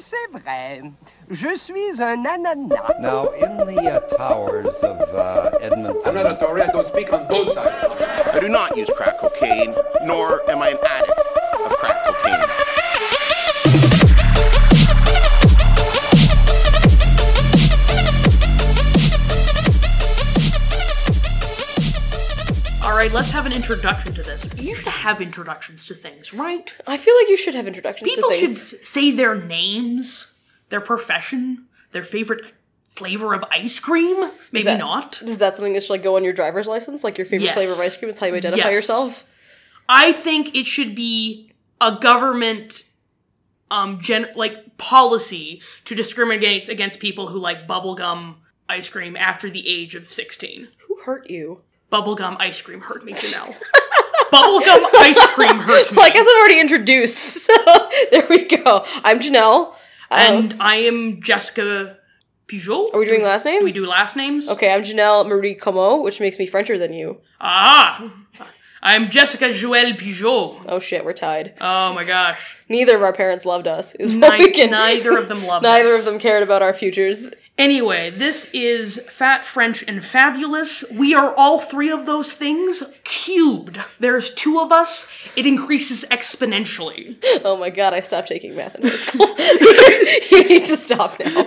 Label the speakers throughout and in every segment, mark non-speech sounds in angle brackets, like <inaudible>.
Speaker 1: c'est vrai. Je suis un ananas.
Speaker 2: Now, in the uh, towers of uh, Edmonton.
Speaker 3: I'm not a Tory. I don't speak on both sides.
Speaker 4: I do not use crack cocaine, nor am I an addict of crack cocaine.
Speaker 5: All right, let's have an introduction to this. You should have introductions to things, right?
Speaker 6: I feel like you should have introductions
Speaker 5: People
Speaker 6: to
Speaker 5: should
Speaker 6: things.
Speaker 5: s- say their names, their profession, their favorite flavor of ice cream. Maybe
Speaker 6: that-
Speaker 5: not.
Speaker 6: Is that something that should like go on your driver's license? Like your favorite
Speaker 5: Yes.
Speaker 6: flavor of ice cream? It's how you identify
Speaker 5: Yes.
Speaker 6: yourself.
Speaker 5: I think it should be a government um gen like policy to discriminate against, against people who like bubblegum ice cream after the age of 16.
Speaker 6: Who hurt you?
Speaker 5: Bubblegum ice cream hurt me,
Speaker 6: <laughs>
Speaker 5: Janelle. bubblegum ice cream hurt me.
Speaker 6: Well, I guess I'm already introduced, <laughs> so there we go. I'm Janelle. Um,
Speaker 5: and I am Jessica Peugeot.
Speaker 6: are we doing last names?
Speaker 5: Do we do last names?
Speaker 6: Okay, I'm Janelle Marie Como, which makes me Frencher than you.
Speaker 5: Ah! I'm Jessica Joelle Peugeot.
Speaker 6: Oh shit, we're tied.
Speaker 5: Oh my
Speaker 6: <laughs>
Speaker 5: gosh.
Speaker 6: Neither of our parents loved us. Is what we
Speaker 5: Ni-
Speaker 6: can. <laughs>
Speaker 5: neither of them love
Speaker 6: neither
Speaker 5: us.
Speaker 6: of them cared about our futures.
Speaker 5: Anyway, this is Fat French and Fabulous. We are all three of those things cubed. There's two of us. It increases
Speaker 6: <laughs>
Speaker 5: exponentially.
Speaker 6: Oh my god, I stopped taking math in high school. <laughs> you need to stop now.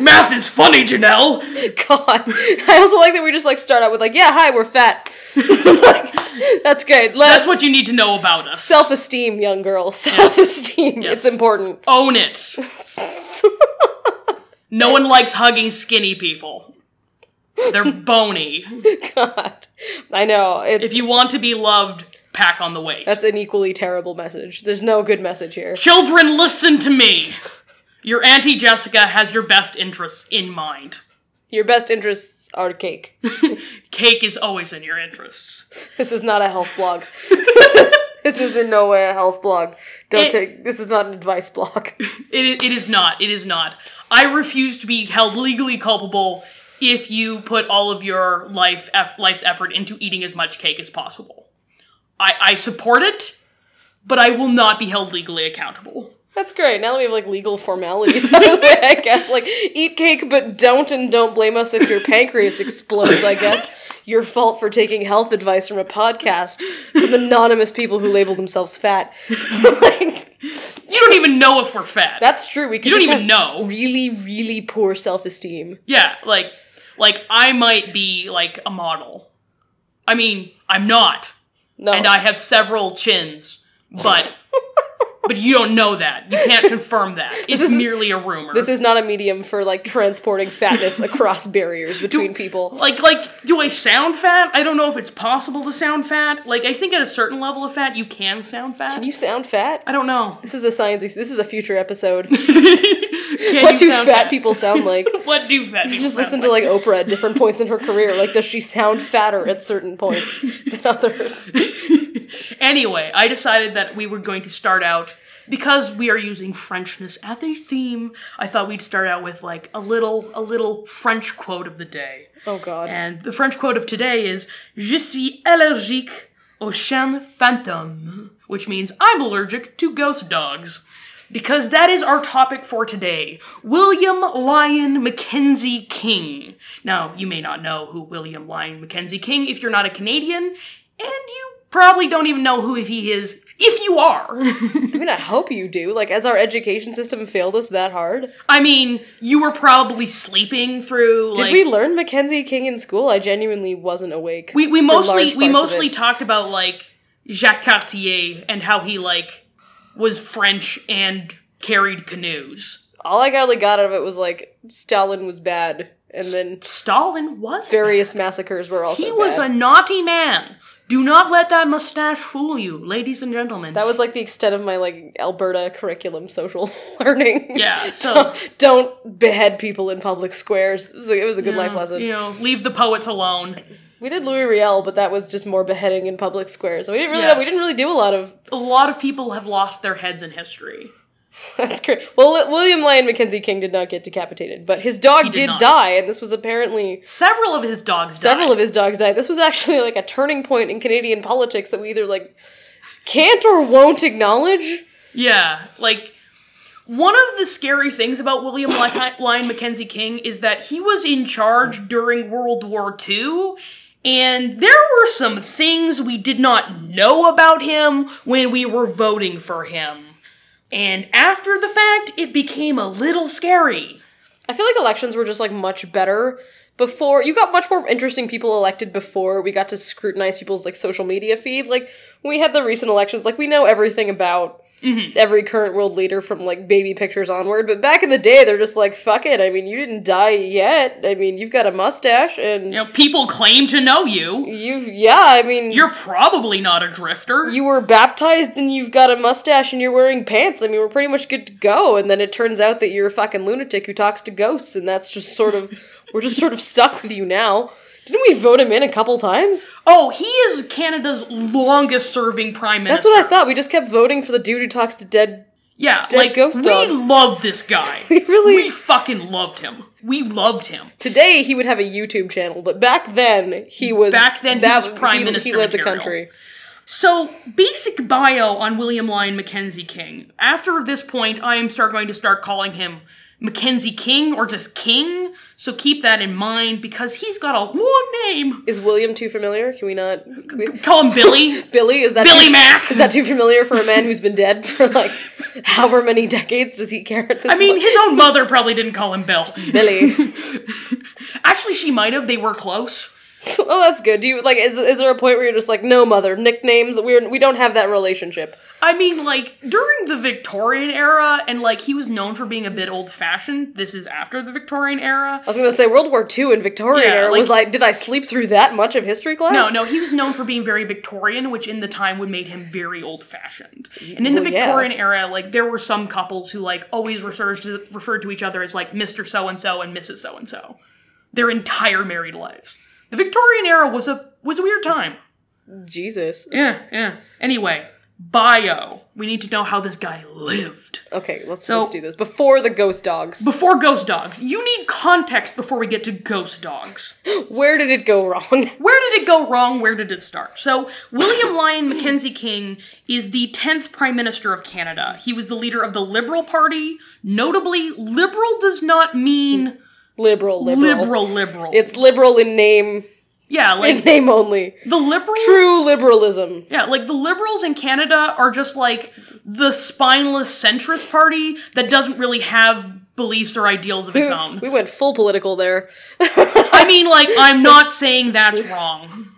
Speaker 5: Math is funny, Janelle.
Speaker 6: God, <laughs> I also like that we just like start out with like, yeah, hi, we're fat. <laughs> Like, that's great.
Speaker 5: That's
Speaker 6: Let's
Speaker 5: what you need to know about us.
Speaker 6: self-esteem, young girl. Self-esteem.
Speaker 5: Yes.
Speaker 6: It's important. <laughs>
Speaker 5: Own it. no one likes hugging skinny people. They're bony.
Speaker 6: God, I know. It's
Speaker 5: If you want to be loved, pack on the weight.
Speaker 6: that's an equally terrible message. There's no good message here.
Speaker 5: Children, listen to me. Your Auntie Jessica has your best interests in mind.
Speaker 6: Your best interests are cake.
Speaker 5: <laughs> Cake is always in your interests.
Speaker 6: This is not a health blog. <laughs> this, is, this is in no way a health blog. Don't
Speaker 5: It-
Speaker 6: take. This is not an advice blog.
Speaker 5: It is, it is not. It is not. I refuse to be held legally culpable if you put all of your life eff- life's effort into eating as much cake as possible. I, I support it, but I will not be held legally accountable.
Speaker 6: That's great. Now that we have like legal formalities <laughs> out of the way, I guess like eat cake, but don't and don't blame us if your pancreas explodes. I guess your fault for taking health advice from a podcast from anonymous people who label themselves fat. <laughs> like,
Speaker 5: You don't even know if we're fat.
Speaker 6: that's true. We could
Speaker 5: You don't
Speaker 6: just
Speaker 5: even
Speaker 6: have
Speaker 5: know.
Speaker 6: Really, really poor self esteem.
Speaker 5: yeah, like like I might be like a model. I mean, I'm not.
Speaker 6: No,
Speaker 5: and I have several chins,
Speaker 6: <laughs>
Speaker 5: but but you don't know that. You can't confirm that. It's
Speaker 6: is-
Speaker 5: merely a rumor.
Speaker 6: this is not a medium for like transporting fatness
Speaker 5: <laughs>
Speaker 6: across barriers between people.
Speaker 5: like like do I sound fat? I don't know if it's possible to sound fat. Like I think at a certain level of fat you can sound fat.
Speaker 6: You sound fat.
Speaker 5: I don't
Speaker 6: <laughs>
Speaker 5: know.
Speaker 6: This is a science. ex- This is a future episode.
Speaker 5: <laughs> Can
Speaker 6: what
Speaker 5: you
Speaker 6: do fat,
Speaker 5: sound
Speaker 6: people sound like?
Speaker 5: <laughs> What do fat people
Speaker 6: just
Speaker 5: sound
Speaker 6: listen to like Oprah at different points in her career. Like, does she sound fatter at
Speaker 5: <laughs>
Speaker 6: certain points than others?
Speaker 5: Anyway, I decided that we were going to start out because we are using Frenchness as a theme. I thought we'd start out with like a little a little French quote of the day.
Speaker 6: Oh God,
Speaker 5: And the French quote of today is Je suis allergique aux chiens fantômes, which means I'm allergic to ghost dogs. Because that is our topic for today William Lyon Mackenzie King. Now, you may not know who William Lyon Mackenzie King if you're not a Canadian, and you probably don't even know who he is if you are. <laughs>
Speaker 6: I mean, I hope you do. Like, as our education system failed us that hard,
Speaker 5: I mean, you were probably sleeping through
Speaker 6: did
Speaker 5: like
Speaker 6: we learn Mackenzie King in school? I genuinely wasn't awake.
Speaker 5: We we
Speaker 6: for
Speaker 5: mostly
Speaker 6: large
Speaker 5: we
Speaker 6: parts of
Speaker 5: mostly
Speaker 6: it.
Speaker 5: talked about like Jacques Cartier and how he like was French and carried canoes.
Speaker 6: all I really got out of it was like Stalin was bad, and then
Speaker 5: Stalin was
Speaker 6: various massacres were also.
Speaker 5: he was a
Speaker 6: bad.
Speaker 5: naughty man. Do not let that mustache fool you, ladies and gentlemen.
Speaker 6: That was like the extent of my like Alberta curriculum social <laughs> learning. <laughs>
Speaker 5: yeah. So
Speaker 6: Don't- don't behead people in public squares. It was a, it was a good life lesson.
Speaker 5: you know, leave the poets alone.
Speaker 6: We did Louis Riel, but that was just more beheading in public squares. So we didn't really
Speaker 5: Yes.
Speaker 6: we didn't really do a lot of <laughs>
Speaker 5: A lot of people have lost their heads in history.
Speaker 6: that's great. Well, Li- William Lyon Mackenzie King did not get decapitated, but his dog
Speaker 5: did
Speaker 6: did,
Speaker 5: not.
Speaker 6: die, and this was apparently
Speaker 5: Several of his dogs.
Speaker 6: several
Speaker 5: died.
Speaker 6: of his dogs died. This was actually like a turning point in Canadian politics that we either like can't or won't acknowledge.
Speaker 5: Yeah, like One of the scary things about William Ly- Lyon Mackenzie King is that he was in charge during World War II, and there were some things we did not know about him when we were voting for him. And after the fact, it became a little scary.
Speaker 6: I feel like elections were just like much better before. You got much more interesting people elected before we got to scrutinize people's like social media feed. Like when we had the recent elections, like we know everything about every current world leader from like baby pictures onward. But back in the day, they're just like, fuck it. I mean, you didn't die yet. I mean, you've got a mustache and
Speaker 5: You know, people claim to know you.
Speaker 6: you've yeah. I mean,
Speaker 5: You're probably not a drifter.
Speaker 6: you were baptized and you've got a mustache and you're wearing pants. I mean, we're pretty much good to go. And then it turns out that you're a fucking lunatic who talks to ghosts, and that's just sort of we're just sort of stuck with you now. Didn't we vote him in a couple times?
Speaker 5: oh, he is Canada's longest serving prime
Speaker 6: That's
Speaker 5: minister.
Speaker 6: what I thought. We just kept voting for the dude who talks to dead. <laughs>
Speaker 5: Yeah,
Speaker 6: Dead
Speaker 5: like
Speaker 6: ghost
Speaker 5: we
Speaker 6: dogs.
Speaker 5: loved this
Speaker 6: <laughs>
Speaker 5: guy.
Speaker 6: We really-
Speaker 5: we fucking loved him. We loved him.
Speaker 6: Today he would have a YouTube channel, but back then he was
Speaker 5: Back then he was prime minister
Speaker 6: He led the
Speaker 5: material.
Speaker 6: country.
Speaker 5: So, basic bio on William Lyon Mackenzie King. After this point, I am start going to start calling him Mackenzie King or just King. So keep that in mind because he's got a long name.
Speaker 6: Is William too familiar? Can we not? can we-
Speaker 5: Call him Billy.
Speaker 6: Billy is that
Speaker 5: Billy
Speaker 6: too,
Speaker 5: Mack.
Speaker 6: Is that too familiar for a man who's been dead for like <laughs> however many decades? Does he care at this
Speaker 5: I mean,
Speaker 6: point?
Speaker 5: his own mother probably didn't call him Bill.
Speaker 6: Billy.
Speaker 5: <laughs> Actually, she might have. They were close.
Speaker 6: Well, Oh, that's good. Do you like? Is, is there a point where you're just like, no, mother, nicknames? We're we don't have that relationship.
Speaker 5: I mean, like, during the Victorian era, and like, he was known for being a bit old fashioned. This is after the Victorian era.
Speaker 6: I was gonna say World War II and Victorian
Speaker 5: Yeah,
Speaker 6: era
Speaker 5: like-
Speaker 6: was like, did I sleep through that much of history class?
Speaker 5: No, no, he was known for being very Victorian, which in the time would made him very old fashioned. And in the
Speaker 6: Well, yeah.
Speaker 5: Victorian era, like there were some couples who like always referred to referred to each other as like Mister So and So and Mrs. So and So, their entire married lives. The Victorian era was a was a weird time.
Speaker 6: Jesus.
Speaker 5: Yeah, yeah. Anyway, bio. We need to know how this guy lived.
Speaker 6: Okay, let's
Speaker 5: So-
Speaker 6: let's do this before the ghost dogs.
Speaker 5: Before ghost dogs, you need context before we get to ghost dogs.
Speaker 6: Where did it go wrong? <laughs>
Speaker 5: Where did it go wrong? Where did it start? So, William Lyon Mackenzie King is the 10th Prime Minister of Canada. He was the leader of the Liberal Party. Notably, liberal does not mean
Speaker 6: liberal, liberal,
Speaker 5: liberal, liberal.
Speaker 6: It's liberal in name, <laughs>
Speaker 5: yeah,
Speaker 6: in
Speaker 5: like
Speaker 6: name only.
Speaker 5: the liberals.
Speaker 6: True liberalism.
Speaker 5: Yeah, like the liberals in Canada are just like the spineless centrist party that doesn't really have beliefs or ideals of its own.
Speaker 6: We went full political there.
Speaker 5: I mean, like, I'm not saying that's wrong.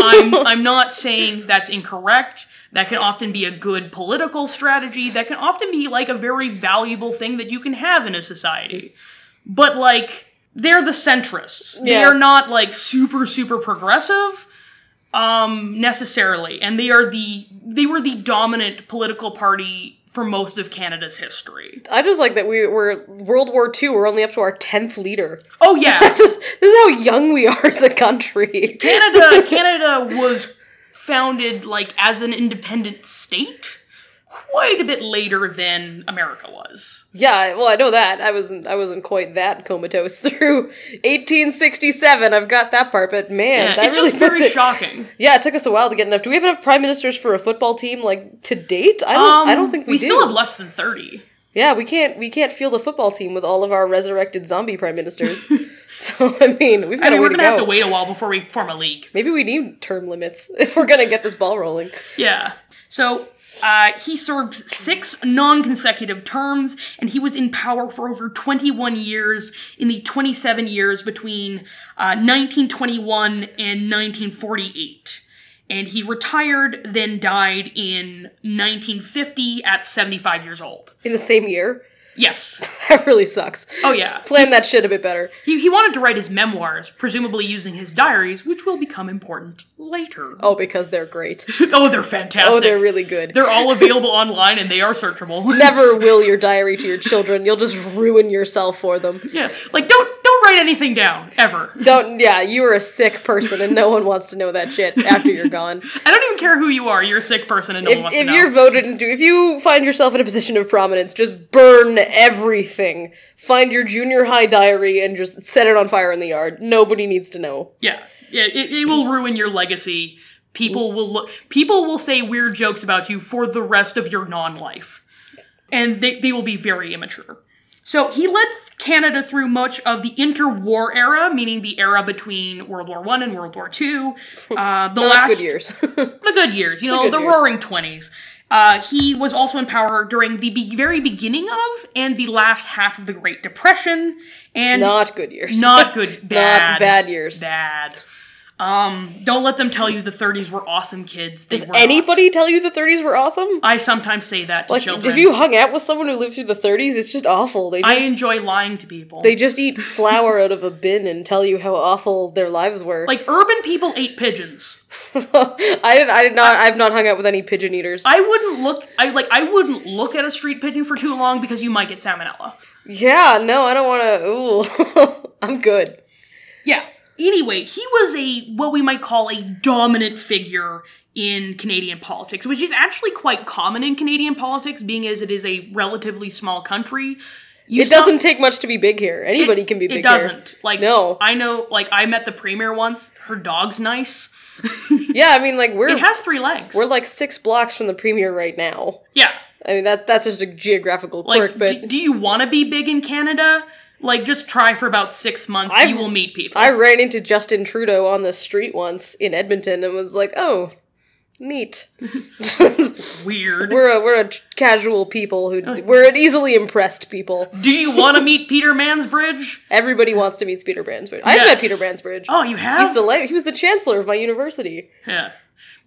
Speaker 5: I'm I'm not saying that's incorrect. That can often be a good political strategy. That can often be like a very valuable thing that you can have in a society. But like, they're the centrists. They
Speaker 6: Yeah.
Speaker 5: are not like super super progressive um necessarily and they are the they were the dominant political party for most of Canada's history.
Speaker 6: I just like that we were World War II. We're only up to our tenth leader.
Speaker 5: Oh yeah.
Speaker 6: This is, this is how young we are as a country.
Speaker 5: Canada Canada was founded like as an independent state quite a bit later than America was.
Speaker 6: Yeah, well, I know that. I wasn't. I wasn't quite that comatose <laughs> through 1867. I've got that part, but man,
Speaker 5: Yeah,
Speaker 6: that
Speaker 5: it's
Speaker 6: really
Speaker 5: just
Speaker 6: puts
Speaker 5: very
Speaker 6: it-
Speaker 5: shocking.
Speaker 6: Yeah, it took us a while to get enough. Do we have enough prime ministers for a football team like to date? I don't. I don't think
Speaker 5: Um,
Speaker 6: we,
Speaker 5: we
Speaker 6: do.
Speaker 5: still have less than 30.
Speaker 6: yeah, we can't. We can't field a football team with all of our resurrected zombie prime
Speaker 5: <laughs>
Speaker 6: ministers. so I mean, we've got
Speaker 5: I mean,
Speaker 6: a way
Speaker 5: we're
Speaker 6: to
Speaker 5: going
Speaker 6: go.
Speaker 5: to have to wait a while before we form a league.
Speaker 6: Maybe we need term limits <laughs> if we're gonna get this ball rolling.
Speaker 5: Yeah. So uh, he served six non consecutive terms, and he was in power for over 21 years in the 27 years between uh, 1921 and 1948. And he retired, then died in 1950 at 75 years old.
Speaker 6: In the same year, <laughs>
Speaker 5: Yes.
Speaker 6: that really sucks.
Speaker 5: Oh,
Speaker 6: <laughs>
Speaker 5: yeah.
Speaker 6: Plan that shit a bit better.
Speaker 5: He, he wanted to write his memoirs, presumably using his diaries, which will become important later. <laughs>
Speaker 6: Oh, because they're great.
Speaker 5: Oh, they're fantastic.
Speaker 6: Oh, they're really good.
Speaker 5: They're all available <laughs> online and they are searchable. <laughs>
Speaker 6: Never will your diary to your children. You'll just ruin yourself for them.
Speaker 5: Yeah, like don't don't write anything down ever.
Speaker 6: Don't. Yeah, you are a sick person, and no one wants to know that shit after you're gone.
Speaker 5: I don't even care who you are. You're a sick person, and no one
Speaker 6: If,
Speaker 5: wants to
Speaker 6: if
Speaker 5: know.
Speaker 6: you're voted into, if you find yourself in a position of prominence, just burn everything. Find your junior high diary and just set it on fire in the yard. Nobody needs to know.
Speaker 5: yeah, yeah, it, it will ruin your legacy. People will look. People will say weird jokes about you for the rest of your non-life. and they, they will be very immature. So he led Canada through much of the interwar era, meaning the era between World War One and World War
Speaker 6: <laughs>
Speaker 5: Two. Uh, the
Speaker 6: Not
Speaker 5: last
Speaker 6: good years. <laughs>
Speaker 5: the good years, you know, the,
Speaker 6: good years.
Speaker 5: roaring 20s. Uh, he was also in power during the be- very beginning of and the last half of the Great Depression, and
Speaker 6: Not good years.
Speaker 5: <laughs> not
Speaker 6: <laughs>
Speaker 5: good, bad,
Speaker 6: bad years.
Speaker 5: bad. Um, don't let them tell you the 30s were awesome, kids. They were not.
Speaker 6: Anybody tell you the 30s were awesome?
Speaker 5: I sometimes say that to
Speaker 6: Like,
Speaker 5: children.
Speaker 6: if you hung out with someone who lived through the 30s, it's just awful. They just,
Speaker 5: I enjoy lying to people.
Speaker 6: they just eat flour out of a bin and tell you how awful their lives were.
Speaker 5: like urban people ate pigeons.
Speaker 6: <laughs> I did. I did not. I've not hung out with any pigeon eaters.
Speaker 5: I wouldn't look. I like. I wouldn't look at a street pigeon for too long because you might get salmonella.
Speaker 6: yeah. No. I don't want to. Ooh. <laughs> I'm good.
Speaker 5: Yeah. Anyway, he was a what we might call a dominant figure in Canadian politics, which is actually quite common in Canadian politics, being as it is a relatively small country. You
Speaker 6: It doesn't take much to be big here. Anybody can be big
Speaker 5: It doesn't.
Speaker 6: here.
Speaker 5: Like
Speaker 6: No.
Speaker 5: I know. Like I met the premier once. Her dog's nice.
Speaker 6: Yeah. I mean, like we're
Speaker 5: It has three legs.
Speaker 6: we're like six blocks from the premier right now.
Speaker 5: yeah.
Speaker 6: I mean that that's just a geographical quirk,
Speaker 5: Like,
Speaker 6: but
Speaker 5: d- do you want to be big in Canada? Like, just try for about six months.
Speaker 6: I've-
Speaker 5: you will meet people.
Speaker 6: I ran into Justin Trudeau on the street once in Edmonton and was like, "Oh,
Speaker 5: <laughs>
Speaker 6: neat. <laughs>
Speaker 5: Weird.
Speaker 6: We're a we're a casual people
Speaker 5: Oh,
Speaker 6: who we're an easily impressed people.
Speaker 5: do you want to meet Peter Mansbridge?
Speaker 6: Everybody wants to meet Peter Bransbridge. I've met
Speaker 5: Yes.
Speaker 6: Peter Bransbridge.
Speaker 5: Oh, you have.
Speaker 6: He's delighted. He was the chancellor of my university.
Speaker 5: Yeah.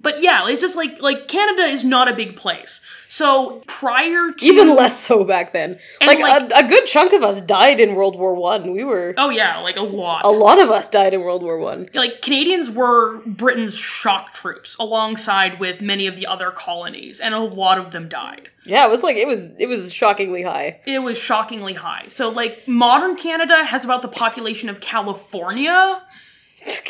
Speaker 5: But yeah, it's just like like Canada is not a big place. So prior to
Speaker 6: Even less so back then.
Speaker 5: And,
Speaker 6: Like,
Speaker 5: like-
Speaker 6: a, a good chunk of us died in World War One. We were
Speaker 5: Oh yeah, like a lot.
Speaker 6: a lot of us died in World War One.
Speaker 5: like Canadians were Britain's shock troops alongside with many of the other colonies and a lot of them died.
Speaker 6: Yeah, it was like it was it was shockingly high.
Speaker 5: It was shockingly high. So like modern Canada has about the population of
Speaker 6: <laughs>
Speaker 5: California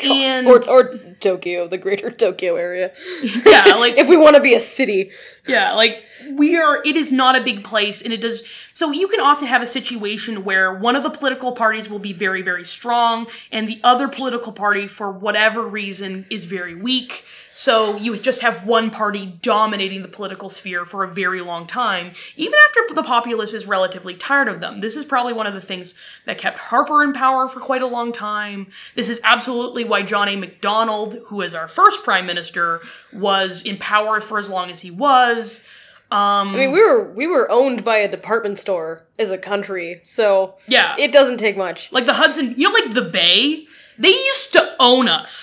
Speaker 5: and
Speaker 6: Or or Tokyo, the greater <laughs> Tokyo area.
Speaker 5: <laughs> yeah, like
Speaker 6: If we want to be a city,
Speaker 5: Yeah, like we are it is not a big place and it does so you can often have a situation where one of the political parties will be very very strong and the other political party for whatever reason is very weak. So you just have one party dominating the political sphere for a very long time even after the populace is relatively tired of them. This is probably one of the things that kept Harper in power for quite a long time. This is absolutely why John A. MacDonald, who was our first prime minister, was in power for as long as he was.
Speaker 6: I mean, we were we were owned by a department store as a country, so
Speaker 5: Yeah.
Speaker 6: it doesn't take much.
Speaker 5: like the Hudson, you know, like the Bay? They used to own us.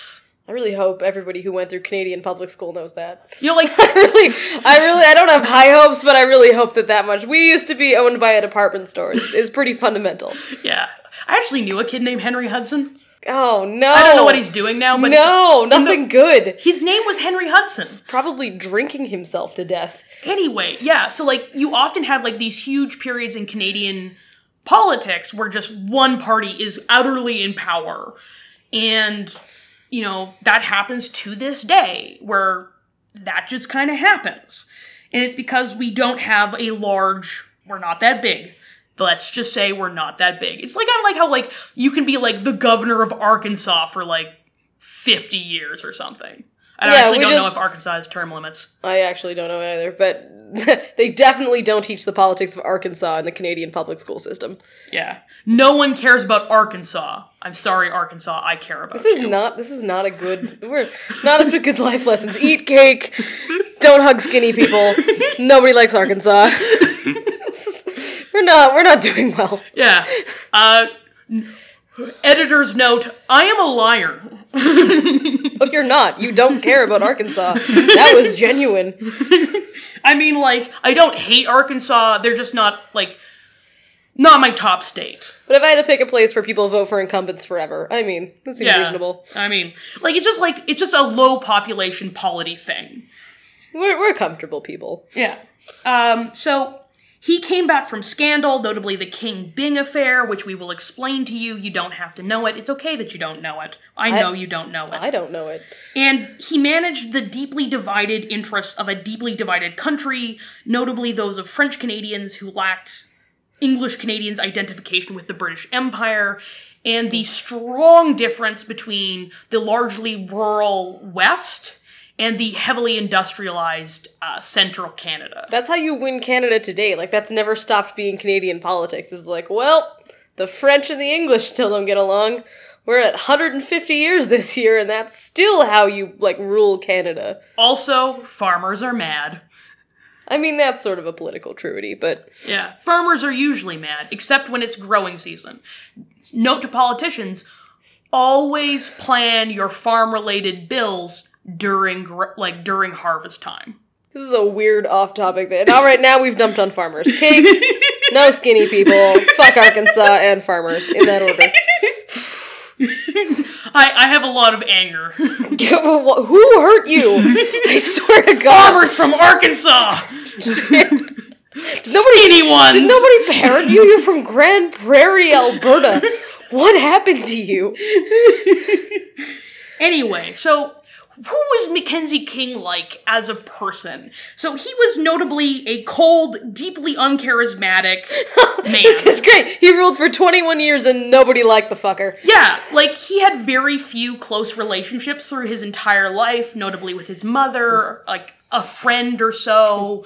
Speaker 6: I really hope everybody who went through Canadian public school knows that.
Speaker 5: You know, like, <laughs>
Speaker 6: <laughs> really, I really, I don't have high hopes, but I really hope that that much. We used to be owned by a department store is, is pretty fundamental.
Speaker 5: yeah. I actually knew a kid named Henry Hudson.
Speaker 6: Oh no!
Speaker 5: I don't know what he's doing now, but
Speaker 6: No, nothing good.
Speaker 5: his name was Henry Hudson.
Speaker 6: Probably drinking himself to death.
Speaker 5: anyway yeah so like you often have like these huge periods in canadian politics where just one party is utterly in power and you know that happens to this day where that just kind of happens and it's because we don't have a large we're not that big let's just say we're not that big it's like kind of like how like you can be like the governor of arkansas for like 50 years or something i don't
Speaker 6: Yeah,
Speaker 5: actually
Speaker 6: we
Speaker 5: don't know
Speaker 6: just-
Speaker 5: if arkansas has term limits
Speaker 6: I actually don't know either, but <laughs> they definitely don't teach the politics of Arkansas in the Canadian public school system.
Speaker 5: Yeah. No one cares about Arkansas. I'm sorry, Arkansas. I care about
Speaker 6: This is
Speaker 5: you.
Speaker 6: not. This is not a good. We're not up to good life lessons. Eat cake. Don't hug
Speaker 5: <laughs>
Speaker 6: skinny people. Nobody likes Arkansas. <laughs> This is- we're not. We're not doing well.
Speaker 5: <laughs> yeah. Uh, n- editor's note: I am a liar.
Speaker 6: But you're not. You don't care about Arkansas. That was genuine.
Speaker 5: I mean, like, I don't hate Arkansas. They're just not like not my top state.
Speaker 6: But if I had to pick a place where people vote for incumbents forever, I mean, that seems
Speaker 5: Yeah.
Speaker 6: reasonable.
Speaker 5: I mean, like, it's just like it's just a low population polity thing.
Speaker 6: We're we're comfortable people.
Speaker 5: Yeah. Um, so he came back from scandal, notably the King Bing affair, which we will explain to you. You don't have to know it. It's okay that you don't know it. I, know you don't know it.
Speaker 6: I don't know it.
Speaker 5: And he managed the deeply divided interests of a deeply divided country, notably those of French Canadians who lacked English Canadians' identification with the British Empire, and the strong difference between the largely rural West and the heavily industrialized uh, central Canada.
Speaker 6: That's how you win Canada today. Like that's never stopped being Canadian politics. Is like, well, the French and the English still don't get along. We're at 150 years this year, and that's still how you like rule Canada.
Speaker 5: also, farmers are mad.
Speaker 6: I mean, that's sort of a political truity, but
Speaker 5: Yeah, farmers are usually mad, except when it's growing season. Note to politicians always plan your farm related bills during gr- like during harvest time.
Speaker 6: this is a weird off-topic. That all right now we've dumped on farmers. Cake, no skinny people. Fuck Arkansas and farmers in that order.
Speaker 5: I, I have a lot of anger. <laughs>
Speaker 6: Who hurt you? I swear to God,
Speaker 5: farmers from Arkansas,
Speaker 6: nobody
Speaker 5: skinny ones.
Speaker 6: Did nobody parent you? You're from Grand Prairie, Alberta. What happened to you?
Speaker 5: Anyway, so who was Mackenzie King like as a person? So he was notably a cold, deeply uncharismatic man.
Speaker 6: <laughs> This is great. He ruled for 21 years and nobody liked the fucker.
Speaker 5: Yeah, like he had very few close relationships through his entire life, notably with his mother, like a friend or so.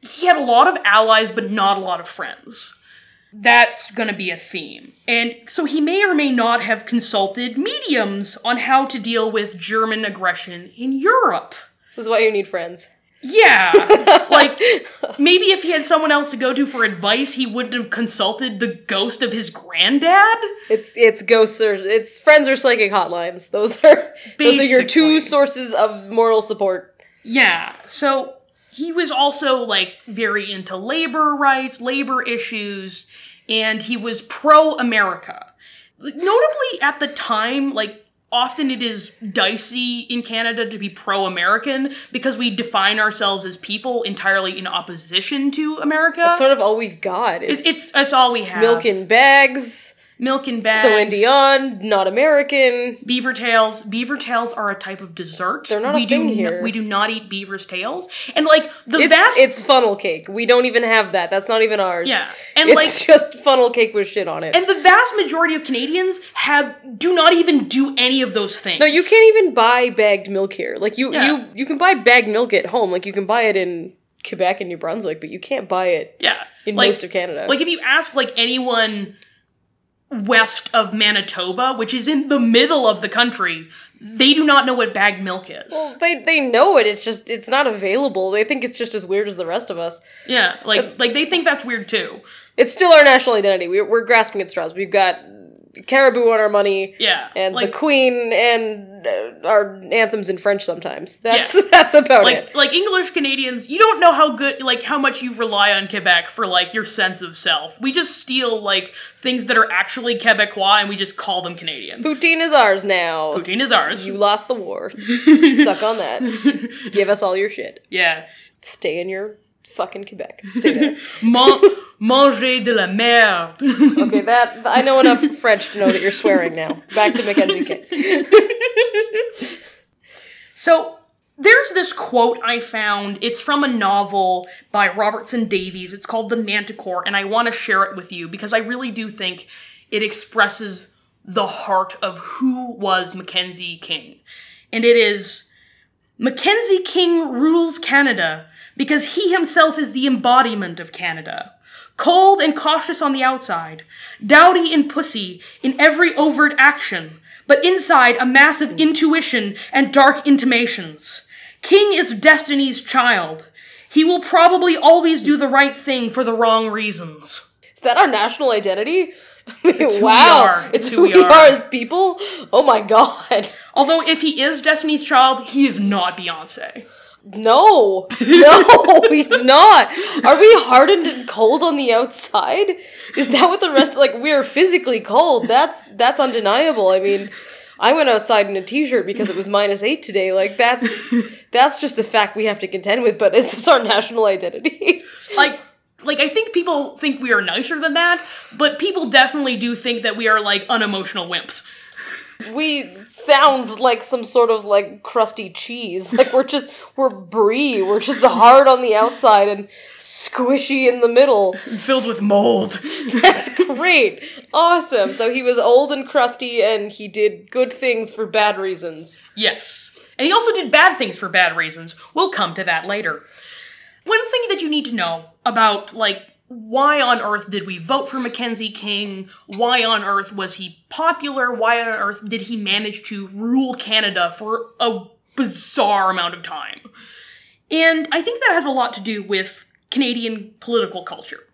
Speaker 5: He had a lot of allies, but not a lot of friends. That's gonna be a theme. And so he may or may not have consulted mediums on how to deal with German aggression in Europe.
Speaker 6: This is why you need friends.
Speaker 5: Yeah. like, maybe if he had someone else to go to for advice, he wouldn't have consulted the ghost of his granddad?
Speaker 6: It's it's ghosts or it's friends or psychic hotlines. Those are those are your
Speaker 5: Basically.
Speaker 6: two sources of moral support.
Speaker 5: Yeah. So he was also like very into labor rights, labor issues, and he was pro America. Notably at the time, like often it is dicey in Canada to be pro American because we define ourselves as people entirely in opposition to America.
Speaker 6: That's sort of all we've got. It's,
Speaker 5: it's, it's it's all we have.
Speaker 6: milk in bags,
Speaker 5: milk and bags.
Speaker 6: Celine Dion, not American.
Speaker 5: Beaver tails. Beaver tails are a type of dessert. They're
Speaker 6: not a
Speaker 5: we do
Speaker 6: thing
Speaker 5: n-
Speaker 6: here.
Speaker 5: we do not eat beaver's tails. And like the
Speaker 6: It's,
Speaker 5: vast
Speaker 6: it's funnel cake. We don't even have that. That's not even ours.
Speaker 5: Yeah. And
Speaker 6: it's
Speaker 5: like
Speaker 6: just funnel cake with shit on it.
Speaker 5: And the vast majority of Canadians have do not even do any of those things.
Speaker 6: No, you can't even buy bagged milk here. Like you,
Speaker 5: Yeah.
Speaker 6: you, you can buy bagged milk at home. Like you can buy it in Quebec and New Brunswick, but you can't buy it
Speaker 5: Yeah,
Speaker 6: in most of Canada.
Speaker 5: Like if you ask like anyone west of Manitoba, which is in the middle of the country, they do not know what bagged milk is.
Speaker 6: they they know it. It's just it's not available. They think it's just as weird as the rest of us.
Speaker 5: yeah, like
Speaker 6: Uh,
Speaker 5: like they think that's weird too.
Speaker 6: It's still our national identity. We're, we're grasping at straws. We've got caribou on our money.
Speaker 5: Yeah,
Speaker 6: And
Speaker 5: like
Speaker 6: the Queen and uh, our anthems in French sometimes. That's
Speaker 5: Yeah.
Speaker 6: <laughs> that's about
Speaker 5: like
Speaker 6: it.
Speaker 5: like English Canadians, you don't know how good like how much you rely on Quebec for like your sense of self. We just steal like things that are actually Quebecois and we just call them Canadian.
Speaker 6: Poutine is ours now.
Speaker 5: Poutine is ours.
Speaker 6: You lost the
Speaker 5: <laughs>
Speaker 6: war. Suck on that. Give us all your shit.
Speaker 5: yeah.
Speaker 6: Stay in your fucking Quebec. Stay
Speaker 5: <laughs>
Speaker 6: there.
Speaker 5: Man- manger de la merde.
Speaker 6: Okay, that I know enough French to know that you're swearing now. Back to Mackenzie King.
Speaker 5: So there's this quote I found. It's from a novel by Robertson Davies. It's called The Manticore, and I want to share it with you because I really do think it expresses the heart of who was Mackenzie King. And it is Mackenzie King rules Canada because he himself is the embodiment of Canada. Cold and cautious on the outside, dowdy and pussy in every overt action, but inside a mass of intuition and dark intimations. King is destiny's child. He will probably always do the right thing for the wrong reasons.
Speaker 6: Is that our national identity? <laughs>
Speaker 5: who we
Speaker 6: wow,
Speaker 5: are.
Speaker 6: it's who we are as people. Oh my god,
Speaker 5: Although, if he is Destiny's Child, he is not Beyonce.
Speaker 6: no, no, he's not. Are we hardened and cold on the outside? Is that what the rest? Like we are physically cold. That's that's undeniable. I mean. I went outside in a t-shirt because it was minus eight today. Like that's that's just a fact we have to contend with. But is this our national identity?
Speaker 5: like like I think people think we are nicer than that, but people definitely do think that we are like unemotional wimps.
Speaker 6: we sound like some sort of like crusty cheese. Like we're just we're brie. We're just hard on the outside and squishy in the middle.
Speaker 5: Filled with mold.
Speaker 6: That's great. Awesome. So he was old and crusty and he did good things for bad reasons.
Speaker 5: Yes. And he also did bad things for bad reasons. We'll come to that later. One thing that you need to know about, like, why on earth did we vote for Mackenzie King? Why on earth was he popular? Why on earth did he manage to rule Canada for a bizarre amount of time? And I think that has a lot to do with Canadian political culture.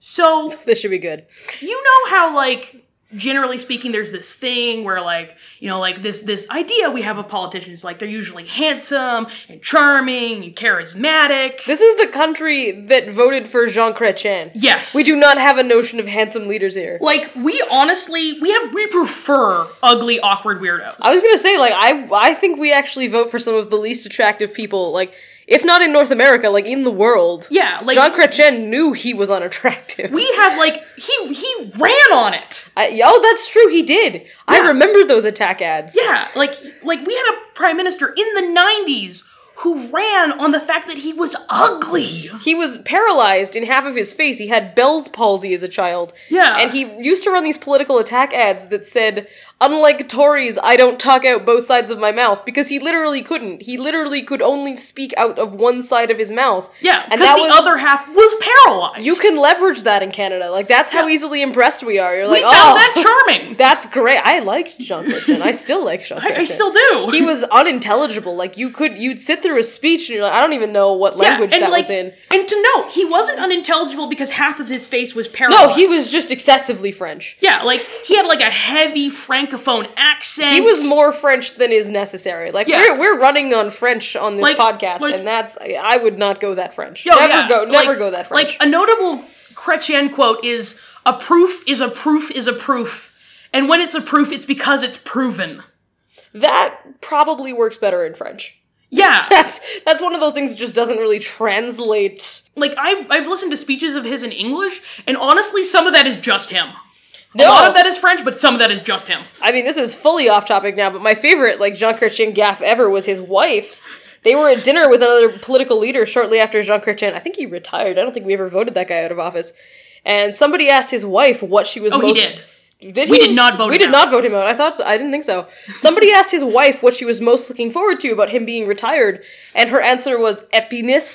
Speaker 5: So,
Speaker 6: This should be good.
Speaker 5: you know how like generally speaking there's this thing where like you know like this this idea we have of politicians like they're usually handsome and charming and charismatic
Speaker 6: This is the country that voted for Jean Chrétien.
Speaker 5: yes
Speaker 6: We do not have a notion of handsome leaders here.
Speaker 5: like we honestly we have we prefer ugly awkward weirdos
Speaker 6: I was gonna say, like, I I think we actually vote for some of the least attractive people, like, if not in North America, like in the world.
Speaker 5: yeah like
Speaker 6: Jean Chrétien knew he was unattractive.
Speaker 5: we have like he he ran on it
Speaker 6: I, oh, that's true. He did. I
Speaker 5: Yeah.
Speaker 6: remember those attack ads.
Speaker 5: yeah like like we had a prime minister in the 90s who ran on the fact that he was ugly
Speaker 6: He was paralyzed in half of his face. He had Bell's palsy as a child.
Speaker 5: Yeah.
Speaker 6: And he used to run these political attack ads that said, Unlike Tories, I don't talk out both sides of my mouth, because he literally couldn't. He literally could only speak out of one side of his mouth.
Speaker 5: yeah
Speaker 6: And
Speaker 5: because
Speaker 6: that
Speaker 5: the
Speaker 6: was,
Speaker 5: other half was paralyzed
Speaker 6: You can leverage that in Canada. Like, that's how
Speaker 5: Yeah.
Speaker 6: easily impressed we are. You're
Speaker 5: we
Speaker 6: like,
Speaker 5: found
Speaker 6: oh,
Speaker 5: that charming
Speaker 6: <laughs> that's great. I liked Jean Chrétien. I still like Jean Chrétien.
Speaker 5: I, I still do.
Speaker 6: He was unintelligible. Like you could, you'd sit through a speech and you're like, I don't even know what language that was in.
Speaker 5: And to note, he wasn't unintelligible because half of his face was paralyzed.
Speaker 6: No, Oh, he was just excessively French.
Speaker 5: Yeah, like he had like a heavy francophone accent.
Speaker 6: He was more French than is necessary. Like
Speaker 5: Yeah.
Speaker 6: we're we're running on French on this
Speaker 5: Like-
Speaker 6: podcast,
Speaker 5: like-
Speaker 6: and that's I, I would not go that French.
Speaker 5: Yo,
Speaker 6: never
Speaker 5: yeah,
Speaker 6: go, never
Speaker 5: like-
Speaker 6: go that French.
Speaker 5: Like a notable Chrétien quote is: "A proof is a proof is a proof, and when it's a proof, it's because it's proven."
Speaker 6: that probably works better in French. <laughs>
Speaker 5: Yeah,
Speaker 6: That's that's one of those things that just doesn't really translate.
Speaker 5: like I've I've listened to speeches of his in English, and honestly, some of that is just him. A
Speaker 6: No.
Speaker 5: lot of that is French, but some of that is just him.
Speaker 6: I mean, this is fully off topic now, but my favorite, like, Jean Chrétien gaff ever was his wife's. They were at dinner with another political leader shortly after Jean Chrétien. I think he retired. I don't think we ever voted that guy out of office. And somebody asked his wife what she was
Speaker 5: Oh, he
Speaker 6: most.
Speaker 5: did.
Speaker 6: Did
Speaker 5: We
Speaker 6: he?
Speaker 5: did not vote
Speaker 6: We
Speaker 5: him
Speaker 6: did
Speaker 5: out.
Speaker 6: not vote him out. I thought I didn't think so. Somebody asked his wife what she was most looking forward to about him being retired, and her answer was happiness.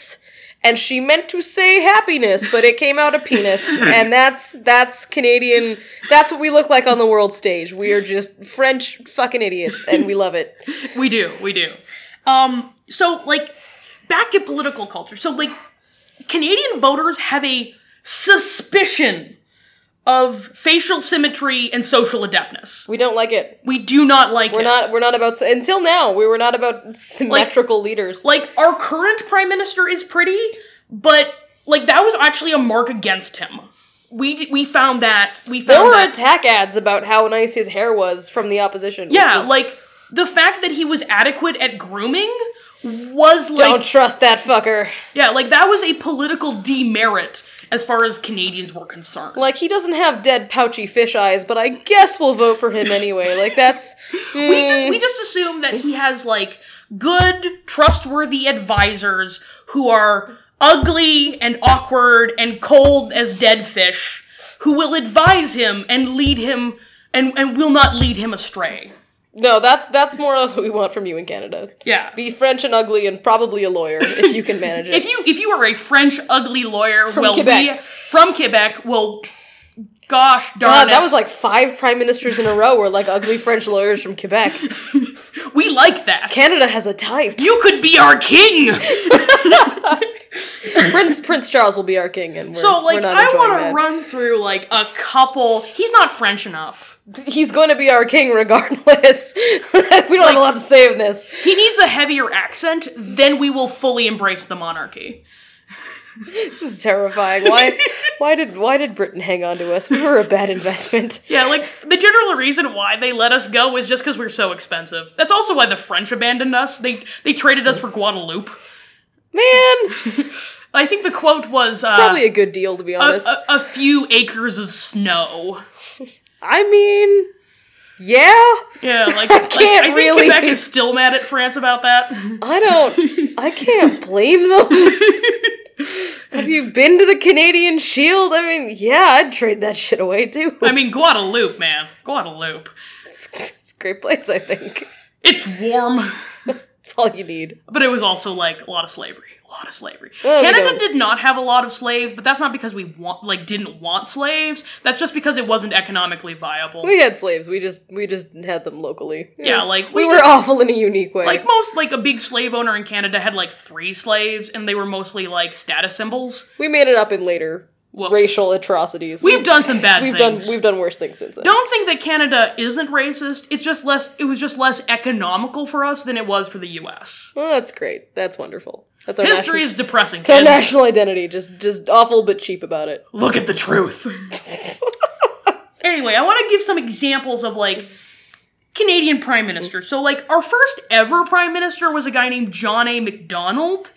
Speaker 6: And she meant to say happiness, but it came out a
Speaker 5: <laughs>
Speaker 6: penis, and that's that's Canadian. That's what we look like on the world stage. We are just French fucking idiots, and we love it.
Speaker 5: We do, we do. Um, so like back to political culture. So like Canadian voters have a suspicion of facial symmetry and social adeptness.
Speaker 6: We don't like it.
Speaker 5: We do not like
Speaker 6: We're
Speaker 5: it.
Speaker 6: not. We're not about until now. We were not about symmetrical leaders.
Speaker 5: like our current prime minister is pretty, but like that was actually a mark against him. We d- we found that we found
Speaker 6: there were
Speaker 5: that,
Speaker 6: attack ads about how nice his hair was from the opposition. which
Speaker 5: yeah,
Speaker 6: is-
Speaker 5: like the fact that he was adequate at grooming was like
Speaker 6: don't trust that fucker.
Speaker 5: Yeah, like that was a political demerit as far as Canadians were concerned.
Speaker 6: Like he doesn't have dead pouchy fish eyes, but I guess we'll vote for him anyway. Like that's
Speaker 5: we just we just assume that he has like good, trustworthy advisors who are ugly and awkward and cold as dead fish who will advise him and lead him and and will not lead him astray.
Speaker 6: no, that's that's more or less what we want from you in Canada.
Speaker 5: Yeah.
Speaker 6: Be French and ugly and probably a lawyer if you can
Speaker 5: <laughs>
Speaker 6: manage it.
Speaker 5: If you if you are a French ugly lawyer,
Speaker 6: From
Speaker 5: well we
Speaker 6: Quebec.
Speaker 5: from Quebec, well gosh darn
Speaker 6: God,
Speaker 5: it.
Speaker 6: that was like five prime ministers in a row were like ugly French lawyers from Quebec.
Speaker 5: we like that.
Speaker 6: Canada has a type.
Speaker 5: You could be our king.
Speaker 6: Prince Prince Charles will be our king, and we're,
Speaker 5: So
Speaker 6: we're
Speaker 5: like
Speaker 6: not
Speaker 5: I
Speaker 6: enjoying
Speaker 5: want to
Speaker 6: that.
Speaker 5: run through like a couple. He's not French enough.
Speaker 6: He's going to be our king regardless. <laughs> we don't have a lot to say in this.
Speaker 5: He needs a heavier accent. Then we will fully embrace the monarchy.
Speaker 6: This is terrifying.
Speaker 5: <laughs>
Speaker 6: Why why did why did Britain hang on to us? We were a bad investment.
Speaker 5: Yeah, like the general reason why they let us go was just because we are so expensive. That's also why the French abandoned us. They they traded us for Guadeloupe.
Speaker 6: Man,
Speaker 5: I think the quote was uh,
Speaker 6: probably a good deal to be
Speaker 5: a,
Speaker 6: honest.
Speaker 5: a- a few acres of snow.
Speaker 6: I mean, yeah, <laughs>
Speaker 5: Yeah, like, like, I
Speaker 6: can't
Speaker 5: think
Speaker 6: really-
Speaker 5: Quebec is still mad at France about that.
Speaker 6: I don't, I
Speaker 5: <laughs>
Speaker 6: can't blame them. Have you been to the Canadian Shield? I mean, yeah, I'd trade that shit away too. <laughs>
Speaker 5: I mean Guadeloupe, man, Guadeloupe.
Speaker 6: it's a great place, I think.
Speaker 5: It's warm.
Speaker 6: That's all you need.
Speaker 5: But it was also like a lot of slavery. A lot of slavery.
Speaker 6: Well, we
Speaker 5: Canada
Speaker 6: don't-
Speaker 5: did not have a lot of slaves, but that's not because we want like didn't want slaves. That's just because it wasn't economically viable.
Speaker 6: We had slaves. We just we just had them locally.
Speaker 5: yeah, like
Speaker 6: we, were
Speaker 5: just-
Speaker 6: awful in a unique way.
Speaker 5: like most like a big slave owner in Canada had like three slaves and they were mostly like status symbols.
Speaker 6: we made it up in later
Speaker 5: Whoops.
Speaker 6: racial atrocities.
Speaker 5: We've done some bad
Speaker 6: We've done
Speaker 5: things.
Speaker 6: we've done worse things since then.
Speaker 5: don't think that Canada isn't racist. It's just less it was just less economical for us than it was for the US.
Speaker 6: Well, that's great. That's wonderful. That's our
Speaker 5: History
Speaker 6: national,
Speaker 5: is depressing.
Speaker 6: it's our
Speaker 5: kids.
Speaker 6: national identity. Just just awful but cheap about it.
Speaker 5: Look at the truth. <laughs> anyway, I want to give some examples of like Canadian prime minister. So like our first ever prime minister was a guy named John A. MacDonald.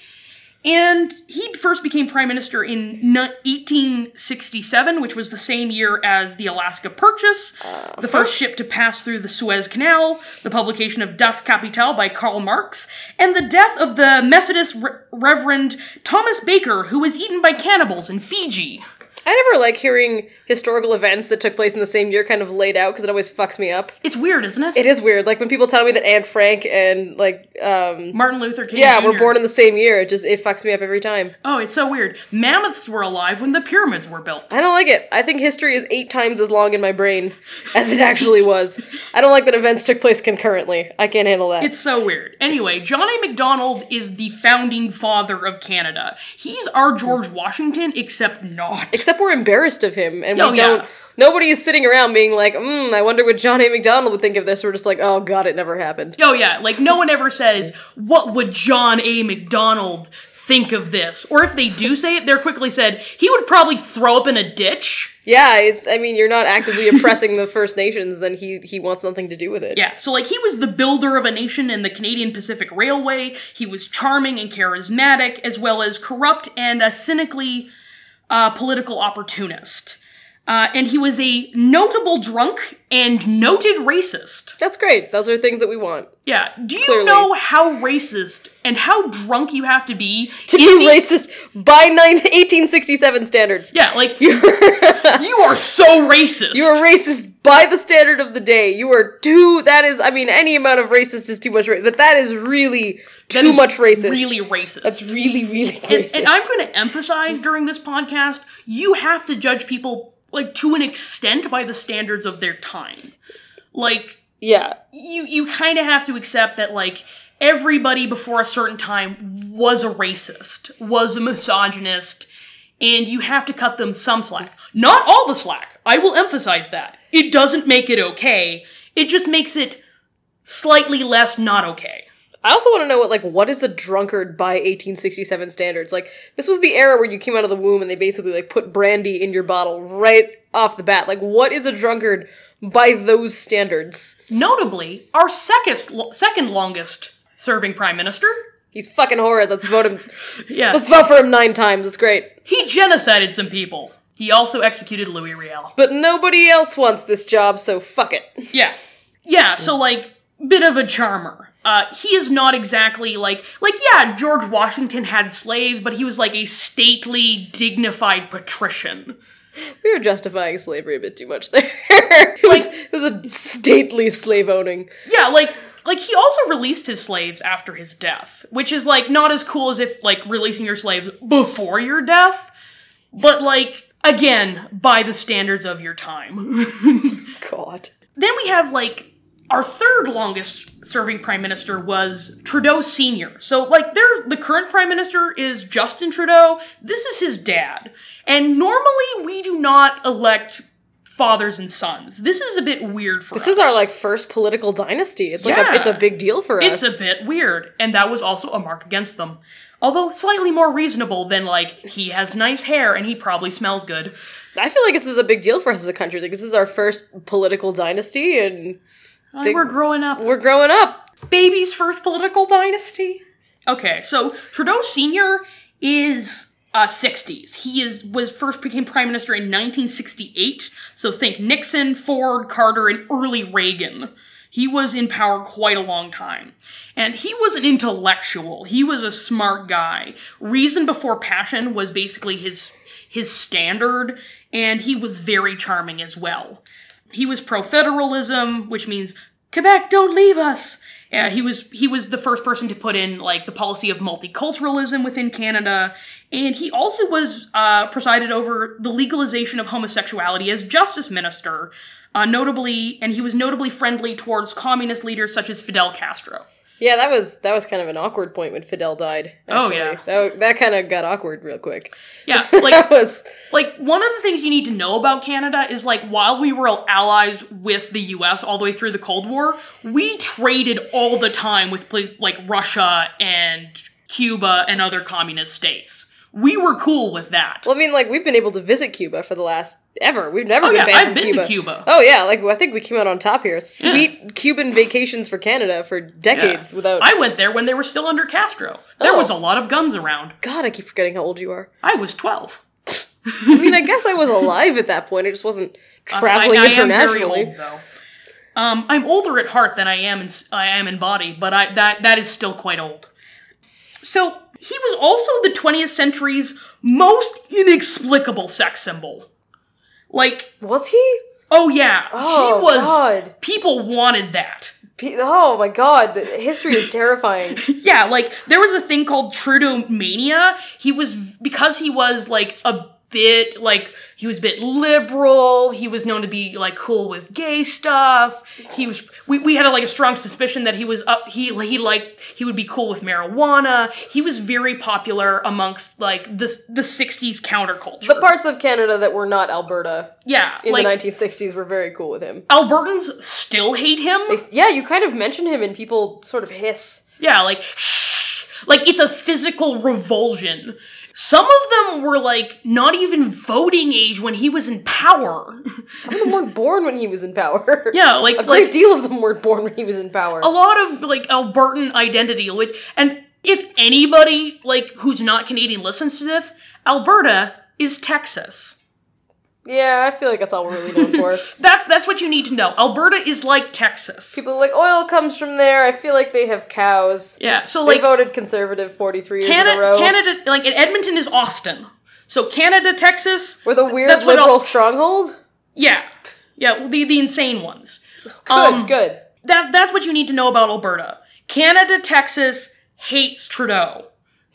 Speaker 5: And he first became prime minister in nu- 1867, which was the same year as the Alaska Purchase, the first ship to pass through the Suez Canal, the publication of Das Kapital by Karl Marx, and the death of the Methodist Re- Reverend Thomas Baker, who was eaten by cannibals in Fiji.
Speaker 6: I never like hearing historical events that took place in the same year kind of laid out because it always fucks me up.
Speaker 5: It's weird, isn't it?
Speaker 6: It is weird. Like when people tell me that Anne Frank and like um
Speaker 5: Martin Luther King.
Speaker 6: yeah,
Speaker 5: Jr..
Speaker 6: we're born in the same year. It just it fucks me up every time.
Speaker 5: Oh, it's so weird. Mammoths were alive when the pyramids were built.
Speaker 6: I don't like it. I think history is eight times as long in my brain as it actually was. I don't like that events took place concurrently. I can't handle that.
Speaker 5: It's so weird. Anyway, John A. MacDonald is the founding father of Canada. He's our George Washington, except not.
Speaker 6: Except we're embarrassed of him, and we
Speaker 5: Oh, yeah.
Speaker 6: don't. Nobody is sitting around being like, "Hmm, I wonder what John A. McDonald would think of this." We're just like, "Oh God, it never happened."
Speaker 5: oh yeah, like no one ever says, "What would John A. MacDonald think of this?" Or if they do say it, they're quickly said, "He would probably throw up in a ditch."
Speaker 6: Yeah, it's. I mean, you're
Speaker 5: <laughs>
Speaker 6: not actively oppressing the First Nations, then he he wants nothing to do with it.
Speaker 5: Yeah, so like he was the builder of a nation in the Canadian Pacific Railway. He was charming and charismatic, as well as corrupt and a cynically uh, political opportunist. Uh, and he was a notable drunk and noted racist.
Speaker 6: that's great. Those are things that we want.
Speaker 5: Yeah. Do you
Speaker 6: Clearly.
Speaker 5: know how racist and how drunk you have to be
Speaker 6: To be racist by nine, 1867 standards.
Speaker 5: Yeah,
Speaker 6: <laughs>
Speaker 5: like you are so racist.
Speaker 6: You are racist by the standard of the day. You are too. That is, I mean, any amount of racist is too much racist, but that is really
Speaker 5: That
Speaker 6: too
Speaker 5: is
Speaker 6: much racist.
Speaker 5: Really racist.
Speaker 6: that's really, really
Speaker 5: and,
Speaker 6: racist.
Speaker 5: and I'm going to emphasize during this podcast, you have to judge people like to an extent by the standards of their time. Like
Speaker 6: yeah,
Speaker 5: you you kind of have to accept that like everybody before a certain time was a racist, was a misogynist, and you have to cut them some slack. Not all the slack. I will emphasize that. It doesn't make it okay. It just makes it slightly less not okay.
Speaker 6: I also want to know what like what is a drunkard by 1867 standards? Like this was the era where you came out of the womb and they basically like put brandy in your bottle right off the bat. Like what is a drunkard by those standards?
Speaker 5: Notably, our second second longest serving prime minister,
Speaker 6: He's fucking horrid. Let's vote him.
Speaker 5: <laughs> Yeah.
Speaker 6: Let's vote for him nine times. It's great.
Speaker 5: he genocided some people. He also executed Louis Riel.
Speaker 6: But nobody else wants this job, so fuck it. <laughs>
Speaker 5: Yeah. Yeah, so like bit of a charmer. Uh, he is not exactly like like yeah, George Washington had slaves, but he was like a stately, dignified patrician.
Speaker 6: We were justifying slavery a bit too much there. <laughs> it, was, it was a stately slave owning.
Speaker 5: Yeah, like like he also released his slaves after his death, which is like not as cool as if like releasing your slaves before your death, but like again, by the standards of your time.
Speaker 6: God.
Speaker 5: Then we have like our third longest serving prime minister was Trudeau Sr. So like there the current prime minister is Justin Trudeau. This is his dad. And normally we do not elect fathers and sons. This is a bit weird for
Speaker 6: This is our like first political dynasty. It's like
Speaker 5: Yeah.
Speaker 6: a, it's a big deal for us.
Speaker 5: it's a bit weird, and that was also a mark against them. Although slightly more reasonable than like he has nice hair and he probably smells good.
Speaker 6: I feel like this is a big deal for us as a country. Like this is our first political dynasty, and
Speaker 5: Like,
Speaker 6: They-
Speaker 5: we're growing up.
Speaker 6: we're growing up.
Speaker 5: baby's first political dynasty. Okay, so Trudeau Senior is uh, 60s. He is was first became prime minister in 1968. So think Nixon, Ford, Carter, and early Reagan. He was in power quite a long time. And he was an intellectual. He was a smart guy. Reason before passion was basically his his standard, and he was very charming as well. He was pro federalism, which means Quebec, don't leave us. Yeah, he was he was the first person to put in like the policy of multiculturalism within Canada, and he also was uh, presided over the legalization of homosexuality as justice minister, uh, notably, and he was notably friendly towards communist leaders such as Fidel Castro.
Speaker 6: Yeah, that was that was kind of an awkward point when Fidel died.
Speaker 5: Oh,
Speaker 6: actually.
Speaker 5: yeah.
Speaker 6: that, that kind of got awkward real quick. <laughs>
Speaker 5: Yeah,
Speaker 6: that
Speaker 5: like
Speaker 6: was
Speaker 5: like one of the things you need to know about Canada is like while we were allies with the US all the way through the Cold War, we traded all the time with pla- like Russia and Cuba and other communist states. We were cool with that.
Speaker 6: Well, I mean, like we've been able to visit Cuba for the last ever. We've never
Speaker 5: Oh,
Speaker 6: been
Speaker 5: yeah,
Speaker 6: banned
Speaker 5: I've
Speaker 6: from
Speaker 5: been
Speaker 6: Cuba.
Speaker 5: to Cuba.
Speaker 6: Oh yeah, like well, I think we came out on top here. Sweet Cuban vacations for Canada for decades
Speaker 5: Yeah.
Speaker 6: without.
Speaker 5: I went there when they were still under Castro. There
Speaker 6: Oh.
Speaker 5: was a lot of guns around.
Speaker 6: God, I keep forgetting how old you are.
Speaker 5: I was 12.
Speaker 6: I mean, I guess I was alive at that point. I
Speaker 5: <laughs>
Speaker 6: just wasn't traveling
Speaker 5: Uh, I, I Am
Speaker 6: internationally.
Speaker 5: very old, though. Um, I'm older at heart than I am in s- I am in body, but I that that is still quite old. So he was also the 20th century's most inexplicable sex symbol. Like,
Speaker 6: was he?
Speaker 5: oh yeah,
Speaker 6: Oh
Speaker 5: he was.
Speaker 6: God.
Speaker 5: People wanted that.
Speaker 6: Pe- oh my God, the history
Speaker 5: <laughs>
Speaker 6: is terrifying.
Speaker 5: Yeah, like there was a thing called Trudeau mania. He was because he was like a bit like he was a bit liberal. He was known to be like cool with gay stuff. He was we, we had like a strong suspicion that he was up he he liked he would be cool with marijuana. He was very popular amongst like the the 60s counterculture.
Speaker 6: the parts of Canada that were not Alberta
Speaker 5: yeah,
Speaker 6: in
Speaker 5: like
Speaker 6: the 1960s were very cool with him.
Speaker 5: Albertans still hate him.
Speaker 6: Yeah, you kind of mention him and people sort of hiss.
Speaker 5: Yeah, like <sighs> like it's a physical revulsion. Some of them were like not even voting age when he was in power.
Speaker 6: Some of them weren't born when he was in power.
Speaker 5: Yeah, like
Speaker 6: a great
Speaker 5: like
Speaker 6: deal of them weren't born when he was in power.
Speaker 5: a lot of like Albertan identity, which and if anybody like who's not Canadian listens to this, Alberta is Texas.
Speaker 6: Yeah, I feel like that's all we're
Speaker 5: <laughs>
Speaker 6: really known for.
Speaker 5: That's that's what you need to know. Alberta is like Texas.
Speaker 6: People are like oil comes from there. I feel like they have cows.
Speaker 5: Yeah, so
Speaker 6: They
Speaker 5: like
Speaker 6: voted conservative 43 years in a
Speaker 5: Canada,
Speaker 6: row.
Speaker 5: Canada, like in Edmonton is Austin. So Canada, Texas,
Speaker 6: With a weird
Speaker 5: That's what
Speaker 6: liberal
Speaker 5: all-
Speaker 6: stronghold?
Speaker 5: yeah, yeah, the the insane ones.
Speaker 6: Good,
Speaker 5: Um,
Speaker 6: good.
Speaker 5: that that's what you need to know about Alberta. Canada, Texas hates Trudeau.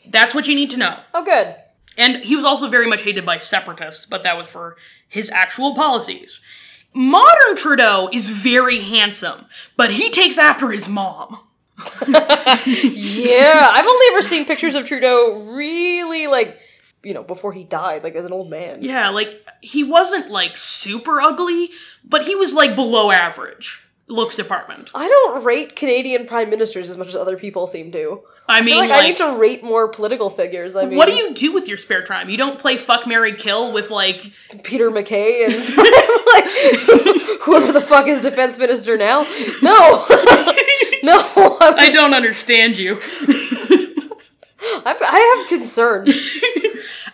Speaker 5: That's what you need to know.
Speaker 6: Oh, good.
Speaker 5: And he was also very much hated by separatists, but that was for his actual policies. Modern Trudeau is very handsome, but he takes after his mom.
Speaker 6: Yeah, I've only ever seen pictures of Trudeau really like, you know, before he died, like as an old man.
Speaker 5: Yeah, like he wasn't like super ugly, but he was like below average looks department.
Speaker 6: I don't rate Canadian prime ministers as much as other people seem to.
Speaker 5: I mean,
Speaker 6: I feel like,
Speaker 5: like,
Speaker 6: I need to rate more political figures. I mean,
Speaker 5: what do you do with your spare time? You don't play fuck, marry, kill with like
Speaker 6: <laughs> Peter
Speaker 5: <laughs>
Speaker 6: McKay and <laughs> like, whoever the fuck is defense minister now? No, <laughs> no, I'm,
Speaker 5: I don't understand you.
Speaker 6: I'm, I have concerns.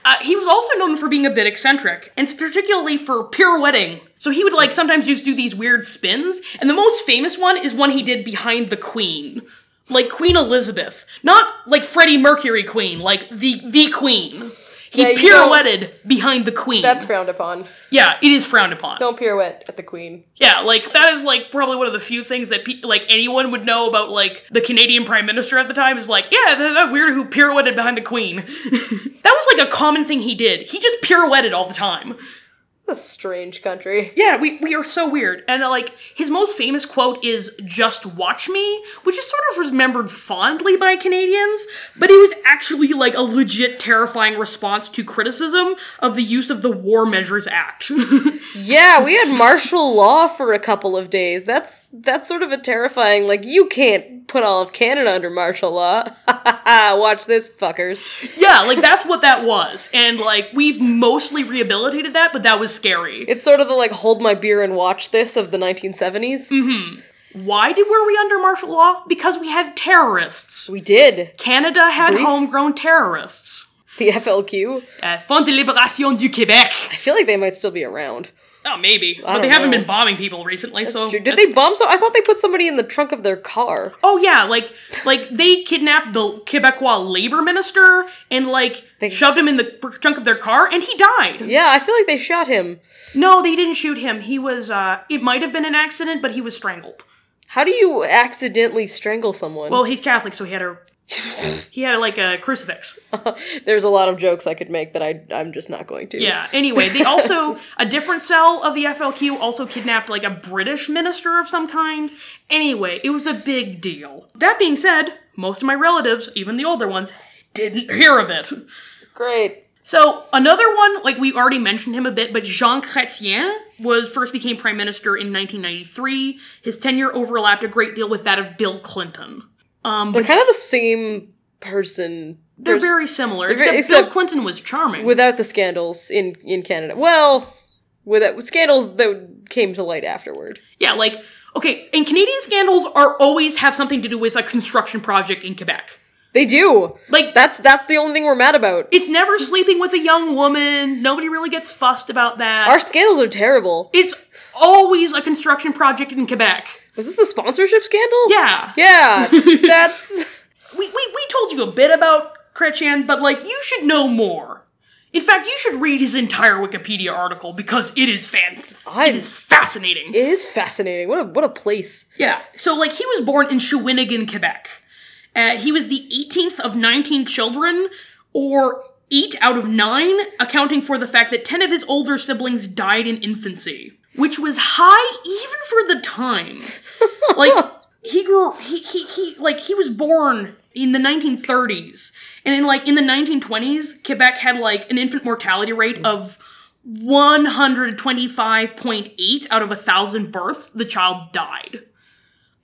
Speaker 5: Uh, he was also known for being a bit eccentric, and particularly for pirouetting. So he would like sometimes just do these weird spins, and the most famous one is one he did behind the Queen, like Queen Elizabeth, not like Freddie Mercury Queen, like the the Queen. He
Speaker 6: Yeah, you don't-
Speaker 5: pirouetted behind the Queen.
Speaker 6: That's frowned upon.
Speaker 5: yeah, it is frowned upon.
Speaker 6: Don't pirouette at the Queen.
Speaker 5: Yeah, like that is like probably one of the few things that pe- like anyone would know about like the Canadian Prime Minister at the time is like, yeah, that, that weirdo who pirouetted behind the Queen. <laughs> that was like a common thing he did. He just pirouetted all the time.
Speaker 6: What a strange country.
Speaker 5: Yeah, we we are so weird. And uh, like his most famous quote is "Just watch me," which is sort of remembered fondly by Canadians, but it was actually like a legit terrifying response to criticism of the use of the War Measures Act. <laughs>
Speaker 6: Yeah, we had martial law for a couple of days. That's that's sort of a terrifying. Like you can't put all of Canada under martial law. <laughs> Watch this, fuckers.
Speaker 5: Yeah, like that's what that was. And like we've mostly rehabilitated that, but that was scary.
Speaker 6: It's sort of the like hold my beer and watch this of the 1970s.
Speaker 5: Mm-hmm. Why did were we under martial law? Because we had terrorists.
Speaker 6: We did
Speaker 5: Canada had
Speaker 6: Brief.
Speaker 5: homegrown terrorists.
Speaker 6: the FLQ.
Speaker 5: Uh, Front de Libération du Québec.
Speaker 6: I feel like they might still be around.
Speaker 5: Oh, maybe. But
Speaker 6: don't
Speaker 5: they haven't
Speaker 6: know.
Speaker 5: been bombing people recently, so
Speaker 6: That's true. Did they bomb some? I thought they put somebody in the trunk of their car.
Speaker 5: Oh yeah, like like they kidnapped the Quebecois labor minister and like
Speaker 6: They-
Speaker 5: shoved him in the trunk of their car and he died.
Speaker 6: Yeah, I feel like they shot him.
Speaker 5: No, they didn't shoot him. He was uh it might have been an accident, but he was strangled.
Speaker 6: How do you accidentally strangle someone?
Speaker 5: Well, he's Catholic, so he had a he had like a crucifix.
Speaker 6: There's a lot of jokes I could make that I, I'm just not going to.
Speaker 5: Yeah. Anyway, they
Speaker 6: <laughs>
Speaker 5: also a different cell of the FLQ also kidnapped like a British minister of some kind. Anyway, it was a big deal. That being said, most of my relatives, even the older ones, didn't hear of it.
Speaker 6: Great.
Speaker 5: So another one, like we already mentioned him a bit, but Jean Chrétien was first became prime minister in 1993. His tenure overlapped a great deal with that of Bill Clinton. Um,
Speaker 6: They're kind of the same person
Speaker 5: they're very similar,
Speaker 6: very-
Speaker 5: except, Bill
Speaker 6: except-
Speaker 5: Clinton was charming.
Speaker 6: without the scandals in, in Canada. Well, without with scandals that came to light afterward.
Speaker 5: yeah, like okay, and Canadian scandals are always have something to do with a construction project in Quebec.
Speaker 6: They do.
Speaker 5: Like
Speaker 6: That's that's the only thing we're mad about.
Speaker 5: it's never sleeping with a young woman. Nobody really gets fussed about that.
Speaker 6: Our scandals are terrible.
Speaker 5: it's always a construction project in Quebec.
Speaker 6: Was this the sponsorship scandal?
Speaker 5: Yeah. <laughs>
Speaker 6: Yeah. That's
Speaker 5: we, we, we told you a bit about Kretchan, but like you should know more. In fact, you should read his entire Wikipedia article because it is fan-
Speaker 6: I-
Speaker 5: it is fascinating.
Speaker 6: it is fascinating. What a what a place.
Speaker 5: yeah. So like he was born in Shawinigan, Quebec. Uh, he was the 18th of 19 children, or eight out of nine, accounting for the fact that 10 of his older siblings died in infancy, which was high even for the time. like he grew he, he he like he was born in the 1930s and in like in the 1920s quebec had like an infant mortality rate of 125.8 out of a thousand births the child died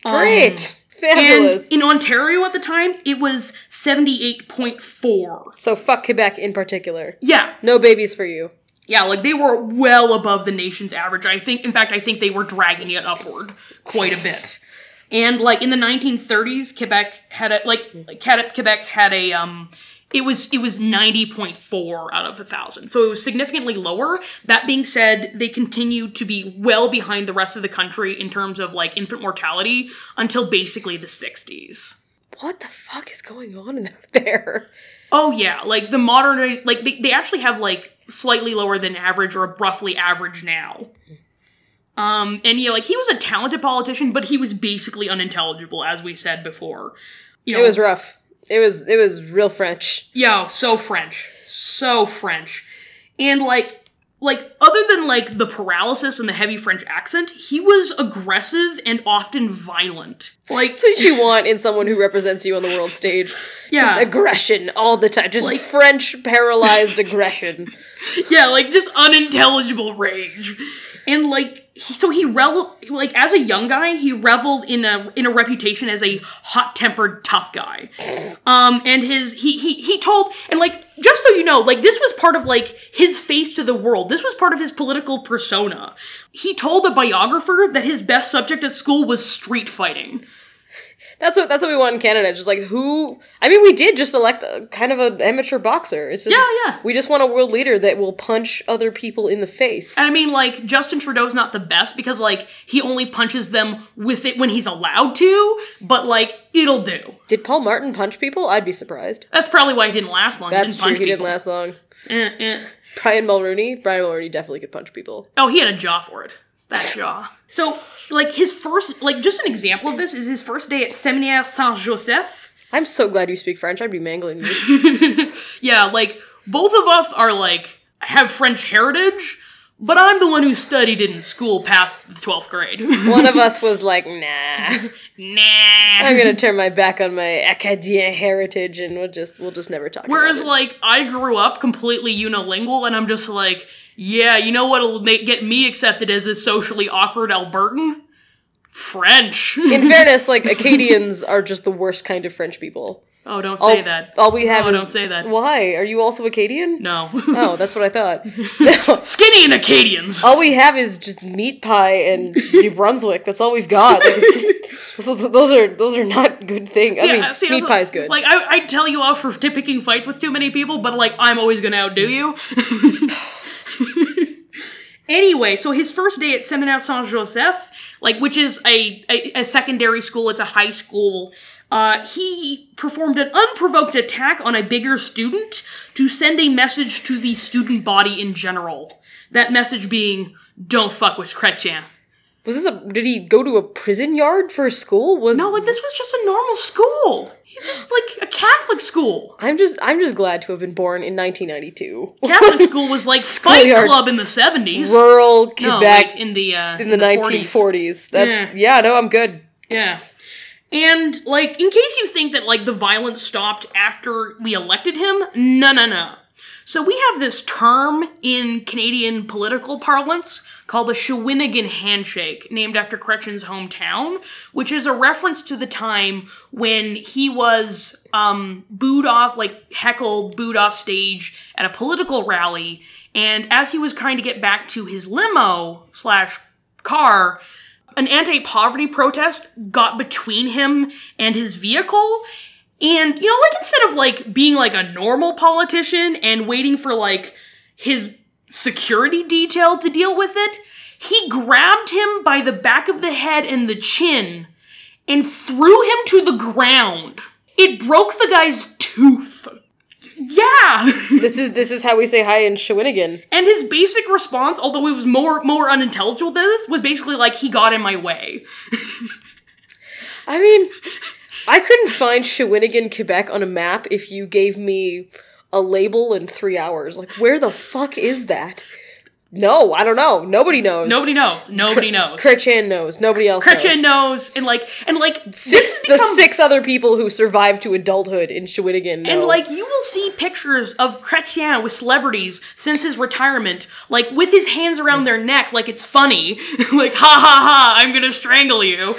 Speaker 6: Great.
Speaker 5: Um, and
Speaker 6: Fabulous.
Speaker 5: in ontario at the time it was 78.4
Speaker 6: so fuck Quebec in particular.
Speaker 5: yeah
Speaker 6: No babies for you.
Speaker 5: yeah like they were well above the nation's average i think in fact i think they were dragging it upward quite a bit And like in the 1930s, Quebec had a like Quebec Quebec had a um it was it was 90.4 out of a thousand. So it was significantly lower. That being said, they continued to be well behind the rest of the country in terms of like infant mortality until basically the 60s.
Speaker 6: What the fuck is going on in <laughs> there?
Speaker 5: Oh yeah, like the modern like they, they actually have like slightly lower than average or roughly average now. Um and yeah, like he was a talented politician, but he was basically unintelligible as we said before. You
Speaker 6: It was rough. It was it was real French.
Speaker 5: Yo, so French. So French. And like like other than like the paralysis and the heavy French accent, he was aggressive and often violent. Like
Speaker 6: That's what you want in someone who represents you on the world stage.
Speaker 5: yeah,
Speaker 6: Just aggression all the time. Just French paralyzed <laughs> aggression.
Speaker 5: yeah, like just unintelligible rage. And like he, so he revel like as a young guy, he reveled in a in a reputation as a hot-tempered tough guy. Um and his he he he told and like just so you know, like this was part of like his face to the world. This was part of his political persona. He told a biographer that his best subject at school was street fighting.
Speaker 6: That's what that's what we want in Canada. Just like who? I mean, we did just elect a, kind of an amateur boxer. It's just,
Speaker 5: Yeah, yeah.
Speaker 6: We just want a world leader that will punch other people in the face.
Speaker 5: I mean, like Justin Trudeau's not the best because like he only punches them with it when he's allowed to, but like it'll do.
Speaker 6: did Paul Martin punch people? I'd be surprised.
Speaker 5: That's probably why he didn't last long.
Speaker 6: That's
Speaker 5: he didn't
Speaker 6: true.
Speaker 5: punch
Speaker 6: He didn't
Speaker 5: people.
Speaker 6: last long.
Speaker 5: Eh, eh.
Speaker 6: Brian Mulrooney. Brian Mulrooney definitely could punch people.
Speaker 5: Oh, he had a jaw for it. That jaw. So, like his first, like just an example of this is his first day at Seminaire Saint Joseph.
Speaker 6: I'm so glad you speak French. I'd be mangling you.
Speaker 5: Yeah, like both of us are like have French heritage, but I'm the one who studied it in school past the twelfth grade. <laughs>
Speaker 6: One of us was like, nah.
Speaker 5: nah. <laughs>
Speaker 6: I'm gonna turn my back on my Acadien heritage, and we'll just we'll just never talk.
Speaker 5: Whereas,
Speaker 6: about it.
Speaker 5: like, I grew up completely unilingual, and I'm just like, yeah, you know what'll make get me accepted as a socially awkward Albertan? French. <laughs>
Speaker 6: in fairness, like Acadians are just the worst kind of French people.
Speaker 5: oh, don't say
Speaker 6: all,
Speaker 5: that.
Speaker 6: All we have
Speaker 5: No,
Speaker 6: is
Speaker 5: don't say that.
Speaker 6: Why? Are you also Acadian?
Speaker 5: no. <laughs>
Speaker 6: Oh, that's what I thought. No.
Speaker 5: Skinny and Acadians.
Speaker 6: All we have is just meat pie and New Brunswick. That's all we've got. Like, it's just, so th- those are those are not good things. Oh, I
Speaker 5: Yeah,
Speaker 6: mean,
Speaker 5: see, I
Speaker 6: meat
Speaker 5: was-
Speaker 6: pie's good.
Speaker 5: Like, I, I tell you off for t- picking fights with too many people, but like, I'm always gonna outdo you. <laughs> anyway, so his first day at Seminaire Saint Joseph, like, which is a, a, a secondary school, it's a high school. Uh, he performed an unprovoked attack on a bigger student to send a message to the student body in general. That message being, "Don't fuck with Chrétien."
Speaker 6: Was this a? Did he go to a prison yard for school? Was
Speaker 5: No, like this was just a normal school. He just like a Catholic school.
Speaker 6: I'm just I'm just glad to have been born in 1992.
Speaker 5: Catholic school was
Speaker 6: <laughs>
Speaker 5: like Fight
Speaker 6: Schoolyard.
Speaker 5: Club in the seventies.
Speaker 6: Rural
Speaker 5: no,
Speaker 6: Quebec
Speaker 5: like, in the uh,
Speaker 6: in the
Speaker 5: 40s.
Speaker 6: 1940s. That's yeah. No, I'm good.
Speaker 5: Yeah. And like in case you think that like the violence stopped after we elected him, no no no. So we have this term in Canadian political parlance called the Shawinigan handshake, named after Cretchen's hometown, which is a reference to the time when he was um, booed off, like heckled, booed off stage at a political rally, and as he was trying to get back to his limo slash car, an anti-poverty protest got between him and his vehicle and you know like instead of like being like a normal politician and waiting for like his security detail to deal with it he grabbed him by the back of the head and the chin and threw him to the ground it broke the guy's tooth yeah <laughs>
Speaker 6: This is this is how we say hi in Shawinigan.
Speaker 5: And his basic response, although it was more more unintelligible than this, was basically like he got in my way.
Speaker 6: I mean, I couldn't find Shawinigan, Quebec on a map if you gave me a label in three hours. Like, where the fuck is that? No, I don't know. Nobody knows.
Speaker 5: Nobody knows. Nobody knows.
Speaker 6: Kretchen knows. Nobody else
Speaker 5: Gretchen
Speaker 6: knows.
Speaker 5: knows, and like and like
Speaker 6: Six,
Speaker 5: this has
Speaker 6: the
Speaker 5: become-
Speaker 6: six other people who survived to adulthood in Shawinigan know.
Speaker 5: And like you will see pictures of Chrétien with celebrities since his retirement, like with his hands around their neck, like it's funny, <laughs> like ha ha ha, I'm gonna strangle you,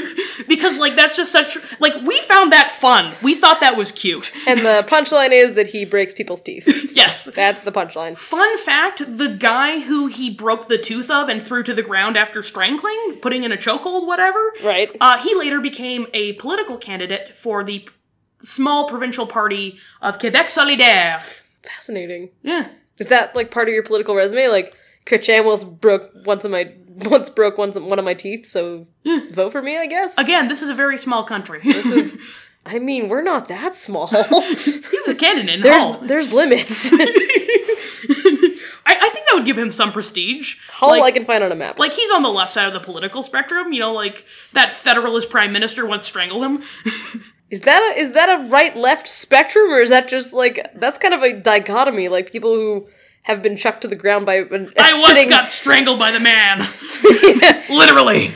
Speaker 5: <laughs> because like that's just such like we found that fun. We thought that was cute.
Speaker 6: And the punchline is that he breaks
Speaker 5: <laughs>
Speaker 6: people's teeth.
Speaker 5: Yes,
Speaker 6: That's the punchline.
Speaker 5: Fun fact the guy who he broke the tooth of and threw to the ground after strangling, putting in a chokehold, whatever,
Speaker 6: Right.
Speaker 5: uh, he later became a political candidate for the p- small provincial party of Quebec Solidaire.
Speaker 6: Fascinating.
Speaker 5: Yeah.
Speaker 6: Is that like part of your political resume? Like Kretchen once broke once of my <laughs> once broke once one of my teeth, so
Speaker 5: Hmm.
Speaker 6: vote for me, I guess.
Speaker 5: Again, this is a very small country. <laughs>
Speaker 6: This is- I mean, we're not that small.
Speaker 5: he was a candidate in
Speaker 6: there's
Speaker 5: Hull. <laughs>
Speaker 6: there's limits.
Speaker 5: I, I think that would give him some prestige.
Speaker 6: All
Speaker 5: Like-
Speaker 6: I can find on a map.
Speaker 5: like he's on the left side of the political spectrum, you know, like that Federalist Prime Minister once strangled
Speaker 6: <laughs>
Speaker 5: him.
Speaker 6: is that a, is that a right left spectrum, or is that just like that's kind of a dichotomy? Like people who have been chucked to the ground by an, a
Speaker 5: I once
Speaker 6: sitting.
Speaker 5: got strangled by the
Speaker 6: <laughs>
Speaker 5: man. Literally.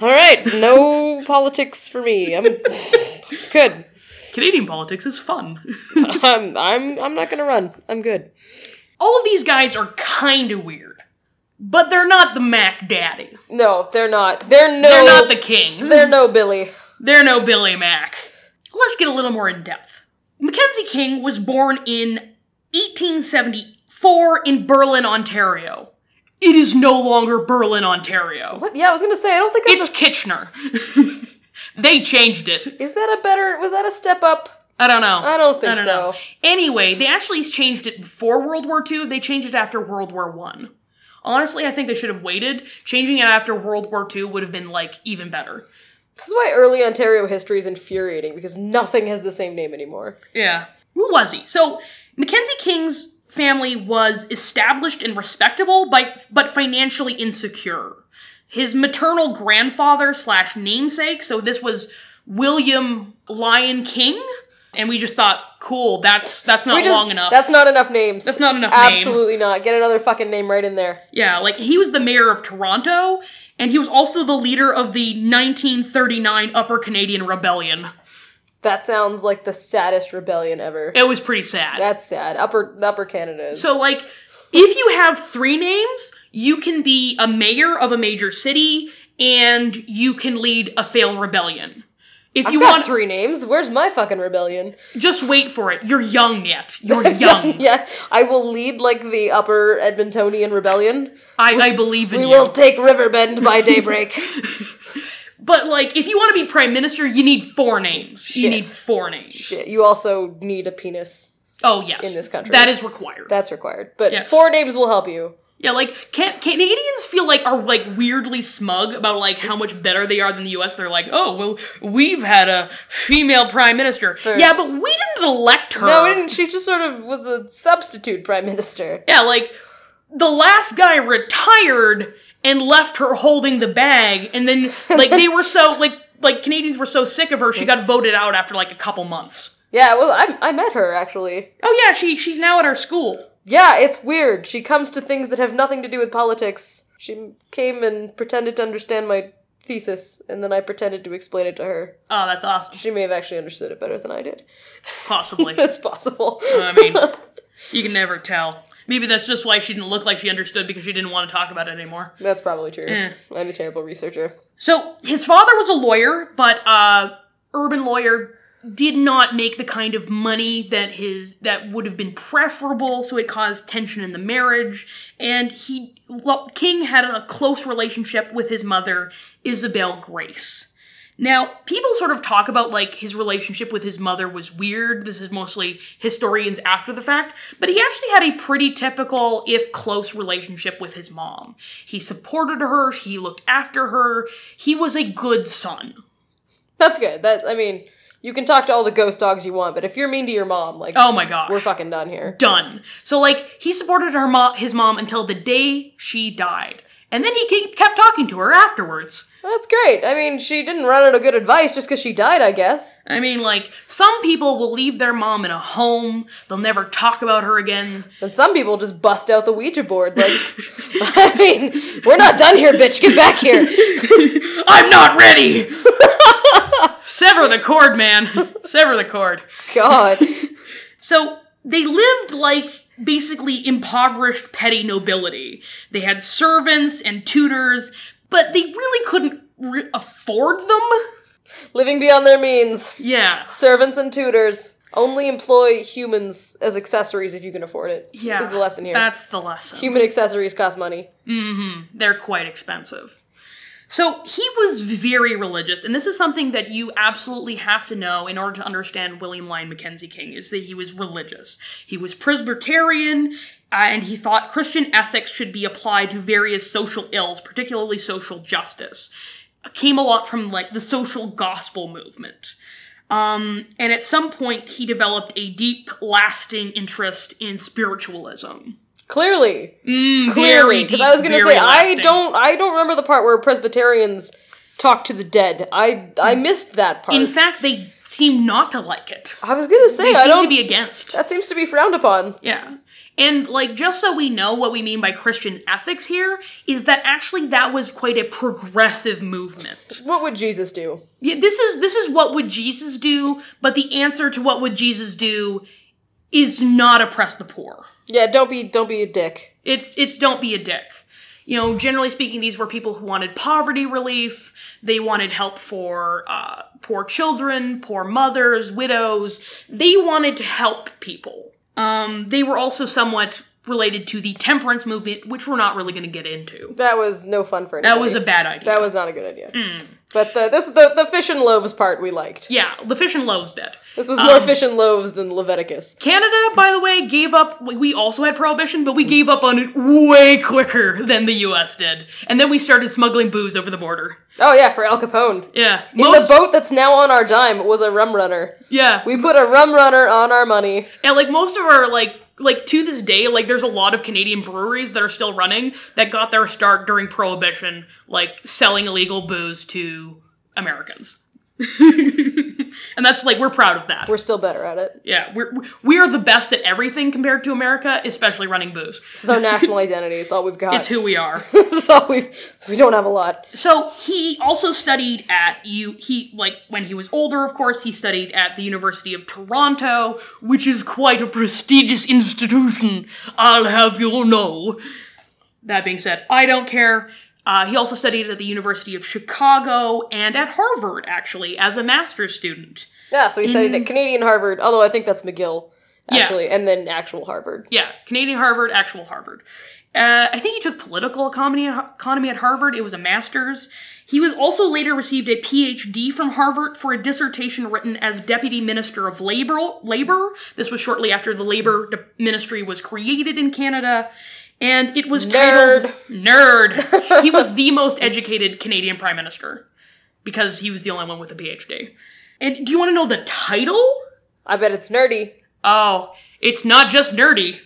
Speaker 6: All right, no politics for me.
Speaker 5: <laughs>
Speaker 6: I'm good.
Speaker 5: Canadian politics is fun.
Speaker 6: I'm I'm I'm not gonna run. I'm good.
Speaker 5: All of these guys are kind of weird, but they're not the Mac Daddy.
Speaker 6: No, they're not. They're no.
Speaker 5: They're not the king.
Speaker 6: They're no Billy.
Speaker 5: They're no Billy Mac. Let's get a little more in depth. Mackenzie King was born in 1874 in Berlin, Ontario. It is no longer Berlin, Ontario.
Speaker 6: What? Yeah, I was gonna say. I don't think
Speaker 5: It's
Speaker 6: that's. A,
Speaker 5: Kitchener. <laughs> they changed it.
Speaker 6: is that a better? Was that a step up?
Speaker 5: I don't know.
Speaker 6: I don't think so.
Speaker 5: Anyway, they actually changed it before World War II. They changed it after World War One. Honestly, I think they should have waited. Changing it after World War II would have been like even better.
Speaker 6: This is why early Ontario history is infuriating because nothing has the same name anymore.
Speaker 5: Yeah. Who was he? So Mackenzie King's family was established and respectable, by, but financially insecure. His maternal grandfather slash namesake, so this was William Lyon King, and we just thought, cool, that's that's not
Speaker 6: We just-
Speaker 5: long enough.
Speaker 6: That's not enough names.
Speaker 5: That's not enough name.
Speaker 6: Absolutely not. Get another fucking name right in there.
Speaker 5: Yeah, like he was the mayor of Toronto, and he was also the leader of the 1939 Upper Canadian Rebellion.
Speaker 6: That sounds like the saddest rebellion ever.
Speaker 5: It was pretty sad.
Speaker 6: That's sad. Upper Upper Canada. Is.
Speaker 5: so, like, if you have three names, you can be a mayor of a major city, and you can lead a failed rebellion. If
Speaker 6: I've
Speaker 5: you
Speaker 6: got
Speaker 5: want,
Speaker 6: three names. Where's my fucking rebellion? <laughs>
Speaker 5: just wait for it. You're young yet. You're young.
Speaker 6: Yeah, I will lead like the Upper Edmontonian rebellion.
Speaker 5: I, I believe in
Speaker 6: We
Speaker 5: you.
Speaker 6: will take Riverbend by daybreak. <laughs>
Speaker 5: But like, if you want to be prime minister, you need four names. You
Speaker 6: Shit.
Speaker 5: need four names.
Speaker 6: Shit, you also need a penis.
Speaker 5: Oh yes,
Speaker 6: In this country.
Speaker 5: that is required.
Speaker 6: That's required. But
Speaker 5: Yes.
Speaker 6: four names will help you.
Speaker 5: Yeah, like can- Canadians feel like are like weirdly smug about like how much better they are than the U.S. They're like, oh well, we've had a female prime minister. Yeah, but we didn't elect her.
Speaker 6: No, and she just sort of was a substitute prime minister.
Speaker 5: Yeah, like the last guy retired, and left her holding the bag. And then, like, they were so, <laughs> like, like Canadians were so sick of her, she got voted out after like a couple months.
Speaker 6: Yeah, well, I, I met her actually.
Speaker 5: Oh yeah, she she's now at our school.
Speaker 6: Yeah, it's weird. She comes to things that have nothing to do with politics. She came and pretended to understand my thesis, and then I pretended to explain it to her.
Speaker 5: Oh, that's awesome.
Speaker 6: She may have actually understood it better than I did. <laughs>
Speaker 5: Possibly.
Speaker 6: That's possible. <laughs>
Speaker 5: I mean, you can never tell. Maybe that's just why she didn't look like she understood because she didn't want to talk about it anymore.
Speaker 6: That's probably true. I'm a terrible researcher.
Speaker 5: So his father was a lawyer, but uh, urban lawyer did not make the kind of money that his that would have been preferable. So it caused tension in the marriage, and he well, King had a close relationship with his mother, Isabel Grace. Now, people sort of talk about like his relationship with his mother was weird. This is mostly historians after the fact, but he actually had a pretty typical, if close, relationship with his mom. He supported her, he looked after her, he was a good son.
Speaker 6: That's good. That I mean, you can talk to all the ghost dogs you want, but if you're mean to your mom, like
Speaker 5: Oh my gosh.
Speaker 6: we're fucking done here.
Speaker 5: done. So like he supported her mom, his mom until the day she died. And then he ke- kept talking to her afterwards.
Speaker 6: That's great. I mean, she didn't run out of good advice just because she died, I guess.
Speaker 5: I mean, like, some people will leave their mom in a home. They'll never talk about her again.
Speaker 6: And some people just bust out the Ouija board.
Speaker 5: <laughs>
Speaker 6: Like, <laughs> I mean, we're not done here, bitch. Get back here.
Speaker 5: <laughs> I'm not
Speaker 6: <laughs>
Speaker 5: ready! Sever the cord, man. Sever the cord.
Speaker 6: God.
Speaker 5: So they lived like basically impoverished petty nobility. They had servants and tutors, but they really couldn't re- afford them.
Speaker 6: Living beyond their means.
Speaker 5: Yeah.
Speaker 6: Servants and tutors. Only employ humans as accessories if you can afford it.
Speaker 5: Yeah.
Speaker 6: Is the lesson here.
Speaker 5: That's the lesson.
Speaker 6: Human accessories cost money.
Speaker 5: They're quite expensive. So he was very religious, and this is something that you absolutely have to know in order to understand William Lyon Mackenzie King is that he was religious. He was Presbyterian, uh, and he thought Christian ethics should be applied to various social ills, particularly social justice. Came a lot from like the social gospel movement. Um, and at some point, he developed a deep, lasting interest in spiritualism.
Speaker 6: Clearly.
Speaker 5: Very
Speaker 6: Clearly. Because I was
Speaker 5: deep,
Speaker 6: gonna
Speaker 5: very
Speaker 6: say I
Speaker 5: lasting.
Speaker 6: don't I don't remember the part where Presbyterians talk to the dead. I I missed that part.
Speaker 5: Mm. In fact, they seem not to like it.
Speaker 6: I was gonna say
Speaker 5: They
Speaker 6: I
Speaker 5: seem
Speaker 6: don't
Speaker 5: to be against.
Speaker 6: that seems to be frowned upon.
Speaker 5: Yeah. And like just so we know what we mean by Christian ethics here is that actually that was quite a progressive movement.
Speaker 6: What would Jesus do?
Speaker 5: Yeah, this is this is what would Jesus do, but the answer to what would Jesus do is not oppress the poor.
Speaker 6: Yeah, don't be don't be a dick.
Speaker 5: It's it's don't be a dick. You know, generally speaking, these were people who wanted poverty relief. They wanted help for uh, poor children, poor mothers, widows. They wanted to help people. Um, they were also somewhat related to the temperance movement, which we're not really going to get into.
Speaker 6: That was no fun for anybody.
Speaker 5: That was a bad idea.
Speaker 6: That was not a good idea. But the, this the the fish and loaves part we liked.
Speaker 5: yeah, um, the fish and loaves bit.
Speaker 6: This was more fish and loaves than Leviticus.
Speaker 5: Canada, by the way, gave up. we- We also had prohibition, but we gave up on it way quicker than the U.S. did, and then we started smuggling booze over the border.
Speaker 6: Oh yeah, for Al Capone.
Speaker 5: Yeah,
Speaker 6: the boat that's now on our dime was a rum runner.
Speaker 5: yeah,
Speaker 6: We put a rum runner on our money.
Speaker 5: And like most of our like like to this day, like there's a lot of Canadian breweries that are still running that got their start during Prohibition, like selling illegal booze to Americans. <laughs> and that's like we're proud of that.
Speaker 6: We're still better at it.
Speaker 5: yeah, we're we are the best at everything compared to America, especially running booze.
Speaker 6: It's our
Speaker 5: <laughs>
Speaker 6: national identity. It's all we've got.
Speaker 5: It's who we
Speaker 6: <laughs>
Speaker 5: are.
Speaker 6: it's all we've. So we don't have a lot.
Speaker 5: So he also studied at you he like when he was older, of course, he studied at the University of Toronto, which is quite a prestigious institution, I'll have you know. That being said, I don't care. Uh, he also studied at the University of Chicago and at Harvard, actually, as a master's student.
Speaker 6: Yeah. So we studied at Canadian Harvard. Although I think that's McGill
Speaker 5: Mm. Yeah.
Speaker 6: actually, and then actual Harvard.
Speaker 5: Yeah, Canadian Harvard, actual Harvard. Uh, I think he took political economy at, economy at Harvard. It was a master's. He was also later received a PhD from Harvard for a dissertation written as deputy minister of labor. Labor. This was shortly after the labor de- ministry was created in Canada, and it was titled "Nerd." he was the most educated Canadian prime minister because he was the only one with a PhD. And do you want to know the title?
Speaker 6: I bet it's nerdy.
Speaker 5: Oh, it's not just nerdy.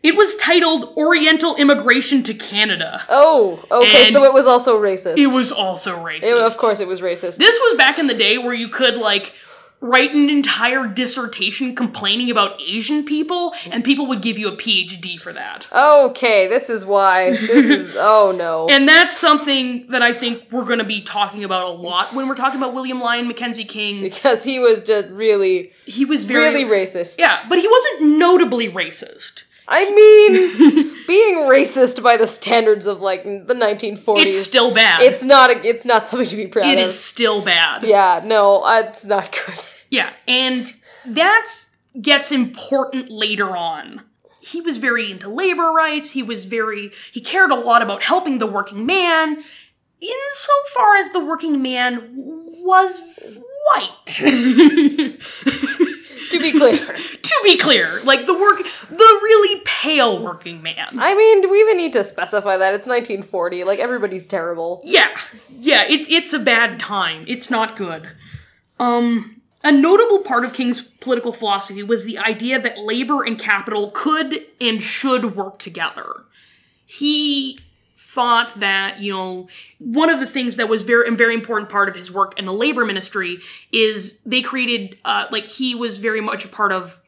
Speaker 5: It was titled Oriental Immigration to Canada.
Speaker 6: Oh, okay.
Speaker 5: And-
Speaker 6: so it was also racist.
Speaker 5: It was also racist.
Speaker 6: It- of course, it was racist.
Speaker 5: This was back in the day where you could like write an entire dissertation complaining about Asian people and people would give you a PhD for that.
Speaker 6: okay, this is why. This
Speaker 5: <laughs>
Speaker 6: is. Oh no.
Speaker 5: And that's something that I think we're going to be talking about a lot when we're talking about William Lyon Mackenzie King.
Speaker 6: because he was just really,
Speaker 5: He was very
Speaker 6: really racist.
Speaker 5: Yeah, but he wasn't notably racist.
Speaker 6: I
Speaker 5: <laughs>
Speaker 6: mean, being racist by the standards of like the 1940s.
Speaker 5: It's still bad.
Speaker 6: It's not. A, it's not something to be proud
Speaker 5: it
Speaker 6: of.
Speaker 5: is still bad.
Speaker 6: Yeah. No, uh, it's not good. <laughs>
Speaker 5: Yeah, and that gets important later on. He was very into labor rights, he was very he cared a lot about helping the working man insofar as the working man was <laughs> white.
Speaker 6: to
Speaker 5: <laughs>
Speaker 6: be clear.
Speaker 5: to be clear, like the work the really pale working man.
Speaker 6: I mean, do we even need to specify that? It's 1940. Like everybody's terrible.
Speaker 5: Yeah, yeah, it's it's a bad time. It's not good. Um, a notable part of King's political philosophy was the idea that labor and capital could and should work together. He thought that you know one of the things that was very a very important part of his work in the labor ministry is they created uh, like he was very much a part of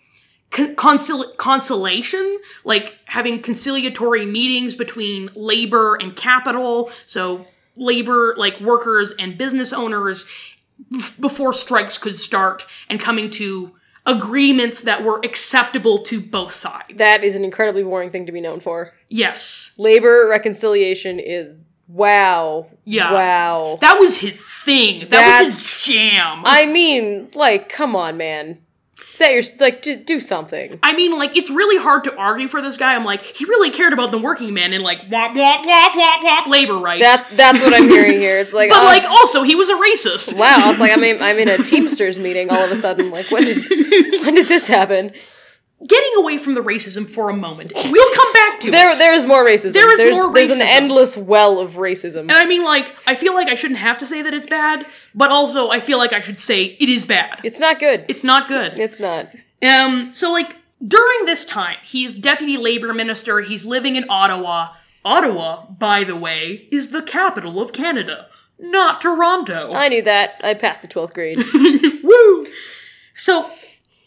Speaker 5: con- concil- conciliation, like having conciliatory meetings between labor and capital. So labor, like workers and business owners, b- before strikes could start, and coming to agreements that were acceptable to both sides.
Speaker 6: That is an incredibly boring thing to be known for.
Speaker 5: yes,
Speaker 6: Labor reconciliation is wow.
Speaker 5: Yeah.
Speaker 6: Wow.
Speaker 5: that was his thing. That was
Speaker 6: That's-
Speaker 5: his jam.
Speaker 6: I mean, like, come on, man. Say your like, d- do something.
Speaker 5: I mean, like, it's really hard to argue for this guy. I'm like, he really cared about the working man and, like, womp, womp, womp, womp, womp, labor rights.
Speaker 6: That's that's what I'm hearing here. It's
Speaker 5: <laughs>
Speaker 6: like,
Speaker 5: but,
Speaker 6: oh,
Speaker 5: like, also, he was a racist.
Speaker 6: wow. It's like I'm in, I'm in a Teamsters meeting all of a sudden. Like, when did when did this happen?
Speaker 5: <laughs> getting away from the racism for a moment. We'll come back to
Speaker 6: There
Speaker 5: it.
Speaker 6: there is more racism.
Speaker 5: There is
Speaker 6: there's,
Speaker 5: more
Speaker 6: There's an
Speaker 5: racism.
Speaker 6: endless well of racism.
Speaker 5: and I mean, like, I feel like I shouldn't have to say that it's bad, but also I feel like I should say it is bad.
Speaker 6: it's not good.
Speaker 5: It's not good.
Speaker 6: it's not.
Speaker 5: Um, so like during this time, he's deputy labor minister. He's living in Ottawa. Ottawa, by the way, is the capital of Canada, not Toronto.
Speaker 6: I knew that. I passed the
Speaker 5: <laughs>
Speaker 6: twelfth grade.
Speaker 5: Woo! So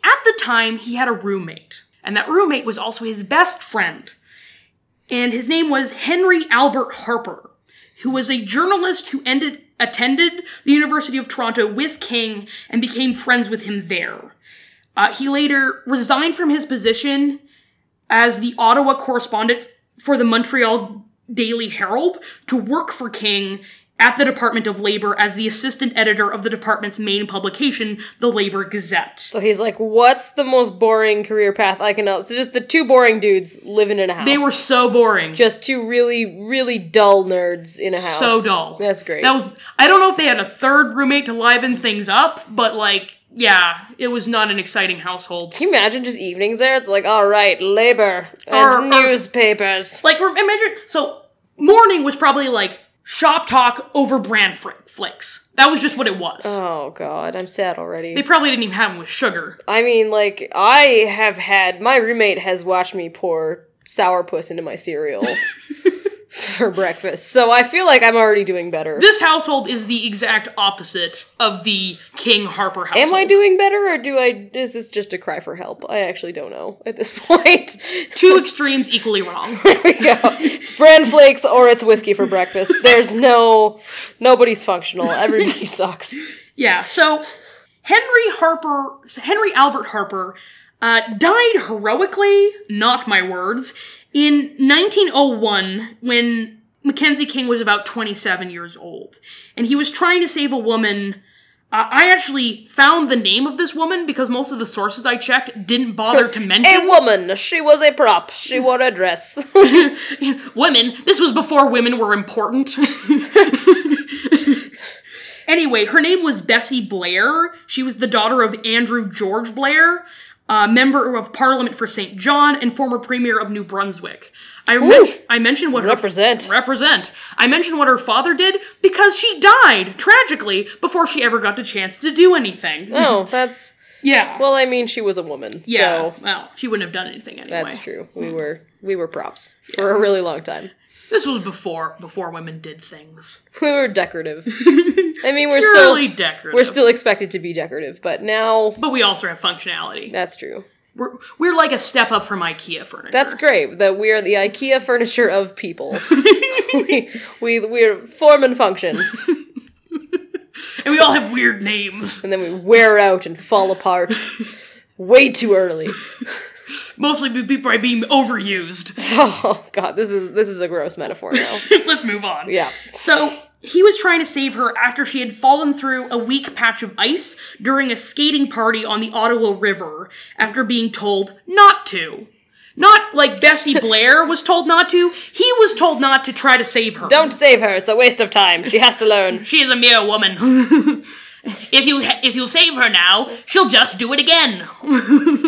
Speaker 5: at the time, he had a roommate, and that roommate was also his best friend. And his name was Henry Albert Harper, who was a journalist who ended, attended the University of Toronto with King and became friends with him there. Uh, he later resigned from his position as the Ottawa correspondent for the Montreal Daily Herald to work for King at the Department of Labor as the assistant editor of the department's main publication, the Labor Gazette.
Speaker 6: so he's like, "What's the most boring career path I can?" uh, So just the two boring dudes living in a house.
Speaker 5: They were so boring.
Speaker 6: just two really, really dull nerds in a house.
Speaker 5: so dull.
Speaker 6: That's great.
Speaker 5: That was I don't know if they had a third roommate to liven things up, but like yeah, it was not an exciting household.
Speaker 6: Can you imagine just evenings there? It's like, all right, labor
Speaker 5: Or- or-
Speaker 6: and newspapers.
Speaker 5: Like rem- imagine so morning was probably like shop talk over brand fr- flicks. That was just what it was.
Speaker 6: oh god, I'm sad already.
Speaker 5: they probably didn't even have them with sugar.
Speaker 6: I mean, like, I have had my roommate has watched me pour sourpuss into my cereal for breakfast, so I feel like I'm already doing better.
Speaker 5: This household is the exact opposite of the King Harper household.
Speaker 6: Am I doing better, or do I? Is this just a cry for help? I actually don't know at this <laughs> point.
Speaker 5: two extremes equally
Speaker 6: <laughs>
Speaker 5: wrong?
Speaker 6: There we go. It's bran flakes or it's whiskey for breakfast. There's no nobody's functional. Everybody <laughs> sucks.
Speaker 5: Yeah, so Henry Harper, so Henry Albert Harper, uh, died heroically, not my words, in 1901 when Mackenzie King was about 27 years old. And he was trying to save a woman. Uh, I actually found the name of this woman because most of the sources I checked didn't bother to mention
Speaker 6: A woman. She was a prop. She wore a <laughs> dress.
Speaker 5: women. This was before women were important. <laughs> anyway, her name was Bessie Blair. She was the daughter of Andrew George Blair, a member of Parliament for St. John and former Premier of New Brunswick. I, men- I mentioned what her-
Speaker 6: Represent.
Speaker 5: represent. I mentioned what her father did because she died tragically before she ever got the chance to do anything.
Speaker 6: oh, that's
Speaker 5: Yeah.
Speaker 6: Well, I mean, she was a woman,
Speaker 5: yeah.
Speaker 6: so
Speaker 5: well, she wouldn't have done anything anyway.
Speaker 6: that's true. We were we were props for a really long time.
Speaker 5: This was before before women did things.
Speaker 6: We were <laughs> decorative. I mean, we're
Speaker 5: Purely
Speaker 6: still
Speaker 5: decorative.
Speaker 6: we're still expected to be decorative, but now
Speaker 5: but we also have functionality.
Speaker 6: that's true.
Speaker 5: We're we're like a step up from IKEA furniture.
Speaker 6: That's great that we are the IKEA furniture of <laughs> people. we, we we're form and function,
Speaker 5: and we all have weird names, <laughs>
Speaker 6: and then we wear out and fall <laughs> apart way too early.
Speaker 5: mostly be- be- by being overused. <laughs>
Speaker 6: Oh god, this is this is a gross metaphor now.
Speaker 5: Let's move on.
Speaker 6: Yeah.
Speaker 5: So he was trying to save her after she had fallen through a weak patch of ice during a skating party on the Ottawa River after being told not to. Not like
Speaker 6: <laughs>
Speaker 5: Bessie Blair was told not to. He was told not to try to save her.
Speaker 6: Don't save her. It's a waste of time. She has to learn.
Speaker 5: She is a mere woman. <laughs> if you if you save her now, she'll just do it again. <laughs>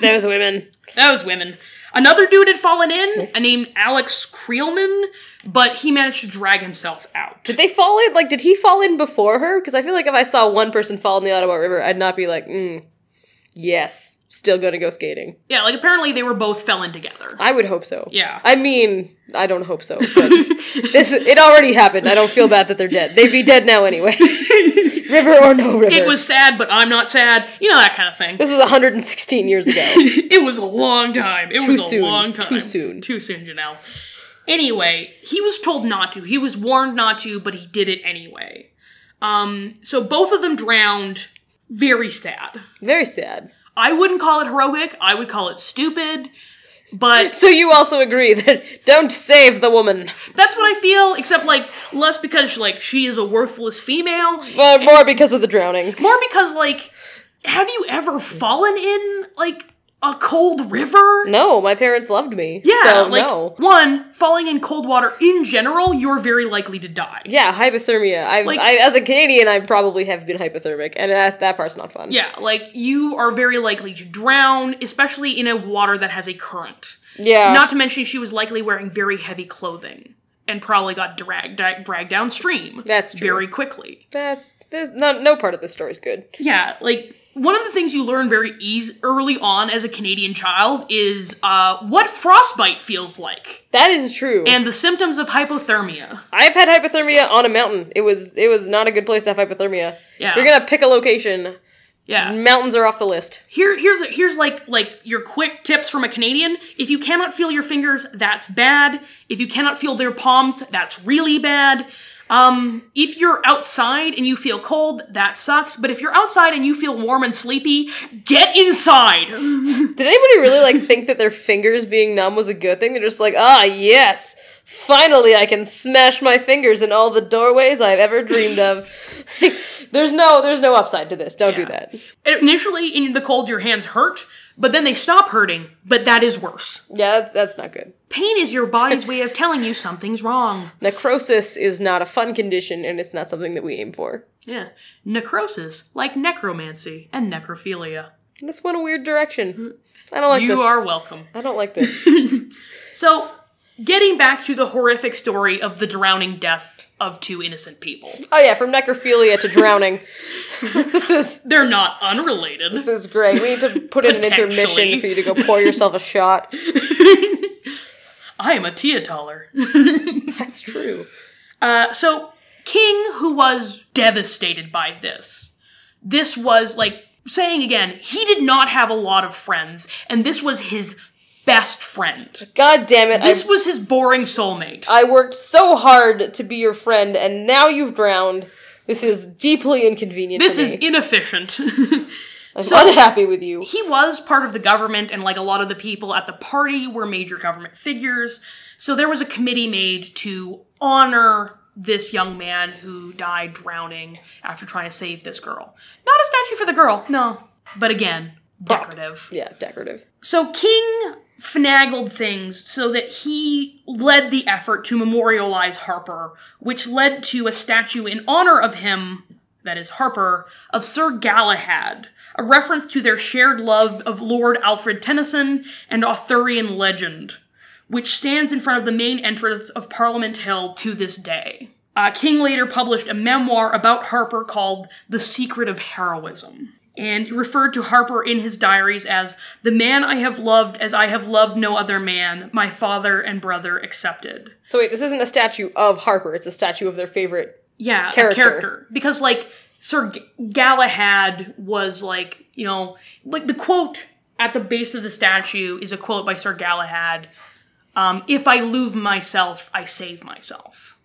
Speaker 6: Those women.
Speaker 5: Those women. Another dude had fallen in, a named Alex Creelman, but he managed to drag himself out.
Speaker 6: Did they fall in? Like, did he fall in before her? Because I feel like if I saw one person fall in the Ottawa River, I'd not be like, mm, yes, still going to go skating.
Speaker 5: Yeah, like apparently they were both fell in together.
Speaker 6: I would hope so.
Speaker 5: Yeah.
Speaker 6: I mean, I don't hope so. But this it already happened. I don't feel bad that they're dead. They'd be dead
Speaker 5: <laughs>
Speaker 6: now anyway. river or no river.
Speaker 5: It was sad, but I'm not sad. You know that kind of thing.
Speaker 6: This was 116 years ago.
Speaker 5: <laughs> It was a long time. It was a
Speaker 6: soon.
Speaker 5: long time.
Speaker 6: Too soon.
Speaker 5: Too soon, Janelle. Anyway, he was told not to. He was warned not to, but he did it anyway. Um, so both of them drowned. Very sad.
Speaker 6: Very sad.
Speaker 5: I wouldn't call it heroic. I would call it stupid. But
Speaker 6: So you also agree that don't save the woman,
Speaker 5: that's what I feel. Except like less because like she is a worthless female,
Speaker 6: but more because of the drowning.
Speaker 5: more because like have you ever fallen in like a cold river?
Speaker 6: No, my parents loved me.
Speaker 5: Yeah,
Speaker 6: so
Speaker 5: like
Speaker 6: no.
Speaker 5: one falling in cold water in general, you're very likely to die.
Speaker 6: Yeah, hypothermia. I've,
Speaker 5: Like-
Speaker 6: I, as a Canadian, I probably have been hypothermic, and that, that part's not fun.
Speaker 5: Yeah, like you are very likely to drown, especially in a water that has a current.
Speaker 6: yeah.
Speaker 5: Not to mention, she was likely wearing very heavy clothing and probably got dragged dragged downstream.
Speaker 6: That's true.
Speaker 5: very quickly.
Speaker 6: that's there's no no part of this story's good.
Speaker 5: Yeah, like one of the things you learn very easy early on as a Canadian child is uh, what frostbite feels like
Speaker 6: That is true.
Speaker 5: and the symptoms of hypothermia.
Speaker 6: I've had hypothermia on a mountain. It was it was not a good place to have hypothermia.
Speaker 5: Yeah.
Speaker 6: You're gonna pick a location.
Speaker 5: Yeah,
Speaker 6: Mountains are off the list.
Speaker 5: here here's here's like like your quick tips from a Canadian. If you cannot feel your fingers, that's bad. If you cannot feel their palms, that's really bad. Um, if you're outside and you feel cold, that sucks. But if you're outside and you feel warm and sleepy, get inside.
Speaker 6: Did anybody really like think that their fingers being numb was a good thing? They're just like, ah yes, finally I can smash my fingers in all the doorways I've ever dreamed of. <laughs> there's no there's no upside to this. Don't do
Speaker 5: Yeah.
Speaker 6: that.
Speaker 5: Initially, in the cold, your hands hurt, but then they stop hurting. But that is worse.
Speaker 6: Yeah, that's, that's not good.
Speaker 5: Pain is your body's way of telling you something's wrong.
Speaker 6: Necrosis is not a fun condition, and it's not something that we aim for.
Speaker 5: Yeah, necrosis, like necromancy and necrophilia.
Speaker 6: This went a weird direction. I don't like
Speaker 5: You
Speaker 6: this.
Speaker 5: are welcome.
Speaker 6: I don't like this.
Speaker 5: So, getting back to the horrific story of the drowning death of two innocent people.
Speaker 6: Oh yeah, from necrophilia
Speaker 5: <laughs>
Speaker 6: to drowning. this is
Speaker 5: They're not unrelated.
Speaker 6: this is great. We need to put in an
Speaker 5: Potentially.
Speaker 6: intermission for you to go pour yourself
Speaker 5: <laughs>
Speaker 6: a shot.
Speaker 5: I am a Tia Toller.
Speaker 6: That's true.
Speaker 5: Uh, so, King, who was devastated by this, this was like saying again, he did not have a lot of friends, and this was his best friend.
Speaker 6: God damn it.
Speaker 5: This
Speaker 6: I,
Speaker 5: was his boring soulmate.
Speaker 6: I worked so hard to be your friend and now you've drowned. This is deeply inconvenient.
Speaker 5: This
Speaker 6: to
Speaker 5: is
Speaker 6: me.
Speaker 5: inefficient. <laughs>
Speaker 6: I'm unhappy with you.
Speaker 5: he was part of the government and like a lot of the people at the party were major government figures so there was a committee made to honor this young man who died drowning after trying to save this girl not a statue for the girl no but again decorative
Speaker 6: Yeah, decorative.
Speaker 5: so king finagled things so that he led the effort to memorialize harper which led to a statue in honor of him that is Harper, of Sir Galahad, a reference to their shared love of Lord Alfred Tennyson and Arthurian legend, which stands in front of the main entrance of Parliament Hill to this day. Uh, King later published a memoir about Harper called The Secret of Heroism. and referred to Harper in his diaries as the man I have loved as I have loved no other man, my father and brother excepted.
Speaker 6: So wait, this isn't a statue of Harper. It's a statue of their favorite.
Speaker 5: Yeah,
Speaker 6: Character.
Speaker 5: A character. Because like Sir G- Galahad was like, you know, like the quote at the base of the statue is a quote by Sir Galahad. Um, if I lose myself, I save myself.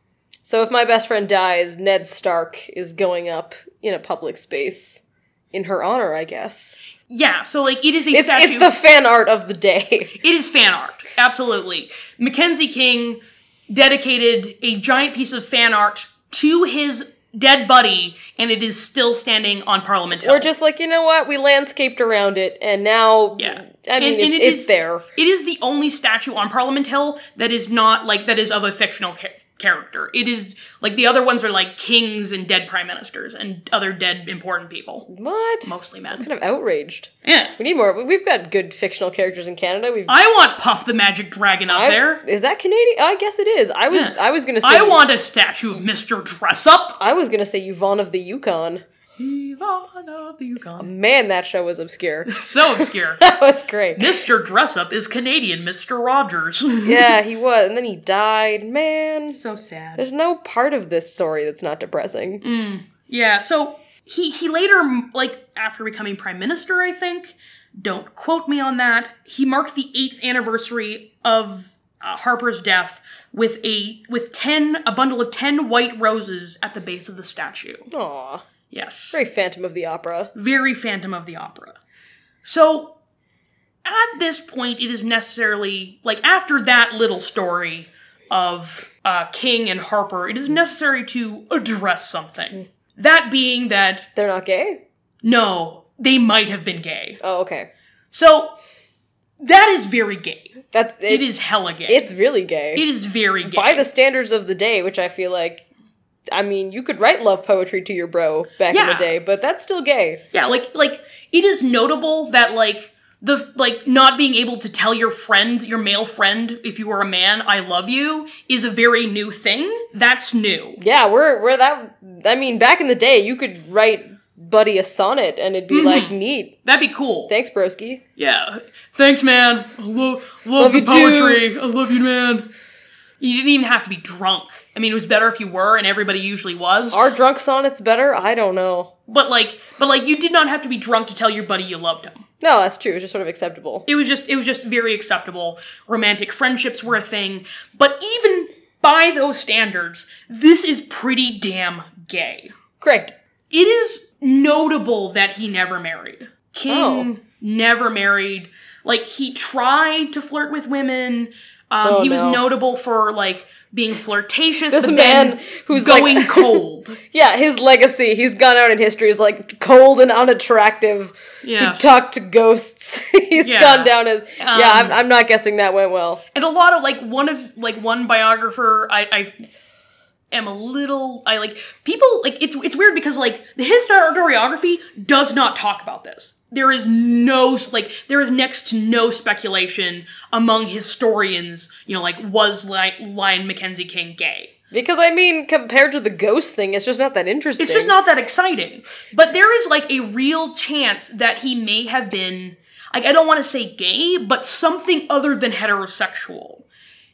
Speaker 6: So if my best friend dies, Ned Stark is going up in a public space in her honor, I guess.
Speaker 5: Yeah, so like it is a
Speaker 6: It's,
Speaker 5: statue.
Speaker 6: it's the fan art of the day. <laughs>
Speaker 5: It is fan art, absolutely. Mackenzie King dedicated a giant piece of fan art to his dead buddy, and it is still standing on Parliament Hill.
Speaker 6: We're just like, you know what? We landscaped around it, and now,
Speaker 5: yeah.
Speaker 6: I mean,
Speaker 5: And- and
Speaker 6: it's,
Speaker 5: it
Speaker 6: it's
Speaker 5: is-
Speaker 6: there.
Speaker 5: It is the only statue on Parliament Hill that is not like that is of a fictional cha- character. It is like the other ones are like kings and dead prime ministers and other dead important people,
Speaker 6: What?
Speaker 5: mostly men.
Speaker 6: kind of outraged.
Speaker 5: Yeah,
Speaker 6: We need more. We- We've got good fictional characters in Canada. We've
Speaker 5: I want Puff the Magic Dragon up
Speaker 6: I-
Speaker 5: there.
Speaker 6: Is that Canadian? I guess it is. I was.
Speaker 5: Yeah.
Speaker 6: I was gonna say.
Speaker 5: I want a statue of Mister Dress Up.
Speaker 6: I was gonna say Yvonne of the Yukon.
Speaker 5: Ivana the Yukon.
Speaker 6: Man, that show was obscure. <laughs>
Speaker 5: So obscure. <laughs>
Speaker 6: that was great.
Speaker 5: Mr. Dressup is Canadian, Mr. Rogers.
Speaker 6: Yeah, he was, and then he died. Man,
Speaker 5: so sad.
Speaker 6: there's no part of this story that's not depressing.
Speaker 5: Mm. Yeah, so he he later m- like after becoming prime minister, I think. Don't quote me on that. He marked the 8th anniversary of uh, Harper's death with a with 10 a bundle of 10 white roses at the base of the statue.
Speaker 6: Aw,
Speaker 5: Yes.
Speaker 6: very Phantom of the Opera.
Speaker 5: very Phantom of the Opera. So at this point, it is necessarily like after that little story of uh, King and Harper, it is necessary to address something. That being that
Speaker 6: They're not gay.
Speaker 5: no, they might have been gay.
Speaker 6: Oh, okay.
Speaker 5: So that is very gay.
Speaker 6: That's
Speaker 5: It is hella gay.
Speaker 6: It's really gay
Speaker 5: it is very gay.
Speaker 6: by the standards of the day, which I feel like. I mean, you could write love poetry to your bro back in the
Speaker 5: Yeah.
Speaker 6: day, but that's still gay.
Speaker 5: Yeah, like like it is notable that like the like not being able to tell your friend, your male friend, if you are a man, I love you, is a very new thing. That's new.
Speaker 6: Yeah, we're we're that. I mean, back in the day, you could write Buddy a sonnet, and it'd be
Speaker 5: Mm-hmm.
Speaker 6: like neat.
Speaker 5: That'd be cool.
Speaker 6: Thanks, broski.
Speaker 5: yeah. Thanks, man. I love love,
Speaker 6: you
Speaker 5: the poetry. I love you, man. You didn't even have to be drunk. I mean, it was better if you were, and everybody usually was.
Speaker 6: Are drunk sonnets better? I don't know.
Speaker 5: But like, but like, you did not have to be drunk to tell your buddy you loved him.
Speaker 6: No, that's true. It's just sort of acceptable.
Speaker 5: it was just it was just very acceptable romantic friendships were a thing but even by those standards this is pretty damn gay
Speaker 6: Correct.
Speaker 5: it is notable that he never married king
Speaker 6: Oh.
Speaker 5: never married like he tried to flirt with women um,
Speaker 6: Oh,
Speaker 5: he was
Speaker 6: no.
Speaker 5: notable for like being flirtatious
Speaker 6: This
Speaker 5: but
Speaker 6: man
Speaker 5: then
Speaker 6: who's
Speaker 5: going
Speaker 6: like- <laughs>
Speaker 5: cold
Speaker 6: Yeah, his legacy. He's gone out in history. Is like cold and unattractive.
Speaker 5: yeah
Speaker 6: He talked to ghosts. <laughs> He's
Speaker 5: Yeah.
Speaker 6: gone down as. yeah, I'm,
Speaker 5: Um,
Speaker 6: I'm not guessing that went well.
Speaker 5: and a lot of like one of like one biographer i i am a little i like people like it's it's weird because like the historiography does not talk about this there is no like there is next to no speculation among historians you know like was Ly- lion mackenzie king gay
Speaker 6: Because I mean, compared to the ghost thing, it's just not that interesting.
Speaker 5: it's just not that exciting. But there is like a real chance that he may have been like I don't want to say gay, but something other than heterosexual.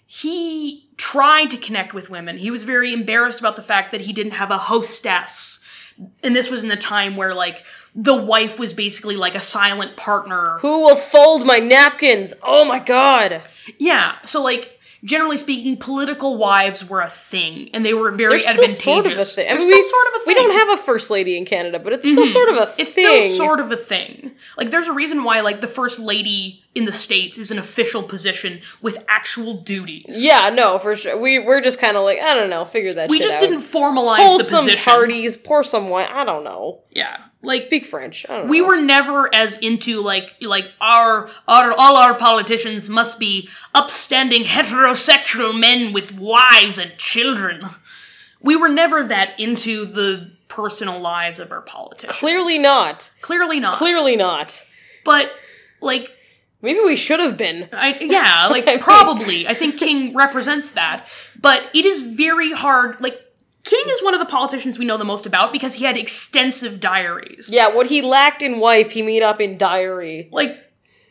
Speaker 5: He tried to connect with women. He was very embarrassed about the fact that he didn't have a hostess. And this was in the time where like the wife was basically like a silent partner.
Speaker 6: Who will fold my napkins? Oh my god.
Speaker 5: Yeah. So like generally speaking, political wives were a thing and they were very
Speaker 6: There's
Speaker 5: advantageous.
Speaker 6: Still sort of a thing. I
Speaker 5: They're
Speaker 6: mean,
Speaker 5: still
Speaker 6: we,
Speaker 5: sort of a
Speaker 6: we
Speaker 5: thing. Mm-hmm.
Speaker 6: don't have a first lady in Canada, but it's still sort of a
Speaker 5: it's
Speaker 6: thing.
Speaker 5: still sort of a thing. Like there's a reason why like the first lady in the states is an official position with actual duties.
Speaker 6: yeah, no, for sure. We we're just kind of like I don't know, figure that.
Speaker 5: we
Speaker 6: shit
Speaker 5: just
Speaker 6: out.
Speaker 5: didn't formalize
Speaker 6: hold
Speaker 5: the
Speaker 6: some
Speaker 5: position.
Speaker 6: parties, pour some wine. I don't know.
Speaker 5: Yeah, like
Speaker 6: Speak French. I don't
Speaker 5: we
Speaker 6: know.
Speaker 5: were never as into like like our our all our politicians must be upstanding heterosexual men with wives and children. We were never that into the personal lives of our politicians.
Speaker 6: clearly not.
Speaker 5: Clearly not.
Speaker 6: Clearly not.
Speaker 5: but like
Speaker 6: Maybe we should have been.
Speaker 5: I,
Speaker 6: <laughs>
Speaker 5: yeah, like
Speaker 6: I think.
Speaker 5: probably. I think King represents that, but it is very hard. Like King is one of the politicians we know the most about because he had extensive diaries.
Speaker 6: Yeah, what he lacked in wife, he made up in diary.
Speaker 5: Like,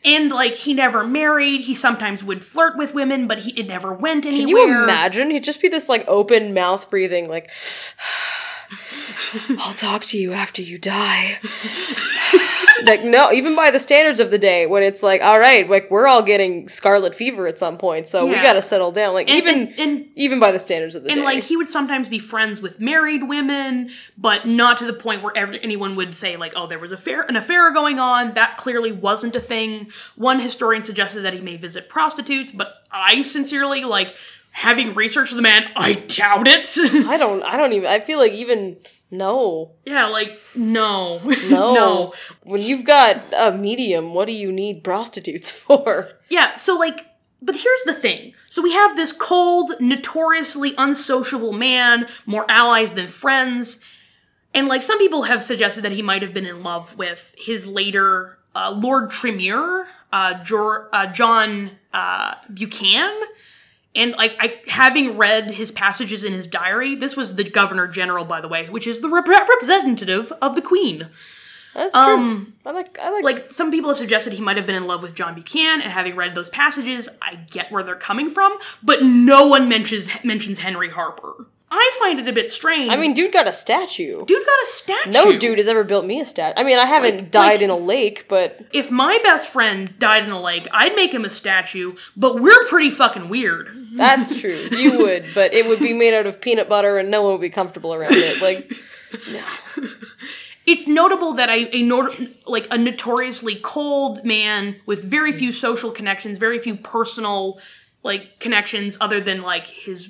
Speaker 5: and like he never married. He sometimes would flirt with women, but he it never went anywhere.
Speaker 6: Can you imagine? He'd just be this like open mouth
Speaker 5: <sighs>
Speaker 6: breathing, like, I'll talk to you after you die. <sighs> like, no, even by the standards of the day, when it's like, all right, like we're all getting scarlet fever at some point, so we
Speaker 5: Yeah.
Speaker 6: gotta settle down. Like,
Speaker 5: And-
Speaker 6: even
Speaker 5: and- and-
Speaker 6: even by the standards of the
Speaker 5: And
Speaker 6: day,
Speaker 5: like he would sometimes be friends with married women, but not to the point where ever, anyone would say like, "Oh, there was a fair an affair going on." That clearly wasn't a thing. One historian suggested that he may visit prostitutes, but I sincerely like having researched the man. I doubt it. <laughs>
Speaker 6: I don't, I don't even. I feel like even no,
Speaker 5: yeah, like no, <laughs>
Speaker 6: no,
Speaker 5: no.
Speaker 6: When you've got a medium, what do you need prostitutes <laughs> for?
Speaker 5: Yeah, so like, but here's the thing. So we have this cold, notoriously unsociable man, more allies than friends. And like, some people have suggested that he might have been in love with his later uh, Lord Tremere, uh, Jor- uh, John uh, Buchanan. And like, I, having read his passages in his diary, this was the Governor General, by the way, which is the rep- representative of the Queen
Speaker 6: That's true. I like, I like,
Speaker 5: Um, like some people have suggested he might have been in love with John Buchanan, and having read those passages, I get where they're coming from, but no one mentions mentions Henry Harper. I find it a bit strange.
Speaker 6: I mean, dude got a statue.
Speaker 5: dude got a statue.
Speaker 6: No dude has ever built me a statue. I mean, I haven't died
Speaker 5: like-
Speaker 6: in a lake, but
Speaker 5: If my best friend died in a lake, I'd make him a statue, but we're pretty fucking weird.
Speaker 6: that's true.
Speaker 5: <laughs>
Speaker 6: You would, but it would be made out of peanut butter and no one would be comfortable around
Speaker 5: <laughs>
Speaker 6: it. Like,
Speaker 5: It's notable that I, a not- like a notoriously cold man with very few social connections, very few personal like connections other than like his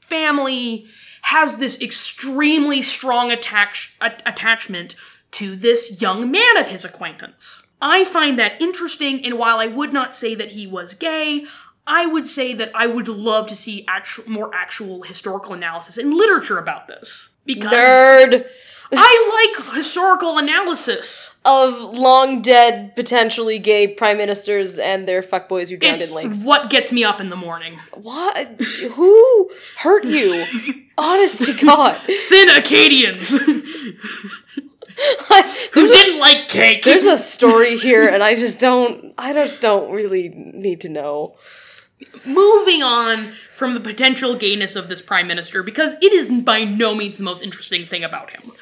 Speaker 5: family has this extremely strong attach- a- attachment to this young man of his acquaintance. I find that interesting, and while I would not say that he was gay, I would say that I would love to see actu- more actual historical analysis and literature about this. Because
Speaker 6: nerd
Speaker 5: I like historical analysis.
Speaker 6: of long dead, potentially gay prime ministers and their fuckboys who drowned
Speaker 5: It's
Speaker 6: in lakes.
Speaker 5: what gets me up in the morning.
Speaker 6: What? Who hurt you? Honest
Speaker 5: <laughs>
Speaker 6: to God.
Speaker 5: Thin Acadians <laughs> who didn't like cake.
Speaker 6: There's a story here, and I just don't. I just don't really need to know.
Speaker 5: Moving on from the potential gayness of this prime minister, because it is by no means the most interesting thing about him.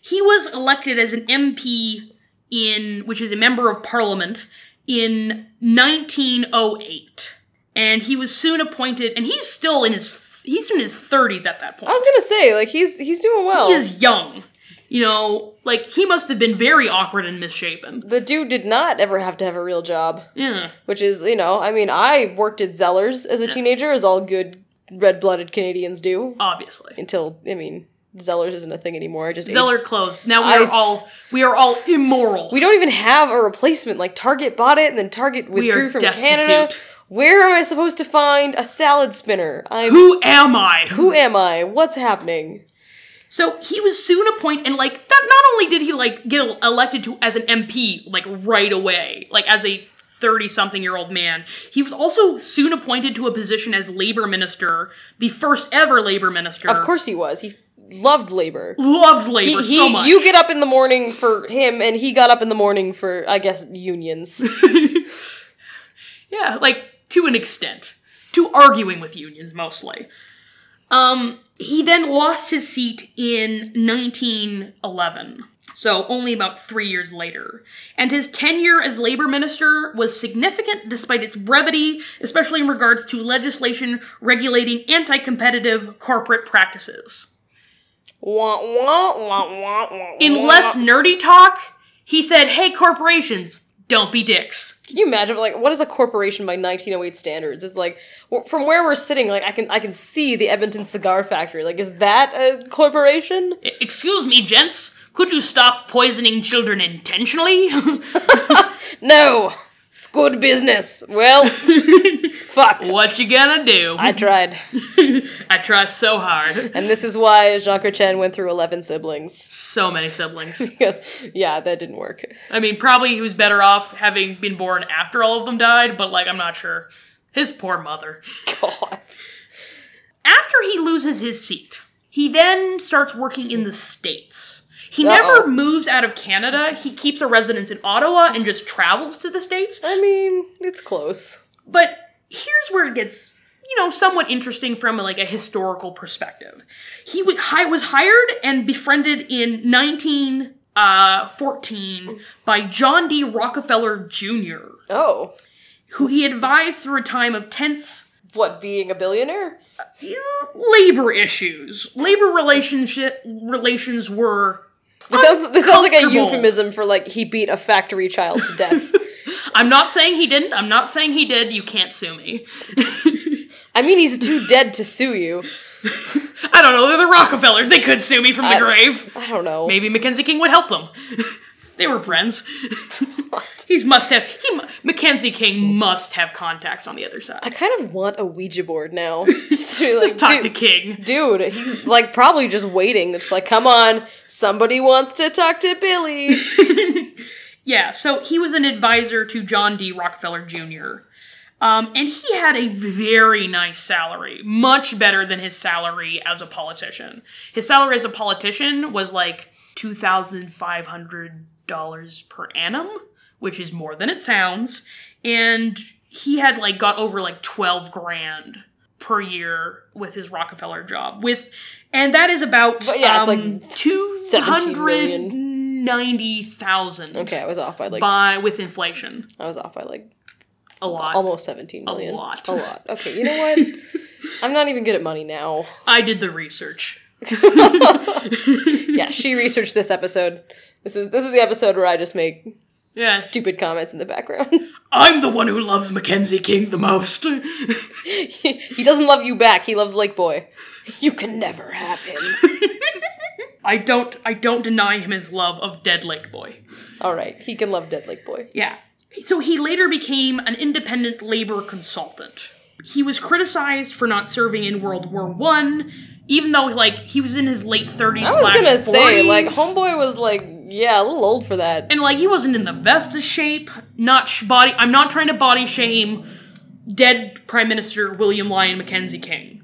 Speaker 5: He was elected as an MP in, which is a member of parliament, in 1908, and he was soon appointed. And he's still in his he's in his 30s at that point.
Speaker 6: I was gonna say, like, he's he's doing well.
Speaker 5: he is young. You know, like he must have been very awkward and misshapen.
Speaker 6: the dude did not ever have to have a real job.
Speaker 5: Yeah.
Speaker 6: which is you know i mean i worked at zellers as a teenager as all good red-blooded canadians do
Speaker 5: Obviously.
Speaker 6: until i mean zellers isn't a thing anymore i just aged-
Speaker 5: Zeller closed. Now we are
Speaker 6: I-
Speaker 5: all we are all immoral.
Speaker 6: we don't even have a replacement like target bought it and then target withdrew
Speaker 5: are
Speaker 6: from
Speaker 5: destitute.
Speaker 6: canada where am i supposed to find a salad spinner i'm
Speaker 5: Who
Speaker 6: who,
Speaker 5: am I?
Speaker 6: am i what's happening
Speaker 5: So he was soon appointed, and like that. Not only did he like get elected to as an MP like right away, like as a thirty-something-year-old man, he was also soon appointed to a position as labor minister, the first ever labor minister.
Speaker 6: of course he was he loved labor
Speaker 5: loved
Speaker 6: he,
Speaker 5: labor
Speaker 6: he-
Speaker 5: so much.
Speaker 6: you get up in the morning for him and he got up in the morning for i guess unions
Speaker 5: Yeah, like to an extent. To arguing with unions mostly. Um, he then lost his seat in 1911. So only about three years later. And his tenure as labor minister was significant despite its brevity, especially in regards to legislation regulating anti competitive corporate practices.
Speaker 6: wah, wah, wah, wah, wah,
Speaker 5: In
Speaker 6: wah.
Speaker 5: less nerdy talk, he said, Hey, corporations, don't be dicks.
Speaker 6: Can you imagine like what is a corporation by 1908 standards? It's like w- from where we're sitting, like I can I can see the Edmonton Cigar Factory. Like, is that a corporation?
Speaker 5: Excuse me, gents. Could you stop poisoning children intentionally? <laughs>
Speaker 6: No, it's good business.
Speaker 5: <laughs>
Speaker 6: Well, fuck.
Speaker 5: what you gonna do?
Speaker 6: I tried,
Speaker 5: I try so hard.
Speaker 6: and this is why Jean Chen went through 11 siblings. <laughs>
Speaker 5: So many siblings.
Speaker 6: Because yeah, that didn't work. <laughs>
Speaker 5: I mean, probably he was better off having been born after all of them died, but like, I'm not sure. His poor mother.
Speaker 6: God,
Speaker 5: After he loses his seat, He then starts working in the States. He
Speaker 6: Uh-oh.
Speaker 5: never moves out of Canada. He keeps a residence in Ottawa and just travels to the States.
Speaker 6: I mean, it's close.
Speaker 5: But here's where it gets, you know, somewhat interesting from like a historical perspective. He wa- hi- was hired and befriended in 1914 by John D. Rockefeller Jr.,
Speaker 6: Oh,
Speaker 5: who he advised through a time of tense
Speaker 6: what being a billionaire?
Speaker 5: labor issues. Labor relationship relations were.
Speaker 6: This sounds this sounds like a
Speaker 5: Uncomfortable.
Speaker 6: euphemism for like he beat a factory child to death.
Speaker 5: I'm not saying he didn't. I'm not saying he did. You can't sue me.
Speaker 6: I mean, he's too dead to sue you.
Speaker 5: I don't know. They're the Rockefellers. They could sue me from the
Speaker 6: I-
Speaker 5: grave.
Speaker 6: I don't know.
Speaker 5: Maybe Mackenzie King would help them. they were friends. He's must have. He mu- Mackenzie King must have contacts on the other
Speaker 6: I
Speaker 5: side.
Speaker 6: kind of want a Ouija
Speaker 5: <laughs>
Speaker 6: board now. Just to be like,
Speaker 5: Talk to
Speaker 6: dude,
Speaker 5: King.
Speaker 6: dude, he's like probably just waiting. They're just like, come on, somebody wants to talk to
Speaker 5: <laughs>
Speaker 6: Billy.
Speaker 5: Yeah. So he was an advisor to John D. Rockefeller Jr. Um, and he had a very nice salary, much better than his salary as a politician. His salary as a politician was like two thousand five hundred dollars per annum, which is more than it sounds. And he had like got over like twelve grand per year with his Rockefeller job. With and that is about
Speaker 6: But yeah, it's like
Speaker 5: um,
Speaker 6: 17 million.
Speaker 5: 290,000
Speaker 6: okay, I was off by like
Speaker 5: by with inflation.
Speaker 6: I was off by like
Speaker 5: A lot.
Speaker 6: almost 17 million.
Speaker 5: lot.
Speaker 6: A lot. Okay, you know what? I'm not even good at money now.
Speaker 5: I did the research.
Speaker 6: Yeah, she researched this episode. This is this is the episode where I just make
Speaker 5: Yeah.
Speaker 6: stupid comments in the background.
Speaker 5: I'm the one who loves Mackenzie King the most. <laughs>
Speaker 6: he doesn't love you back. He loves Lake Boy. You can never have him.
Speaker 5: I don't I don't deny him his love of Dead Lake Boy.
Speaker 6: All right, he can love Dead Lake Boy.
Speaker 5: Yeah. So he later became an independent labor consultant. He was criticized for not serving in World War One, even though like he was in his late 30s
Speaker 6: I was
Speaker 5: slash
Speaker 6: gonna
Speaker 5: 40s.
Speaker 6: say, like, Homeboy was like, yeah, a little old for that.
Speaker 5: and like he wasn't in the best of shape. Not sh- body. I'm not trying to body shame dead Prime Minister William Lyon Mackenzie King.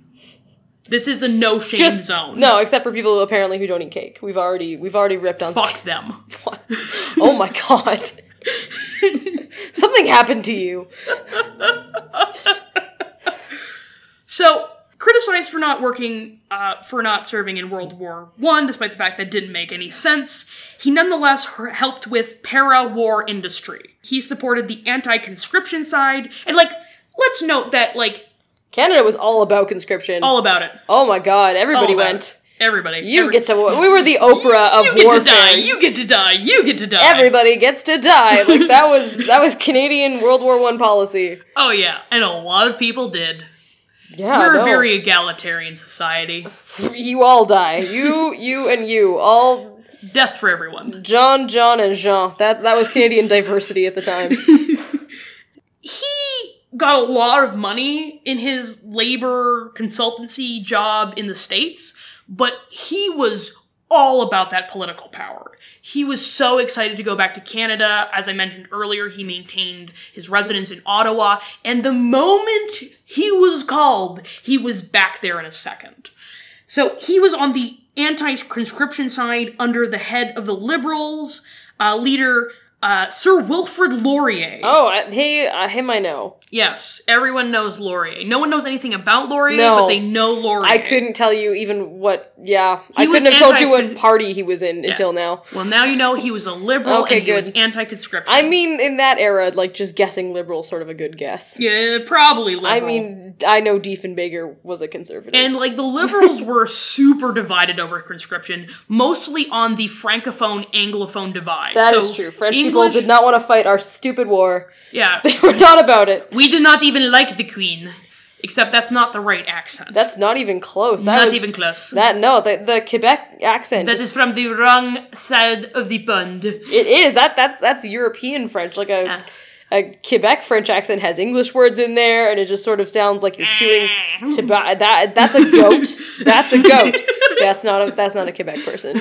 Speaker 5: This is a no shame
Speaker 6: Just
Speaker 5: zone.
Speaker 6: no, except for people who apparently who don't eat cake. We've already we've already ripped on.
Speaker 5: fuck them.
Speaker 6: <laughs> oh my
Speaker 5: <laughs>
Speaker 6: god, something happened to you.
Speaker 5: So criticized for not working, uh, for not serving in World War One, despite the fact that didn't make any sense. He nonetheless her- helped with para-war industry. He supported the anti-conscription side, and like let's note that like
Speaker 6: Canada was all about conscription.
Speaker 5: all about it.
Speaker 6: oh my god,
Speaker 5: All
Speaker 6: everybody
Speaker 5: about
Speaker 6: went.
Speaker 5: it. Everybody,
Speaker 6: You
Speaker 5: Every-
Speaker 6: get to. wa- We were the Oprah of
Speaker 5: you get
Speaker 6: warfare.
Speaker 5: to die. You get to die. You get to die.
Speaker 6: Everybody gets to die. Like that was that
Speaker 5: <laughs>
Speaker 6: was Canadian World War One policy.
Speaker 5: Oh yeah, and a lot of people did.
Speaker 6: Yeah,
Speaker 5: We're
Speaker 6: Oh, no.
Speaker 5: a very egalitarian society.
Speaker 6: You all die. You, you, and you all
Speaker 5: Death for everyone.
Speaker 6: John, John, and Jean. That that was Canadian diversity at
Speaker 5: <laughs>
Speaker 6: the time.
Speaker 5: He got a lot of money in his labor consultancy job in the states, but he was all about that political power. He was so excited to go back to Canada. As I mentioned earlier, he maintained his residence in Ottawa, and the moment he was called, he was back there in a second. So he was on the anti conscription side under the head of the Liberals uh, leader, uh, Sir Wilfrid Laurier.
Speaker 6: Oh, I, he, uh, him, I know.
Speaker 5: Yes, everyone knows Laurier. No one knows anything about Laurier,
Speaker 6: No.
Speaker 5: but they know Laurier.
Speaker 6: I couldn't tell you even what. Yeah, I
Speaker 5: was
Speaker 6: couldn't have told you what
Speaker 5: anti-script-
Speaker 6: party he was in until now.
Speaker 5: Well, now you know he was a liberal
Speaker 6: Okay,
Speaker 5: and he
Speaker 6: good.
Speaker 5: was anti-conscription.
Speaker 6: I mean, in that era, like just guessing liberal, sort of a good guess.
Speaker 5: yeah, probably liberal.
Speaker 6: I mean, I know Diefenbaker was a conservative.
Speaker 5: and like the
Speaker 6: <laughs>
Speaker 5: liberals were super divided over conscription, mostly on the francophone anglophone divide.
Speaker 6: that
Speaker 5: So
Speaker 6: is true. French
Speaker 5: English-
Speaker 6: people did not want to fight our stupid war. <laughs>
Speaker 5: Yeah,
Speaker 6: They were not about it.
Speaker 5: we do not even like the queen, except that's not the right accent.
Speaker 6: That's not even close. That
Speaker 5: not
Speaker 6: was-
Speaker 5: even close.
Speaker 6: That no, the, the Quebec accent.
Speaker 5: that
Speaker 6: is-
Speaker 5: is from the wrong side of the pond.
Speaker 6: it is that that's that's European French. Like a <laughs>
Speaker 5: Yeah.
Speaker 6: a Quebec French accent has English words in there, and it just sort of sounds like you're chewing
Speaker 5: Mm.
Speaker 6: tobacco. That that's a goat. That's a goat. That's not a that's not a Quebec person.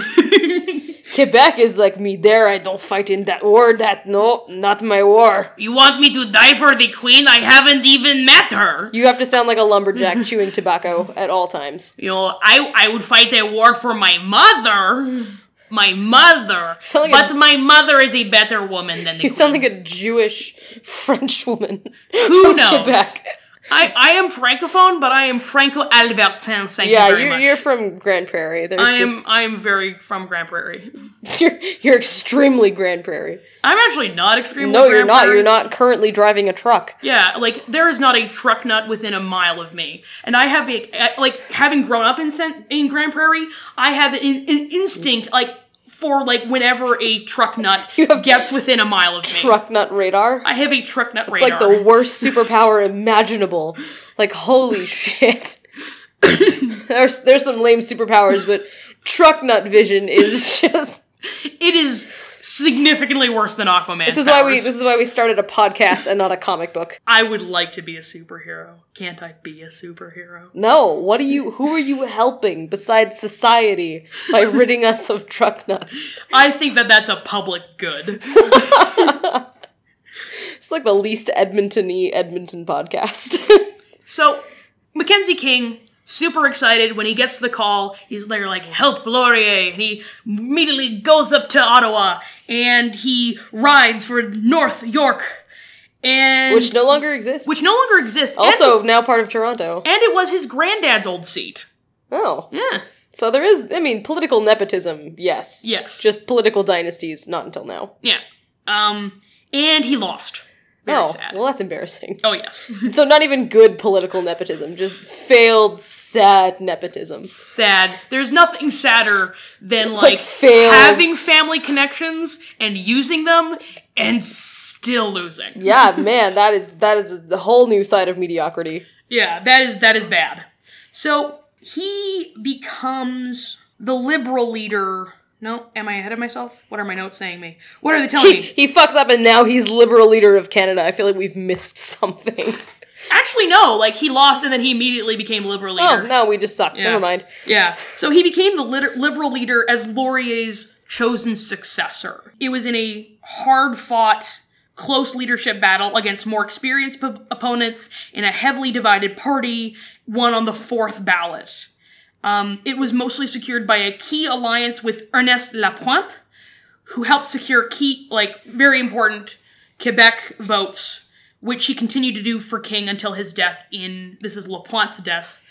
Speaker 6: Quebec is like me there. I don't fight in that war. That no, not my war.
Speaker 5: You want me to die for the queen? I haven't even met her.
Speaker 6: You have to sound like a
Speaker 5: <laughs>
Speaker 6: lumberjack chewing tobacco at all times.
Speaker 5: You know, I I would fight a war for my mother. My mother.
Speaker 6: Sound like a-
Speaker 5: but my mother is a better woman than the
Speaker 6: <laughs> You
Speaker 5: queen.
Speaker 6: sound like a Jewish French woman.
Speaker 5: Who
Speaker 6: from
Speaker 5: knows?
Speaker 6: Quebec.
Speaker 5: I, I am francophone, but I am Franco Albertin. Thank
Speaker 6: Yeah,
Speaker 5: you very
Speaker 6: you're,
Speaker 5: much.
Speaker 6: you're from Grand Prairie. There's
Speaker 5: I am
Speaker 6: just <laughs>
Speaker 5: I am very from Grand Prairie.
Speaker 6: you're, you're extremely Grand Prairie.
Speaker 5: I'm actually not extremely.
Speaker 6: No, you're
Speaker 5: Grand
Speaker 6: not.
Speaker 5: Prairie.
Speaker 6: You're not currently driving a truck.
Speaker 5: Yeah, like there is not a truck nut within a mile of me, and I have a I- like having grown up in Sen- in Grand Prairie, I have an, an instinct like for like whenever a truck
Speaker 6: <laughs>
Speaker 5: nut
Speaker 6: have
Speaker 5: gets within a mile of me.
Speaker 6: Truck nut radar.
Speaker 5: I have a truck nut
Speaker 6: It's
Speaker 5: radar.
Speaker 6: like the
Speaker 5: <laughs>
Speaker 6: worst superpower imaginable. Like holy shit. <coughs> there's there's some lame superpowers, but truck nut
Speaker 5: <laughs>
Speaker 6: vision is just.
Speaker 5: it is significantly worse than Aquaman.
Speaker 6: This is why we this is why we started a podcast and not a comic book.
Speaker 5: I would like to be a superhero. Can't I be a superhero?
Speaker 6: No, what are you? Who are you helping besides society
Speaker 5: <laughs>
Speaker 6: by ridding us of truck nuts?
Speaker 5: I think that that's a public good.
Speaker 6: It's like the least Edmonton-y Edmonton podcast. <laughs>
Speaker 5: So, Mackenzie King, super excited when he gets the call. He's there like, help Laurier. And he immediately goes up to Ottawa and he rides for North York. And
Speaker 6: which no longer exists.
Speaker 5: which no longer exists. And-
Speaker 6: also now part of Toronto.
Speaker 5: and it was his granddad's old seat.
Speaker 6: Oh,
Speaker 5: Yeah.
Speaker 6: so there is. I mean, political nepotism. Yes.
Speaker 5: Yes.
Speaker 6: Just political dynasties. Not until now.
Speaker 5: Yeah. Um, and he lost. Very
Speaker 6: oh,
Speaker 5: sad.
Speaker 6: well, that's embarrassing. <laughs>
Speaker 5: Oh yes,
Speaker 6: So not even good political nepotism. Just failed, sad
Speaker 5: <laughs>
Speaker 6: nepotism.
Speaker 5: sad. There's nothing sadder than
Speaker 6: like
Speaker 5: like,
Speaker 6: failed.
Speaker 5: having family connections and using them and still losing.
Speaker 6: Yeah, man, that is that is the whole new side of mediocrity.
Speaker 5: Yeah, that is that is bad. So he becomes the liberal leader. No, am I ahead of myself? What are my notes saying me? What are they telling
Speaker 6: He,
Speaker 5: me?
Speaker 6: he fucks up and now he's liberal leader of Canada. I feel like we've
Speaker 5: <laughs>
Speaker 6: missed <laughs> something.
Speaker 5: Actually, no. Like he lost, and then he immediately became liberal
Speaker 6: Oh
Speaker 5: leader.
Speaker 6: no, we just suck.
Speaker 5: Yeah.
Speaker 6: Never mind.
Speaker 5: Yeah. So he became the lit- liberal leader as Laurier's chosen successor. It was in a hard fought, close leadership battle against more experienced p- opponents in a heavily divided party, one on the fourth ballot. Um, it was mostly secured by a key alliance with Ernest Lapointe, who helped secure key, like, very important Quebec votes, which he continued to do for King until his death in, this is Lapointe's death,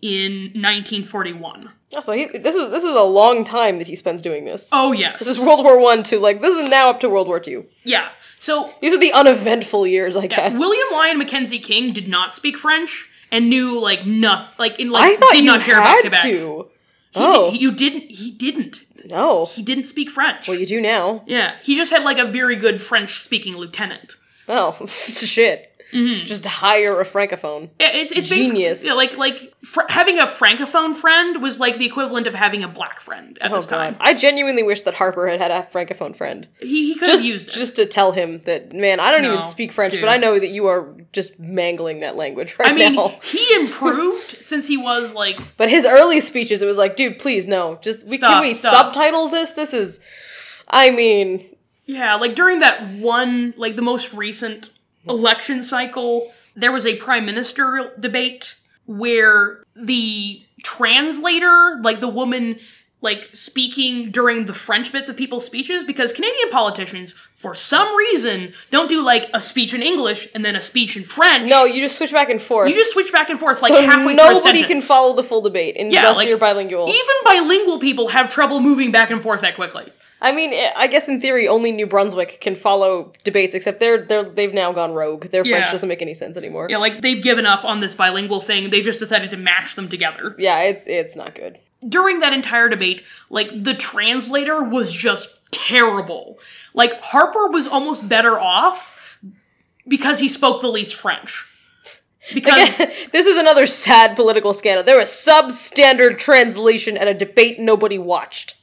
Speaker 5: in 1941.
Speaker 6: So he, this is this is a long time that he spends doing this.
Speaker 5: Oh yes.
Speaker 6: This is World War One to like this is now up to World War Two.
Speaker 5: yeah. So
Speaker 6: These are the uneventful years, I guess.
Speaker 5: William Lyon Mackenzie King did not speak French and knew like nothing. Like in like
Speaker 6: I thought
Speaker 5: did
Speaker 6: you
Speaker 5: not care
Speaker 6: had
Speaker 5: about Quebec.
Speaker 6: to.
Speaker 5: He
Speaker 6: oh
Speaker 5: did, you didn't. He didn't.
Speaker 6: no,
Speaker 5: He didn't speak French.
Speaker 6: you do now.
Speaker 5: yeah. He just had like a very good French speaking lieutenant.
Speaker 6: Oh <laughs> shit!
Speaker 5: Mm-hmm.
Speaker 6: Just hire a francophone.
Speaker 5: Yeah, It's it's basically-
Speaker 6: Genius.
Speaker 5: yeah, like like fr- having a francophone friend was like the equivalent of having a black friend at
Speaker 6: Oh
Speaker 5: this time.
Speaker 6: god, I genuinely wish that Harper had had a francophone friend.
Speaker 5: He he could have
Speaker 6: Just,
Speaker 5: used it.
Speaker 6: just to tell him that, man, I don't
Speaker 5: No,
Speaker 6: even speak French,
Speaker 5: dude.
Speaker 6: but I know that you are just mangling that language right
Speaker 5: I mean,
Speaker 6: now. <laughs>
Speaker 5: he improved since he was like
Speaker 6: But his early speeches, it was like, dude, please, no, just we,
Speaker 5: Stop,
Speaker 6: can we
Speaker 5: stop.
Speaker 6: subtitle this? This is, I mean,
Speaker 5: Yeah, like during that one, like the most recent election cycle, there was a prime minister debate where the translator, like the woman, like speaking during the French bits of people's speeches, because Canadian politicians, for some reason, don't do like a speech in English and then a speech in French.
Speaker 6: No, you just switch back and forth.
Speaker 5: you just switch back and forth like
Speaker 6: so
Speaker 5: halfway through a
Speaker 6: nobody
Speaker 5: sentence.
Speaker 6: can follow the full debate unless
Speaker 5: Yeah, like,
Speaker 6: you're bilingual.
Speaker 5: Even bilingual people have trouble moving back and forth that quickly.
Speaker 6: I mean, I I guess in theory, only New Brunswick can follow debates, except they're they're they've now gone rogue. Their
Speaker 5: Yeah.
Speaker 6: French doesn't make any sense anymore.
Speaker 5: Yeah, like they've given up on this bilingual thing. They've just decided to mash them together.
Speaker 6: Yeah, it's it's not good. <laughs>
Speaker 5: during that entire debate, like the translator was just terrible. Like Harper was almost better off because he spoke the least French. Because
Speaker 6: this is another sad political scandal. There was substandard translation at a debate nobody watched.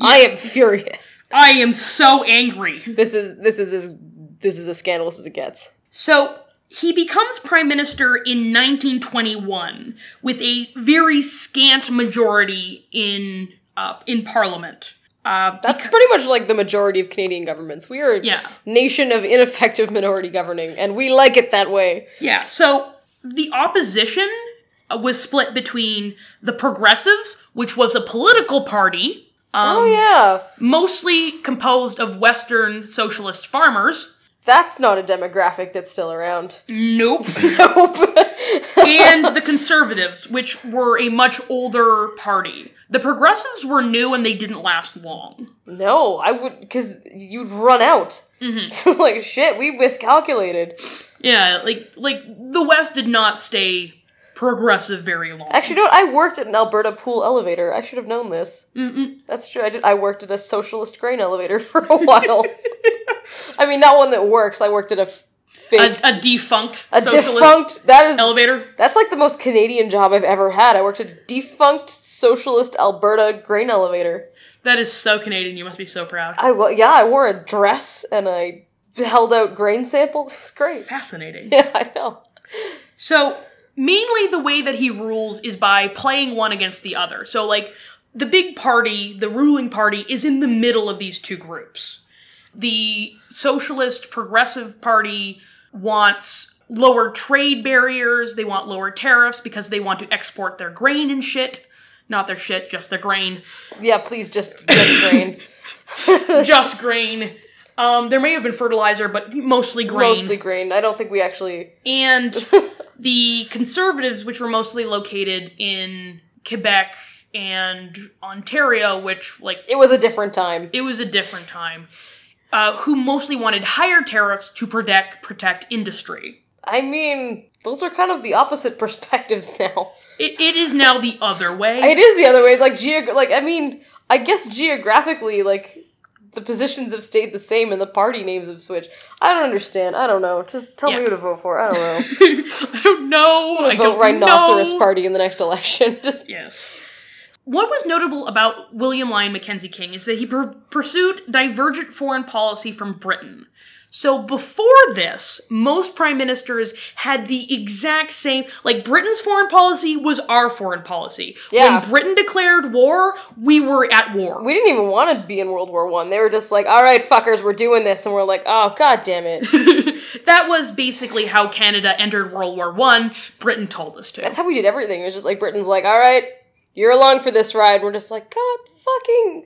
Speaker 6: I am furious.
Speaker 5: <laughs> I am so angry.
Speaker 6: This is this is as this is as scandalous as it gets.
Speaker 5: So he becomes prime minister in 1921 with a very scant majority in uh, in parliament. Uh,
Speaker 6: That's pretty much like the majority of Canadian governments. We are a
Speaker 5: Yeah.
Speaker 6: nation of ineffective minority governing, and we like it that way.
Speaker 5: Yeah, so the opposition uh, was split between the Progressives, which was a political party
Speaker 6: oh yeah,
Speaker 5: mostly composed of Western socialist farmers.
Speaker 6: that's not a demographic that's still around.
Speaker 5: Nope.
Speaker 6: <laughs> Nope.
Speaker 5: <laughs> and the Conservatives, which were a much older party. The Progressives were new and they didn't last long.
Speaker 6: no, I would because you'd run out.
Speaker 5: Mm-hmm.
Speaker 6: <laughs> So like shit, we miscalculated.
Speaker 5: Yeah, like like the West did not stay progressive very long.
Speaker 6: Actually, you know what? I worked at an Alberta pool elevator. I should have known this. Mm-mm. That's true. I did. I worked at a socialist grain elevator <laughs> for a
Speaker 5: <laughs>
Speaker 6: while. I mean, not one that works. I worked at a f- fake,
Speaker 5: a, a defunct
Speaker 6: a,
Speaker 5: socialist
Speaker 6: defunct. That is
Speaker 5: elevator.
Speaker 6: That's like the most Canadian job I've ever had. I worked at a defunct socialist Alberta grain elevator.
Speaker 5: That is so Canadian. You must be so proud.
Speaker 6: I wa- yeah, I wore a dress and I held out grain samples. It was great.
Speaker 5: Fascinating.
Speaker 6: <laughs> Yeah, I know.
Speaker 5: So mainly the way that he rules is by playing one against the other. So like the big party, the ruling party is in the middle of these two groups. The socialist progressive party wants lower trade barriers, they want lower tariffs because they want to export their grain and shit. Not their shit, just their grain.
Speaker 6: Yeah, please just
Speaker 5: <coughs>
Speaker 6: just grain.
Speaker 5: Just grain. Um, there may have been fertilizer, but mostly grain.
Speaker 6: Mostly grain. I don't think we actually. <laughs>
Speaker 5: and the conservatives, which were mostly located in Quebec and Ontario, which like
Speaker 6: It was a different time.
Speaker 5: it was a different time, uh, who mostly wanted higher tariffs to protect protect industry.
Speaker 6: I mean, those are kind of the opposite <laughs> perspectives now.
Speaker 5: It, it is now the other way.
Speaker 6: It is the other way. It's like geog- like I mean, I guess geographically, like the positions have stayed the same and the party names have switched. I don't understand. I don't know. Just tell
Speaker 5: Yeah.
Speaker 6: me who to vote for. I don't know.
Speaker 5: <laughs> <laughs> I don't know. I
Speaker 6: vote
Speaker 5: don't
Speaker 6: rhinoceros
Speaker 5: know.
Speaker 6: party in the next election. <laughs> Just
Speaker 5: Yes. What was notable about William Lyon Mackenzie King is that he pur- pursued divergent foreign policy from Britain. So before this, most prime ministers had the exact same, like Britain's foreign policy was our foreign policy.
Speaker 6: Yeah.
Speaker 5: When Britain declared war, we were at war.
Speaker 6: we didn't even want to be in World War One. They were just like, all right, fuckers, we're doing this, and we're like, oh god damn it.
Speaker 5: <laughs> that was basically how Canada entered World War One. Britain told us to.
Speaker 6: That's how we did everything. It was just like Britain's like, all right, you're along for this ride. We're just like, God fucking,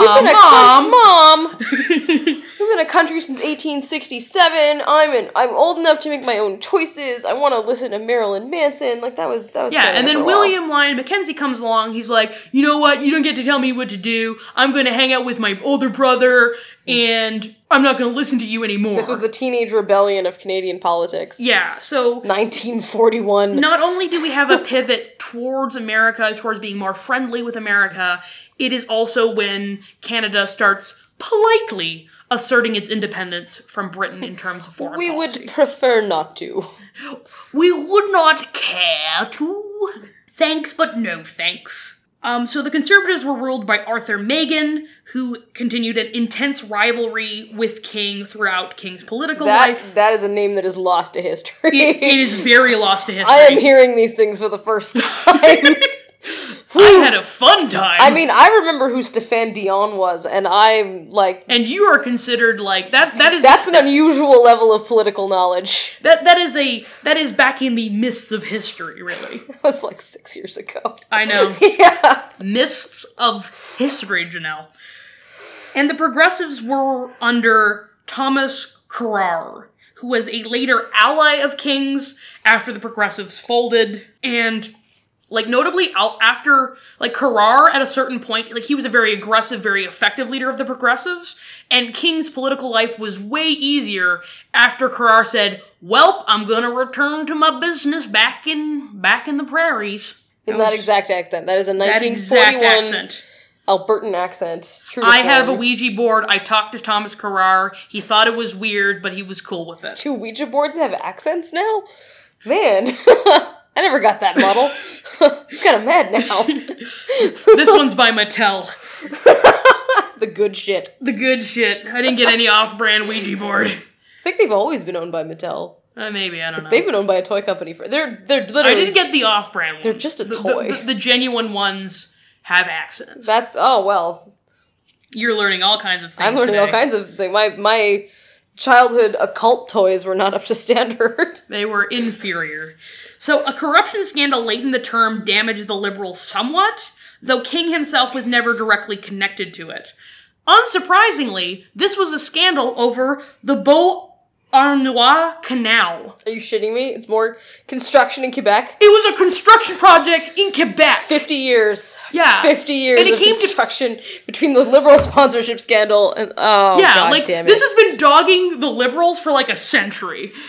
Speaker 6: we've
Speaker 5: Uh,
Speaker 6: been a
Speaker 5: Mom."
Speaker 6: mom, mom.
Speaker 5: <laughs>
Speaker 6: we've been a country since 1867. I'm an, I'm old enough to make my own choices. I want to listen to Marilyn Manson. Like that was that was
Speaker 5: Yeah,
Speaker 6: kinda
Speaker 5: and
Speaker 6: for
Speaker 5: then
Speaker 6: a while.
Speaker 5: William Lyon Mackenzie comes along. He's like, you know what? You don't get to tell me what to do. I'm going to hang out with my older brother, and I'm not going to listen to you anymore.
Speaker 6: This was the teenage rebellion of Canadian politics.
Speaker 5: yeah. So
Speaker 6: 1941.
Speaker 5: not only do we have a pivot towards America, towards being more friendly with America, it is also when Canada starts politely asserting its independence from Britain in terms of foreign
Speaker 6: we
Speaker 5: policy.
Speaker 6: would prefer not to.
Speaker 5: We would not care to. Thanks, but no thanks. Um, so the conservatives were ruled by Arthur Megan, who continued an intense rivalry with King throughout King's political
Speaker 6: That
Speaker 5: life.
Speaker 6: that is a name that is lost to history.
Speaker 5: it is very lost to history.
Speaker 6: <laughs> I am hearing these things for
Speaker 5: <laughs>
Speaker 6: the first time.
Speaker 5: I had a fun time.
Speaker 6: I mean, I remember who Stefan Dion was, and I'm like,
Speaker 5: and you are considered like that. That is
Speaker 6: that's an unusual level of political knowledge. <laughs>
Speaker 5: that that is a that is back in the mists of history. Really,
Speaker 6: That was like six years ago. <laughs>
Speaker 5: I know.
Speaker 6: yeah.
Speaker 5: mists of history, Janelle. And the progressives were under Thomas Carrar, who was a later ally of King's after the progressives folded. And, like, notably, al- after, like, Carrar at a certain point, like, he was a very aggressive, very effective leader of the progressives. And King's political life was way easier after Carrar said, Welp, I'm gonna return to my business back in, back in the prairies.
Speaker 6: In that exact accent. That is a
Speaker 5: That exact
Speaker 6: 1941
Speaker 5: accent.
Speaker 6: Albertan accent. True. to
Speaker 5: I have a
Speaker 6: form.
Speaker 5: Ouija board. I talked to Thomas Carrar. He thought it was weird, but he was cool with
Speaker 6: <laughs>
Speaker 5: it.
Speaker 6: Do Ouija boards have accents now? Man. <laughs> I never
Speaker 5: <laughs>
Speaker 6: got that model. I'm kind of mad now.
Speaker 5: this one's by Mattel.
Speaker 6: the good shit.
Speaker 5: The good shit. I didn't get any off-brand Ouija board. <laughs>
Speaker 6: I think they've always been owned by Mattel.
Speaker 5: Uh, maybe I don't know.
Speaker 6: They've been owned by a toy company for. They're they're literally.
Speaker 5: I didn't get the off-brand. Ones.
Speaker 6: They're just a
Speaker 5: The- the-
Speaker 6: toy.
Speaker 5: The, the genuine ones have accents.
Speaker 6: That's oh well.
Speaker 5: You're learning all kinds of things.
Speaker 6: I'm learning
Speaker 5: today.
Speaker 6: all kinds of things. My my childhood occult toys were not up to <laughs> standard.
Speaker 5: They were inferior. So, a corruption scandal late in the term damaged the Liberals somewhat, though King himself was never directly connected to it. Unsurprisingly, this was a scandal over the Beau Arnois Canal.
Speaker 6: Are you shitting me? It's more construction in Quebec.
Speaker 5: It was a construction project in Quebec.
Speaker 6: Fifty years.
Speaker 5: Yeah.
Speaker 6: Fifty years
Speaker 5: And it
Speaker 6: of
Speaker 5: came to-
Speaker 6: construction between the liberal sponsorship scandal and oh
Speaker 5: yeah,
Speaker 6: God
Speaker 5: like
Speaker 6: damn it.
Speaker 5: this has been dogging the Liberals for like a century. <laughs>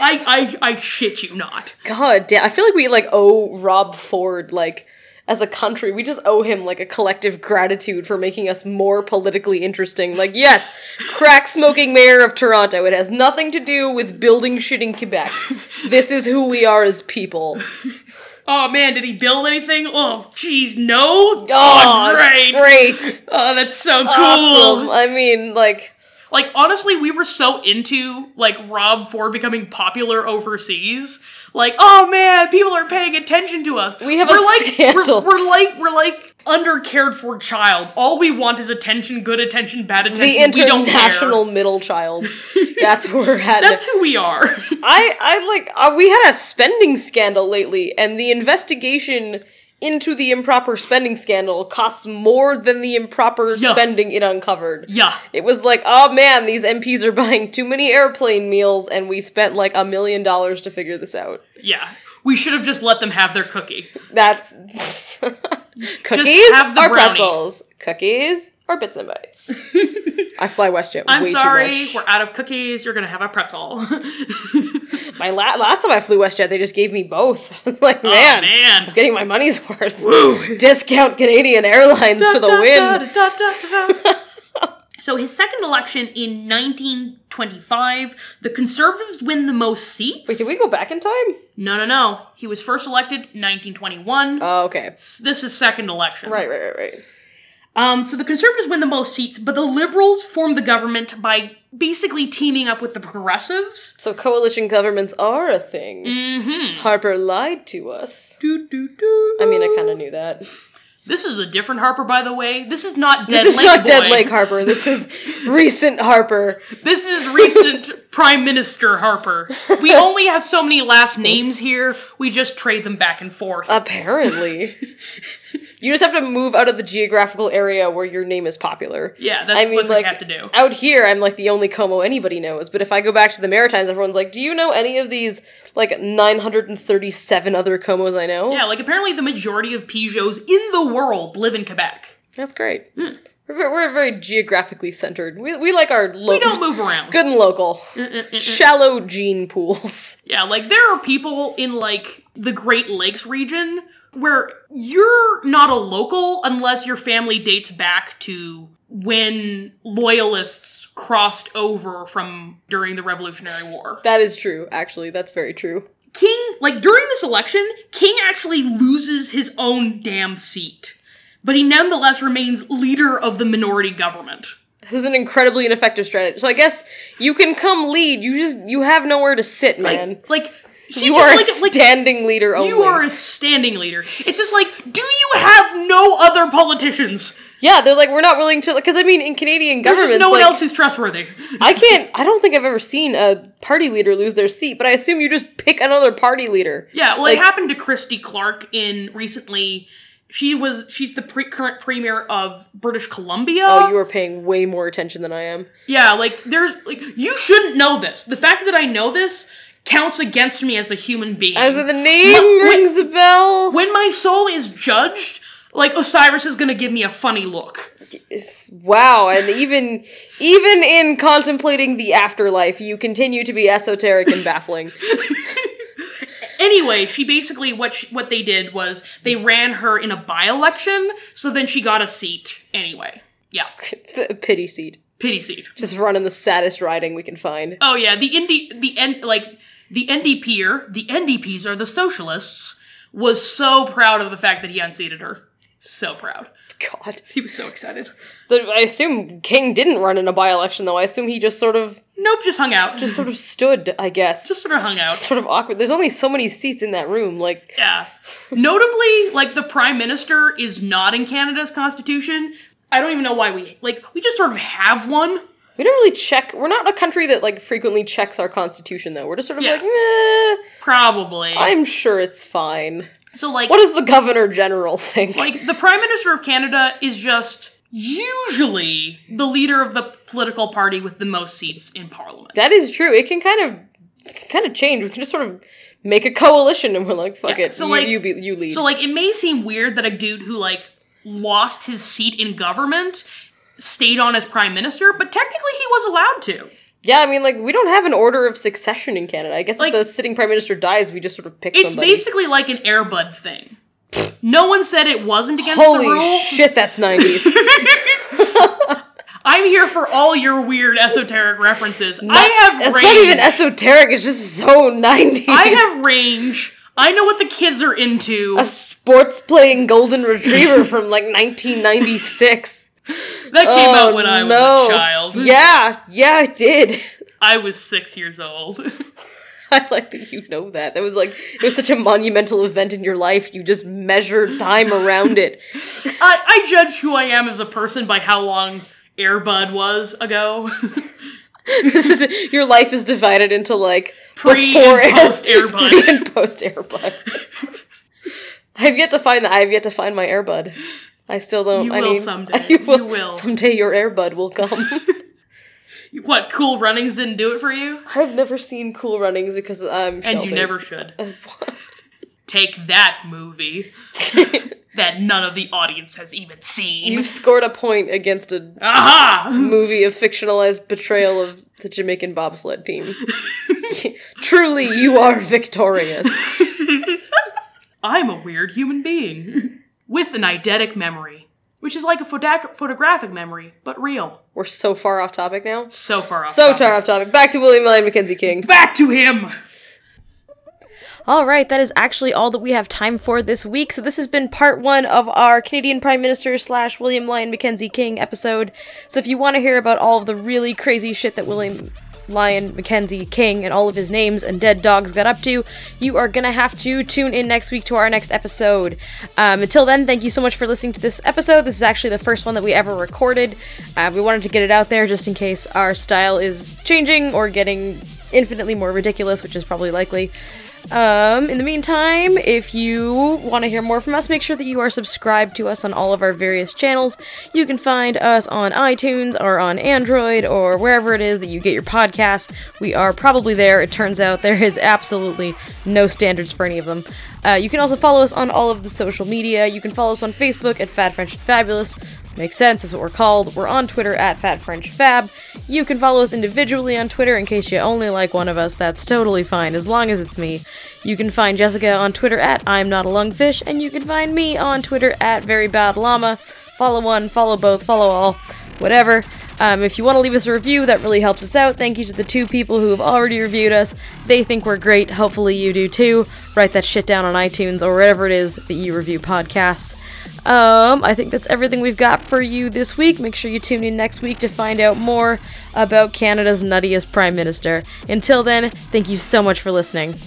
Speaker 5: I, I I shit you
Speaker 6: <laughs>
Speaker 5: not.
Speaker 6: God damn! I feel like we like owe Rob Ford like as a country. We just owe him like a collective gratitude for making us more politically interesting. Like, yes, crack smoking mayor of Toronto. It has nothing to do with building shit in
Speaker 5: <laughs>
Speaker 6: Quebec. this is who we are as people.
Speaker 5: Oh man, did he build anything? Oh, jeez, no.
Speaker 6: Oh,
Speaker 5: great.
Speaker 6: great,
Speaker 5: Oh, that's so cool.
Speaker 6: awesome. I mean, like,
Speaker 5: Like honestly, we were so into like Rob Ford becoming popular overseas. Like, oh man, people are paying attention to us.
Speaker 6: We have
Speaker 5: we're
Speaker 6: a scandal.
Speaker 5: We're, we're like we're like under cared for child. All we want is attention, good attention, bad attention.
Speaker 6: the
Speaker 5: we don't care.
Speaker 6: international middle child. That's where we're
Speaker 5: <laughs>
Speaker 6: at.
Speaker 5: That's who we are.
Speaker 6: I, I like, uh, we had a spending scandal lately, and the investigation into the improper spending scandal costs more than the improper
Speaker 5: Yeah.
Speaker 6: spending it uncovered.
Speaker 5: yeah.
Speaker 6: It was like, oh man, these MPs are buying too many airplane meals, and we spent like a million dollars to figure this out.
Speaker 5: Yeah. We should have just let them have their
Speaker 6: <laughs>
Speaker 5: cookie.
Speaker 6: That's. Cookies
Speaker 5: have the
Speaker 6: are
Speaker 5: brownie.
Speaker 6: pretzels. Cookies are bits and bites. I fly WestJet
Speaker 5: I'm
Speaker 6: way too
Speaker 5: sorry,
Speaker 6: much.
Speaker 5: we're out of cookies. You're gonna have a pretzel. <laughs> Oh,
Speaker 6: My la- last time I flew WestJet, they just gave me both. <laughs> I was like,
Speaker 5: oh,
Speaker 6: man.
Speaker 5: man.
Speaker 6: getting my money's worth.
Speaker 5: Woo.
Speaker 6: Discount Canadian Airlines for the
Speaker 5: Da, da,
Speaker 6: win.
Speaker 5: da, da, da, da,
Speaker 6: <laughs>
Speaker 5: da. so his second election in 1925, the Conservatives win the most seats.
Speaker 6: Wait, did we go back in time?
Speaker 5: No, no, no. He was first elected 1921.
Speaker 6: Oh, okay.
Speaker 5: this is second election.
Speaker 6: Right, right, right, right.
Speaker 5: Um, so the Conservatives win the most seats, but the Liberals form the government by basically teaming up with the Progressives.
Speaker 6: So coalition governments are a thing.
Speaker 5: Mm-hmm.
Speaker 6: Harper lied to us.
Speaker 5: Do, do, do.
Speaker 6: I mean, I kind of knew that.
Speaker 5: This is a different Harper, by the way. This is not Dead
Speaker 6: This is
Speaker 5: Lake
Speaker 6: not
Speaker 5: Boy.
Speaker 6: Dead Lake Harper.
Speaker 5: <laughs>
Speaker 6: This is recent Harper.
Speaker 5: This is recent Prime Minister Harper. We only have so many last names here. We just trade them back and forth. <laughs>
Speaker 6: Apparently. You just have to move out of the geographical area where your name is popular.
Speaker 5: yeah, that's
Speaker 6: I mean,
Speaker 5: what
Speaker 6: like
Speaker 5: we have to do.
Speaker 6: out here, I'm like the only Como anybody knows. But if I go back to the Maritimes, everyone's like, "Do you know any of these like 937 other Comos I know?"
Speaker 5: Yeah, like apparently the majority of Peugeots in the world live in Quebec.
Speaker 6: that's great.
Speaker 5: Mm.
Speaker 6: We're, ve- we're very geographically centered. We, we like our lo-
Speaker 5: We don't move Mm, around.
Speaker 6: good and local, shallow gene pools. <laughs>
Speaker 5: Yeah, like there are people in like the Great Lakes region where you're not a local unless your family dates back to when loyalists crossed over from during the Revolutionary War.
Speaker 6: that is true. Actually, that's very true.
Speaker 5: King, like during this election, King actually loses his own damn seat, but he nonetheless remains leader of the minority government.
Speaker 6: This is an incredibly ineffective strategy. So I guess you can come lead. You just you have nowhere to sit, man.
Speaker 5: Like he
Speaker 6: you
Speaker 5: just-
Speaker 6: are a
Speaker 5: like, like
Speaker 6: standing leader only.
Speaker 5: you are a standing leader. It's just like, do you have no other politicians?
Speaker 6: yeah, they're like we're not willing to. Because I mean, in Canadian
Speaker 5: There's
Speaker 6: governments,
Speaker 5: just no one
Speaker 6: like,
Speaker 5: else who's trustworthy.
Speaker 6: I can't. I don't think I've ever seen a party leader lose their seat, but I assume you just pick another party leader.
Speaker 5: Yeah, well,
Speaker 6: like-
Speaker 5: it happened to Christy Clark in recently. She was she's the pre- current premier of British Columbia.
Speaker 6: Oh, you are paying way more attention than I am.
Speaker 5: Yeah, like there's like you shouldn't know this. The fact that I know this counts against me as a human being.
Speaker 6: As the name
Speaker 5: My-
Speaker 6: rings a bell,
Speaker 5: when my soul is judged, like Osiris is gonna give me a funny look.
Speaker 6: It's- wow! And even even in contemplating the afterlife, you continue to be esoteric and baffling. <laughs>
Speaker 5: Anyway, she basically what she, what they did was they ran her in a by election, so then she got a seat anyway. Yeah,
Speaker 6: It's a Pity seat.
Speaker 5: pity seat.
Speaker 6: Just running the saddest riding we
Speaker 5: <laughs>
Speaker 6: can find.
Speaker 5: Oh yeah, the ND the N like the NDPer, the NDPs are the socialists. Was so proud of the fact that he unseated her. So proud.
Speaker 6: God.
Speaker 5: He was so excited.
Speaker 6: So I assume King didn't run in a by-election, though. I assume he just sort of
Speaker 5: Nope, just hung out.
Speaker 6: just sort of stood. I guess.
Speaker 5: just sort of hung out.
Speaker 6: sort of awkward. There's only so many seats in that room. Like,
Speaker 5: Yeah. Notably, like the prime minister is not in Canada's constitution. I don't even know why we like we just sort of have one.
Speaker 7: We don't really check. We're not a country that like frequently checks our constitution, though. We're just sort of
Speaker 5: Yeah.
Speaker 7: like, meh,
Speaker 5: Probably.
Speaker 7: I'm sure it's fine.
Speaker 5: so like
Speaker 7: What does the governor general <laughs> think?
Speaker 5: like the prime minister of Canada is just usually the leader of the political party with the most seats in parliament.
Speaker 7: that is true. It can kind of kind of change. We can just sort of make a coalition, and we're like, fuck
Speaker 5: Yeah,
Speaker 7: it.
Speaker 5: so,
Speaker 7: you,
Speaker 5: like-
Speaker 7: you, be, you lead.
Speaker 5: So like it may seem weird that a dude who like lost his seat in government stayed on as prime minister, but technically he was allowed to.
Speaker 7: yeah, I mean, like we don't have an order of succession in Canada. I guess
Speaker 5: Like-
Speaker 7: if the sitting prime minister dies, we just sort of pick
Speaker 5: It's
Speaker 7: somebody.
Speaker 5: basically like an airbud thing. No one said it wasn't against the
Speaker 7: Holy
Speaker 5: rule. <laughs>
Speaker 7: shit, that's <laughs> nineties.
Speaker 5: I'm here for all your weird esoteric references. I have
Speaker 7: It's
Speaker 5: range.
Speaker 7: not even esoteric. It's just so nineties.
Speaker 5: I have range. I know what the kids are into.
Speaker 7: a sports playing golden retriever from like 1996.
Speaker 5: That <laughs> came
Speaker 7: Oh,
Speaker 5: out when I was
Speaker 7: no.
Speaker 5: a child.
Speaker 7: Yeah, yeah, I did. <laughs>
Speaker 5: I was six years old. <laughs>
Speaker 7: I like that you know that. That was like it was such a monumental event in your life. You just measure time around it. <laughs>
Speaker 5: I, I judge who I am as a person by how long Airbud was ago. <laughs>
Speaker 7: This is your life is divided into like
Speaker 5: Pre
Speaker 7: before
Speaker 5: and
Speaker 7: Air-
Speaker 5: post
Speaker 7: <laughs>
Speaker 5: Airbud.
Speaker 7: pre and post Airbud. <laughs> I've yet to find that. I've yet to find my Airbud. I still don't.
Speaker 5: You
Speaker 7: I
Speaker 5: will
Speaker 7: need,
Speaker 5: someday.
Speaker 7: <laughs> You
Speaker 5: You
Speaker 7: will,
Speaker 5: will.
Speaker 7: someday. Your Airbud
Speaker 5: <laughs>
Speaker 7: will come. <laughs>
Speaker 5: What, Cool Runnings didn't do it for you?
Speaker 7: I've never seen Cool Runnings because I'm
Speaker 5: And
Speaker 7: sheltered.
Speaker 5: you never
Speaker 7: <laughs>
Speaker 5: should. Take that movie that none of the audience has even seen.
Speaker 7: you scored a point against a
Speaker 5: Aha!
Speaker 7: movie of fictionalized betrayal of the Jamaican
Speaker 5: <laughs>
Speaker 7: bobsled team. <laughs> Truly, you
Speaker 5: <laughs>
Speaker 7: are victorious.
Speaker 5: I'm a weird human being with an eidetic memory, which is like a phodac- photographic memory, but real.
Speaker 7: We're so far off topic now.
Speaker 5: So far off.
Speaker 7: So
Speaker 5: topic.
Speaker 7: far off topic. Back to William Lyon Mackenzie King.
Speaker 5: Back to him!
Speaker 7: All right, that is actually all that we have time for this week. So this has been part one of our Canadian Prime Minister slash William Lyon Mackenzie King episode. So if you want to hear about all of the really crazy shit that William Lyon Mackenzie King and all of his names and dead dogs got up to, you are gonna have to tune in next week to our next episode. Um, until then, thank you so much for listening to this episode. This is actually the first one that we ever recorded. Uh, we wanted to get it out there just in case our style is changing or getting infinitely more ridiculous, which is probably likely. Um, in the meantime, if you want to hear more from us, make sure that you are subscribed to us on all of our various channels. You can find us on iTunes or on Android or wherever it is that you get your podcast. We are probably there. It turns out there is absolutely no standards for any of them. Uh, you can also follow us on all of the social media. You can follow us on Facebook at Fat French Fabulous. Makes sense, that's what we're called. We're on Twitter at Fat French Fab. You can follow us individually on Twitter in case you only like one of us. That's totally fine, as long as it's me. You can find Jessica on Twitter at I'm Not a Lungfish, and you can find me on Twitter at Very Bad Llama. Follow one, follow both, follow all, whatever. Um, if you want to leave us a review, that really helps us out. Thank you to the two people who have already reviewed us. They think we're great. Hopefully, you do too. Write that shit down on iTunes or wherever it is that you review podcasts. Um, I think that's everything we've got for you this week. Make sure you tune in next week to find out more about Canada's nuttiest prime minister. Until then, thank you so much for listening.